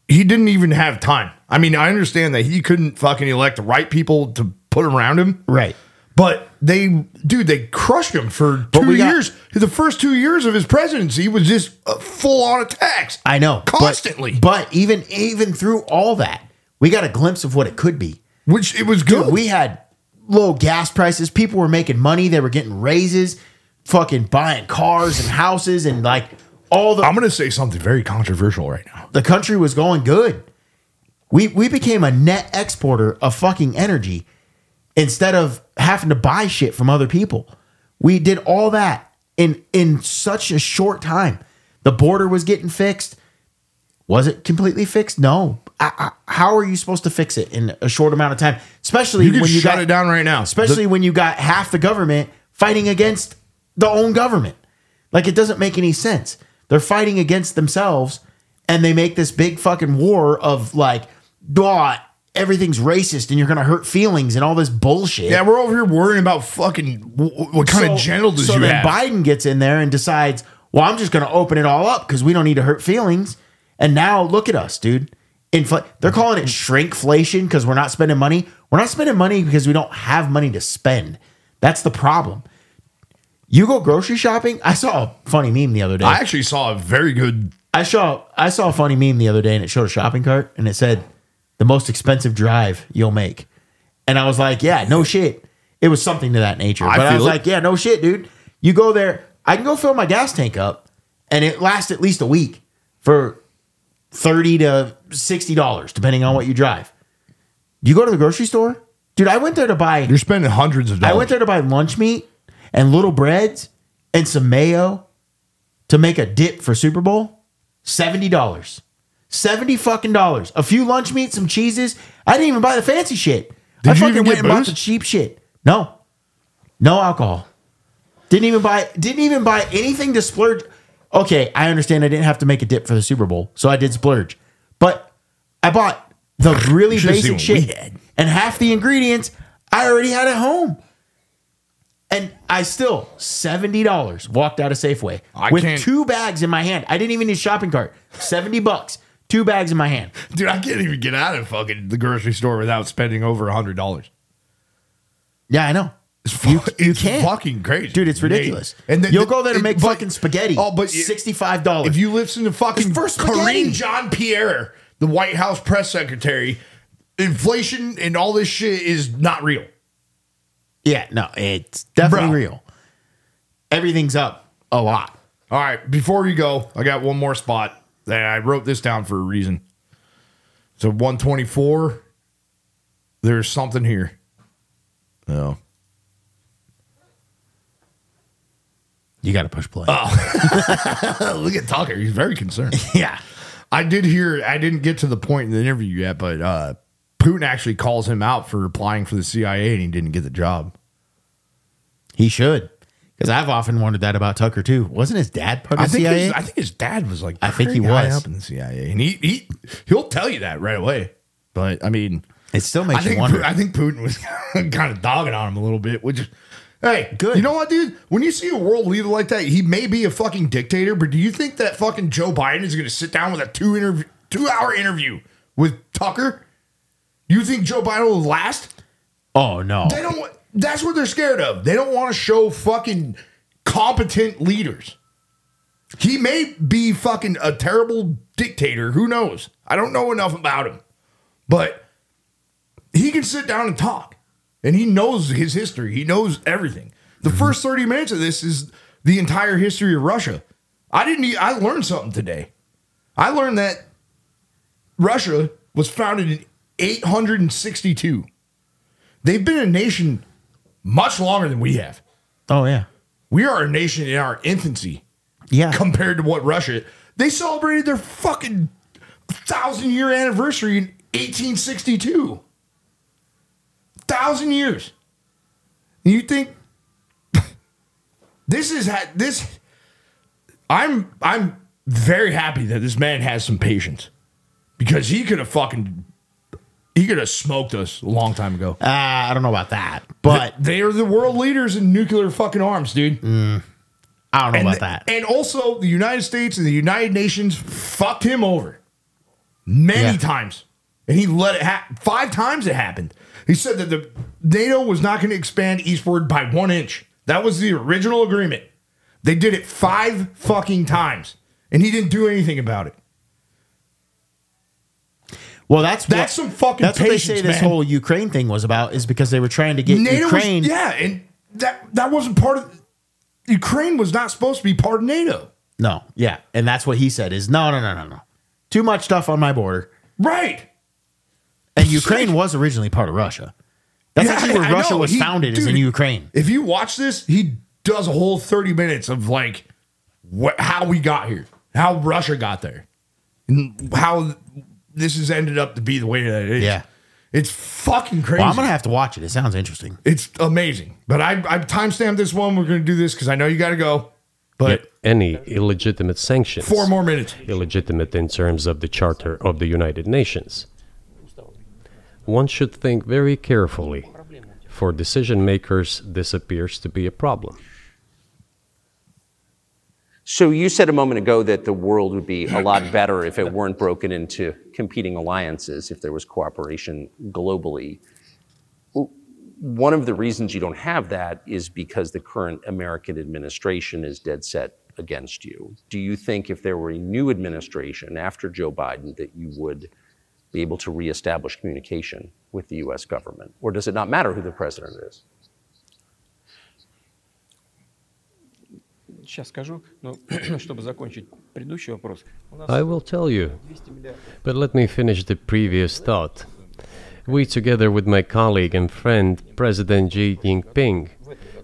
[SPEAKER 2] He didn't even have time. I mean, I understand that he couldn't fucking elect the right people to put around him,
[SPEAKER 1] Right.
[SPEAKER 2] But they, dude, they crushed him for
[SPEAKER 1] But
[SPEAKER 2] two
[SPEAKER 1] we got-
[SPEAKER 2] years. the first two years of his presidency was just uh, full on attacks.
[SPEAKER 1] I know but-
[SPEAKER 2] constantly.
[SPEAKER 1] but, even even through all that, we got a glimpse of what it could be.
[SPEAKER 2] which it was good.
[SPEAKER 1] Dude, we had low gas prices. People were making money. They were getting raises, fucking buying cars and houses, and like all the
[SPEAKER 2] I'm going to say something very controversial right now.
[SPEAKER 1] the country was going good. We we became a net exporter of fucking energy. instead of having to buy shit from other people. We did all that in in such a short time. The border was getting fixed. Was it completely fixed? No. I, I, how are you supposed to fix it in a short amount of time? Especially
[SPEAKER 2] You can
[SPEAKER 1] when you
[SPEAKER 2] shut
[SPEAKER 1] got
[SPEAKER 2] it down right now.
[SPEAKER 1] Especially when you got half the government fighting against the own government. Like it doesn't make any sense. They're fighting against themselves, and they make this big fucking war of like, "Duh, everything's racist, and you're gonna hurt feelings and all this bullshit.
[SPEAKER 2] Yeah, we're over here worrying about fucking wh- what kind of genital does
[SPEAKER 1] so
[SPEAKER 2] you
[SPEAKER 1] then
[SPEAKER 2] have.
[SPEAKER 1] Biden gets in there and decides, well, I'm just going to open it all up because we don't need to hurt feelings. And now look at us, dude. Infl- they're calling it shrinkflation because we're not spending money. We're not spending money because we don't have money to spend. That's the problem. You go grocery shopping. I saw a funny meme the other day.
[SPEAKER 2] I actually saw a very good.
[SPEAKER 1] I saw I saw a funny meme the other day, and it showed a shopping cart, and it said, "The most expensive drive you'll make," and I was like, "Yeah, no shit." It was something to that nature,
[SPEAKER 2] I
[SPEAKER 1] but I
[SPEAKER 2] feel
[SPEAKER 1] was
[SPEAKER 2] it.
[SPEAKER 1] like, "Yeah, no shit, dude." You go there, I can go fill my gas tank up, and it lasts at least a week for thirty to sixty dollars, depending on what you drive. You go to the grocery store, dude. I went there to buy.
[SPEAKER 2] You're spending hundreds of dollars.
[SPEAKER 1] I went there to buy lunch meat and little breads and some mayo to make a dip for Super Bowl. Seventy dollars, seventy fucking dollars. A few lunch meats, some cheeses. I didn't even buy the fancy shit.
[SPEAKER 2] Did
[SPEAKER 1] I
[SPEAKER 2] you
[SPEAKER 1] fucking
[SPEAKER 2] even
[SPEAKER 1] went
[SPEAKER 2] get
[SPEAKER 1] and bought
[SPEAKER 2] booze?
[SPEAKER 1] the cheap shit. No, no alcohol. Didn't even buy. Didn't even buy anything to splurge. Okay, I understand. I didn't have to make a dip for the Super Bowl, so I did splurge. But I bought the
[SPEAKER 2] (laughs)
[SPEAKER 1] really
[SPEAKER 2] should've seen
[SPEAKER 1] basic
[SPEAKER 2] what we
[SPEAKER 1] shit, and half the ingredients I already had at home. And I still seventy dollars walked out of Safeway
[SPEAKER 2] I
[SPEAKER 1] with
[SPEAKER 2] can't-
[SPEAKER 1] two bags in my hand. I didn't even need a shopping cart. Seventy bucks, two bags in my hand.
[SPEAKER 2] Dude, I can't even get out of fucking the grocery store without spending over a hundred dollars.
[SPEAKER 1] Yeah, I know,
[SPEAKER 2] It's, fu- it's
[SPEAKER 1] can't.
[SPEAKER 2] fucking crazy,
[SPEAKER 1] dude. It's
[SPEAKER 2] Yeah.
[SPEAKER 1] ridiculous.
[SPEAKER 2] And
[SPEAKER 1] And
[SPEAKER 2] then-
[SPEAKER 1] you'll go there to
[SPEAKER 2] it-
[SPEAKER 1] make
[SPEAKER 2] but-
[SPEAKER 1] fucking spaghetti.
[SPEAKER 2] Oh, but it-
[SPEAKER 1] sixty-five dollars.
[SPEAKER 2] If you listen to fucking
[SPEAKER 1] It's for spaghetti.
[SPEAKER 2] Karine John Pierre, the White House press secretary, inflation and all this shit is not real.
[SPEAKER 1] Yeah, no, it's definitely
[SPEAKER 2] Bruh.
[SPEAKER 1] real. Everything's up a lot.
[SPEAKER 2] All right, before you go, I got one more spot. And I wrote this down for a reason. So 124. There's something here. Oh. No.
[SPEAKER 1] You got to push play.
[SPEAKER 2] (laughs) Look at Tucker. He's very concerned.
[SPEAKER 1] (laughs) yeah.
[SPEAKER 2] I did hear, I didn't get to the point in the interview yet, but uh, Putin actually calls him out for applying for the CIA and he didn't get the job.
[SPEAKER 1] He should. Because I've often wondered that about Tucker too. Wasn't his dad part of
[SPEAKER 2] I
[SPEAKER 1] the
[SPEAKER 2] think,
[SPEAKER 1] CIA?
[SPEAKER 2] His, I think his dad was like,
[SPEAKER 1] I think he
[SPEAKER 2] pretty high
[SPEAKER 1] was.
[SPEAKER 2] up in the CIA, and he he he'll tell you that right away. But I mean,
[SPEAKER 1] it still
[SPEAKER 2] I
[SPEAKER 1] makes you
[SPEAKER 2] think
[SPEAKER 1] wonder.
[SPEAKER 2] Pu- I think Putin was (laughs) kind of dogging on him a little bit, which is. Hey,
[SPEAKER 1] Good.
[SPEAKER 2] You know what, dude? When you see a world leader like that, he may be a fucking dictator, but do you think that fucking Joe Biden is going to sit down with a two interview, two hour interview with Tucker? You think Joe Biden will last?
[SPEAKER 1] oh no.
[SPEAKER 2] They don't. want- That's what they're scared of. They don't want to show fucking competent leaders. He may be fucking a terrible dictator. Who knows? I don't know enough about him, but he can sit down and talk, and he knows his history. He knows everything. The first thirty minutes of this is the entire history of Russia. I didn't. e- I learned something today. I learned that Russia was founded in 862 they've been a nation much longer than we have.
[SPEAKER 1] Oh yeah.
[SPEAKER 2] We are a nation in our infancy (laughs)
[SPEAKER 1] Yeah.
[SPEAKER 2] compared to what Russia. They celebrated their fucking thousand year anniversary in 1862. Thousand years. And you think (laughs) this is ha- this? I'm I'm very happy that this man has some patience because he could have fucking he could have smoked us a long time ago.
[SPEAKER 1] Uh, I don't know about that, but
[SPEAKER 2] They are the world leaders in nuclear fucking arms, dude.
[SPEAKER 1] I don't know
[SPEAKER 2] and,
[SPEAKER 1] about that.
[SPEAKER 2] and also, the United States and the United Nations fucked him over many
[SPEAKER 1] Yeah.
[SPEAKER 2] times. And he let it happen. Five times it happened. He said that the NATO was not going to expand eastward by one inch. That was the original agreement. They did it five fucking times. And he didn't do anything about it.
[SPEAKER 1] well, that's what-
[SPEAKER 2] That's some fucking
[SPEAKER 1] That's what
[SPEAKER 2] patience,
[SPEAKER 1] they say this
[SPEAKER 2] man.
[SPEAKER 1] whole Ukraine thing was about is because they were trying to get
[SPEAKER 2] NATO
[SPEAKER 1] Ukraine.
[SPEAKER 2] was, yeah, and that that wasn't part of Ukraine was not supposed to be part of NATO.
[SPEAKER 1] No, yeah, and that's what he said is no, no, no, no, no. Too much stuff on my border.
[SPEAKER 2] Right. (laughs)
[SPEAKER 1] And Ukraine was originally part of Russia. That's
[SPEAKER 2] Yeah,
[SPEAKER 1] actually where
[SPEAKER 2] I
[SPEAKER 1] Russia
[SPEAKER 2] know.
[SPEAKER 1] was
[SPEAKER 2] He-
[SPEAKER 1] founded, is in
[SPEAKER 2] dude,
[SPEAKER 1] Ukraine.
[SPEAKER 2] If you watch this, he does a whole 30 minutes of like what how we got here, how Russia got there, and how this has ended up to be the way that it is.
[SPEAKER 1] Yeah.
[SPEAKER 2] It's fucking crazy.
[SPEAKER 1] Well, I'm gonna have to watch it. It sounds interesting.
[SPEAKER 2] it's amazing. But I I timestamped this one. We're gonna do this because I know you gotta go. But
[SPEAKER 7] any illegitimate sanctions.
[SPEAKER 2] four more minutes.
[SPEAKER 7] Illegitimate in terms of the Charter of the United Nations. One should think very carefully. For decision makers, this appears to be a problem.
[SPEAKER 9] So you said a moment ago that the world would be a lot better if it weren't broken into competing alliances, if there was cooperation globally. W- One of the reasons you don't have that is because the current American administration is dead set against you. Do you think if there were a new administration after Joe Biden that you would be able to reestablish communication with the US government? Or does it not matter who the president is?
[SPEAKER 10] Сейчас скажу, но (clears throat) чтобы закончить предыдущий вопрос. у нас
[SPEAKER 7] I will tell you. But let me finish the previous thought. We, together with my colleague and friend, President Xi Jinping,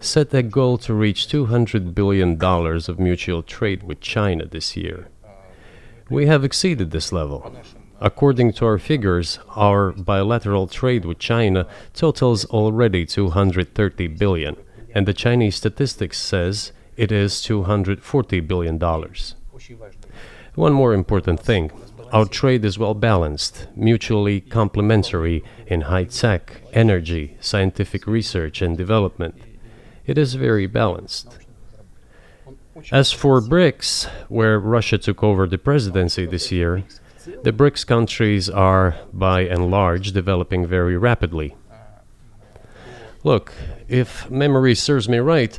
[SPEAKER 7] set a goal to reach $200 billion of mutual trade with China this year. We have exceeded this level. According to our figures, our bilateral trade with China totals already 230 billion, and the Chinese statistics says it is 240 billion dollars. One more important thing our trade is well balanced, mutually complementary in high tech, energy, scientific research, and development. It is very balanced. As for BRICS, where Russia took over the presidency this year, the BRICS countries are, by and large, developing very rapidly. Look, if memory serves me right,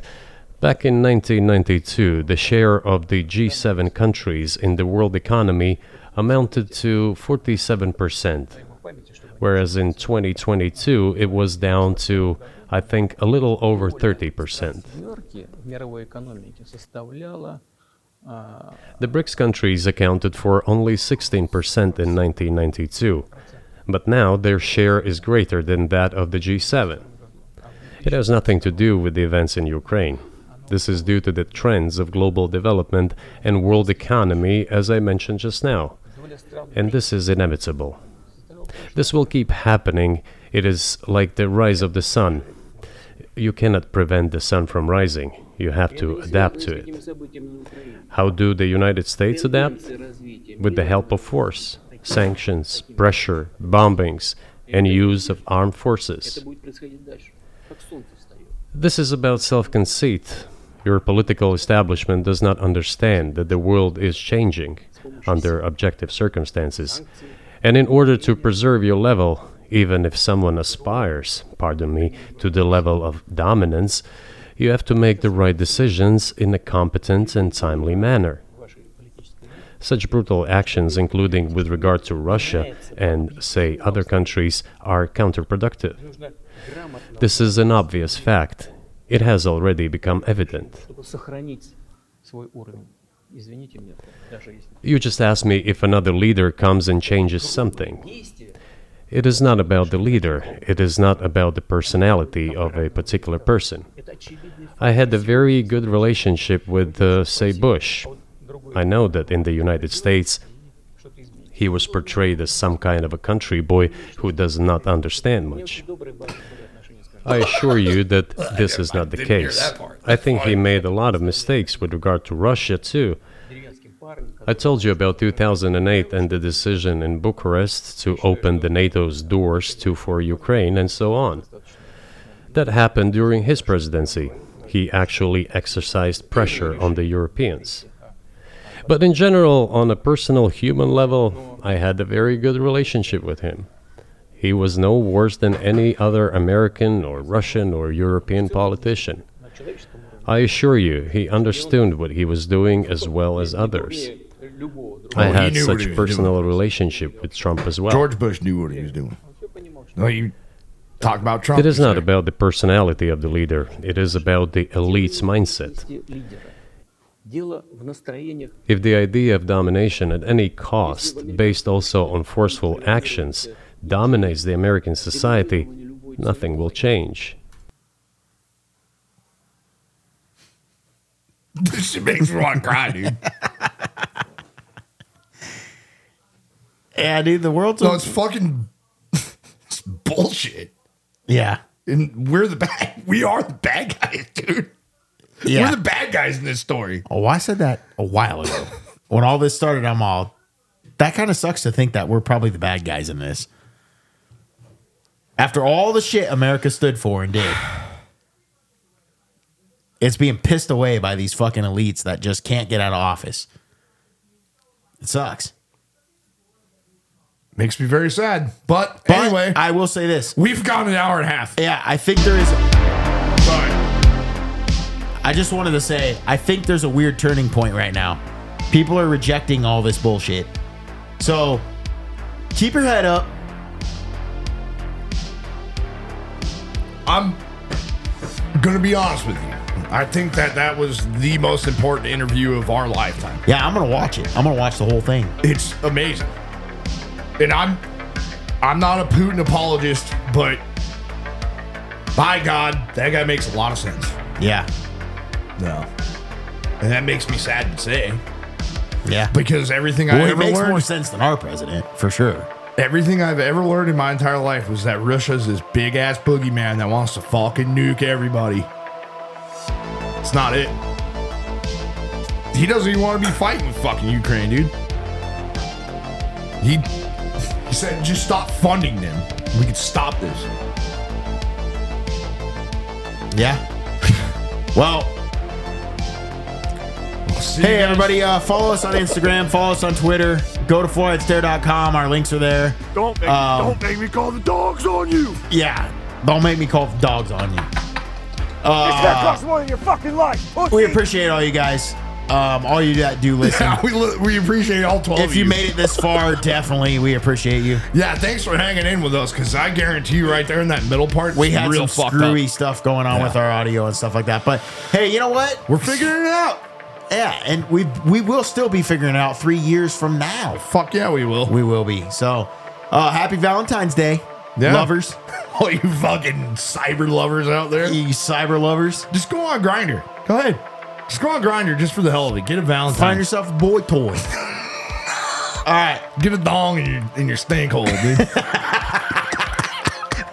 [SPEAKER 7] back in 1992, the share of the G7 countries in the world economy amounted to 47%, whereas in 2022 it was down to, I think, a little over 30%.
[SPEAKER 10] в Нью-Йорке в мировой экономике составляла а,
[SPEAKER 7] The BRICS countries accounted for only 16% in 1992, but now their share is greater than that of the G7. It has nothing to do with the events in Ukraine. This is due to the trends of global development and world economy, as I mentioned just now, and this is inevitable. This will keep happening. It is like the rise of the sun. You cannot prevent the sun from rising, you have to adapt to it. How do the United States adapt? With the help of force, sanctions, pressure, bombings, and use of armed forces.
[SPEAKER 6] будет происходить дальше. Как солнце встает.
[SPEAKER 7] This is about self conceit. Your political establishment does not understand that the world is changing under objective circumstances. And in order to preserve your level, even if someone aspires, pardon me, to the level of dominance, you have to make the right decisions in a competent and timely manner. Such brutal actions, including with regard to Russia and, say, other countries, are counterproductive. This is an obvious fact. It has already become evident.
[SPEAKER 10] чтобы сохранить свой уровень. Извините меня, даже если
[SPEAKER 7] You just asked me if another leader comes and changes something. It is not about the leader, it is not about the personality of a particular person. I had a very good relationship with, uh, say, Bush. I know that in the United States, he was portrayed as some kind of a country boy who does not understand much. I assure you that this is not the
[SPEAKER 10] Didn't hear
[SPEAKER 7] case.
[SPEAKER 10] that part.
[SPEAKER 7] I think he made a lot of mistakes with regard to Russia, too. I told you about 2008 and the decision in Bucharest to open the NATO's doors to for Ukraine and so on. That happened during his presidency. He actually exercised pressure on the Europeans. But in general, on a personal human level, I had a very good relationship with him. He was no worse than any other American or Russian or European politician. I assure you, he understood what he was doing as well as others. I
[SPEAKER 2] Oh, he
[SPEAKER 7] had
[SPEAKER 2] knew what he
[SPEAKER 7] such
[SPEAKER 2] was
[SPEAKER 7] personal relationship with Trump as well.
[SPEAKER 2] George Bush knew what he was doing. No, you talk about Trump.
[SPEAKER 7] It is
[SPEAKER 2] for a
[SPEAKER 7] not
[SPEAKER 2] second.
[SPEAKER 7] about the personality of the leader, it is about the elite's mindset.
[SPEAKER 10] есть лидера. Дело в настроениях
[SPEAKER 7] If the idea of domination at any cost, based also on forceful actions, dominates the American society, nothing will change.
[SPEAKER 2] (laughs) This shit makes me want to cry, dude. (laughs)
[SPEAKER 1] yeah, dude, the world's
[SPEAKER 2] no, it's fucking (laughs) it's bullshit.
[SPEAKER 1] Yeah.
[SPEAKER 2] And we're the bad (laughs) we are the bad guys, dude.
[SPEAKER 1] Yeah.
[SPEAKER 2] We're the bad guys in this story.
[SPEAKER 1] Oh, I said that a while ago. when all this started, I'm all that kind of sucks to think that we're probably the bad guys in this. After all the shit America stood for and did, (sighs) it's being pissed away by these fucking elites that just can't get out of office. It sucks.
[SPEAKER 2] Makes me very sad. But,
[SPEAKER 1] But
[SPEAKER 2] anyway,
[SPEAKER 1] I will say this.
[SPEAKER 2] we've gone an hour and a half.
[SPEAKER 1] Yeah, I think there is.
[SPEAKER 2] Sorry.
[SPEAKER 1] I just wanted to say, I think there's a weird turning point right now. People are rejecting all this bullshit. So keep your head up.
[SPEAKER 2] I'm gonna be honest with you. I think that that was the most important interview of our lifetime.
[SPEAKER 1] Yeah, I'm gonna watch it. I'm gonna watch the whole thing.
[SPEAKER 2] It's amazing. And I'm I'm not a Putin apologist, but by God, that guy makes a lot of sense.
[SPEAKER 1] Yeah,
[SPEAKER 2] No. And that makes me sad to say
[SPEAKER 1] yeah.
[SPEAKER 2] because everything I
[SPEAKER 1] Well, it
[SPEAKER 2] ever
[SPEAKER 1] makes
[SPEAKER 2] learned,
[SPEAKER 1] more sense than our president for sure.
[SPEAKER 2] everything I've ever learned in my entire life was that Russia's this big ass boogeyman that wants to fucking nuke everybody. It's not it. He doesn't even want to be fighting with fucking Ukraine, dude. He, he said, just stop funding them. We could stop this.
[SPEAKER 1] Yeah. (laughs) Well,
[SPEAKER 2] See you
[SPEAKER 1] hey
[SPEAKER 2] guys.
[SPEAKER 1] everybody, uh, follow us on Instagram, follow us on Twitter, go to floridstair.com. Our links are there.
[SPEAKER 8] Don't make,
[SPEAKER 1] Um,
[SPEAKER 8] don't make me call the dogs on you.
[SPEAKER 1] Yeah, don't make me call dogs on you.
[SPEAKER 8] it's gonna cost more than your fucking life. pussy.
[SPEAKER 1] We appreciate all you guys, um, all you that do listen.
[SPEAKER 2] (laughs) (laughs) Yeah, we, li- we appreciate all 12
[SPEAKER 1] if
[SPEAKER 2] of
[SPEAKER 1] you made it this far, definitely we appreciate you.
[SPEAKER 2] Yeah, thanks for hanging in with us because I guarantee you, right there in that middle part,
[SPEAKER 1] We
[SPEAKER 2] it's
[SPEAKER 1] had
[SPEAKER 2] real
[SPEAKER 1] some
[SPEAKER 2] fucked
[SPEAKER 1] screwy
[SPEAKER 2] up.
[SPEAKER 1] stuff going on with our audio and stuff like that. But hey, you know what?
[SPEAKER 2] We're figuring it out.
[SPEAKER 1] Yeah, and we we will still be figuring it out three years from now.
[SPEAKER 2] Fuck yeah, we will.
[SPEAKER 1] We will be. So, uh, happy Valentine's Day,
[SPEAKER 2] Yeah.
[SPEAKER 1] lovers,
[SPEAKER 2] (laughs) all you fucking cyber lovers out there,
[SPEAKER 1] you cyber lovers.
[SPEAKER 2] just go on Grinder. Go ahead, just go on Grinder just for the hell of it. Get a
[SPEAKER 1] Find
[SPEAKER 2] Valentine.
[SPEAKER 1] yourself a boy toy. All right.
[SPEAKER 2] Get a dong in your in your stank hole, dude.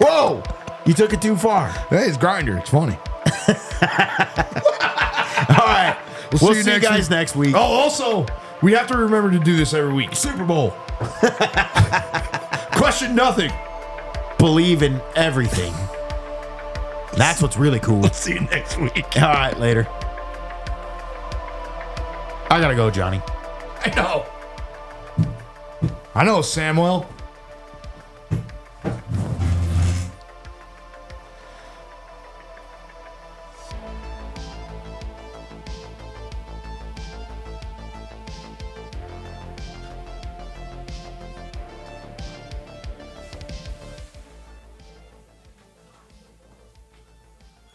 [SPEAKER 1] (laughs)
[SPEAKER 2] Whoa,
[SPEAKER 1] You took it too far.
[SPEAKER 2] hey, it's Grinder.
[SPEAKER 1] (laughs)
[SPEAKER 2] It's funny.
[SPEAKER 1] All right. We'll, see, you,
[SPEAKER 2] next
[SPEAKER 1] guys
[SPEAKER 2] week.
[SPEAKER 1] next week.
[SPEAKER 2] Oh, also, we have to remember to do this every week.
[SPEAKER 1] (laughs)
[SPEAKER 2] Super Bowl. Question nothing.
[SPEAKER 1] Believe in everything. That's what's really cool. All
[SPEAKER 2] See you next week.
[SPEAKER 1] right, later. I gotta go, Johnny.
[SPEAKER 2] I know. I know, Samuel.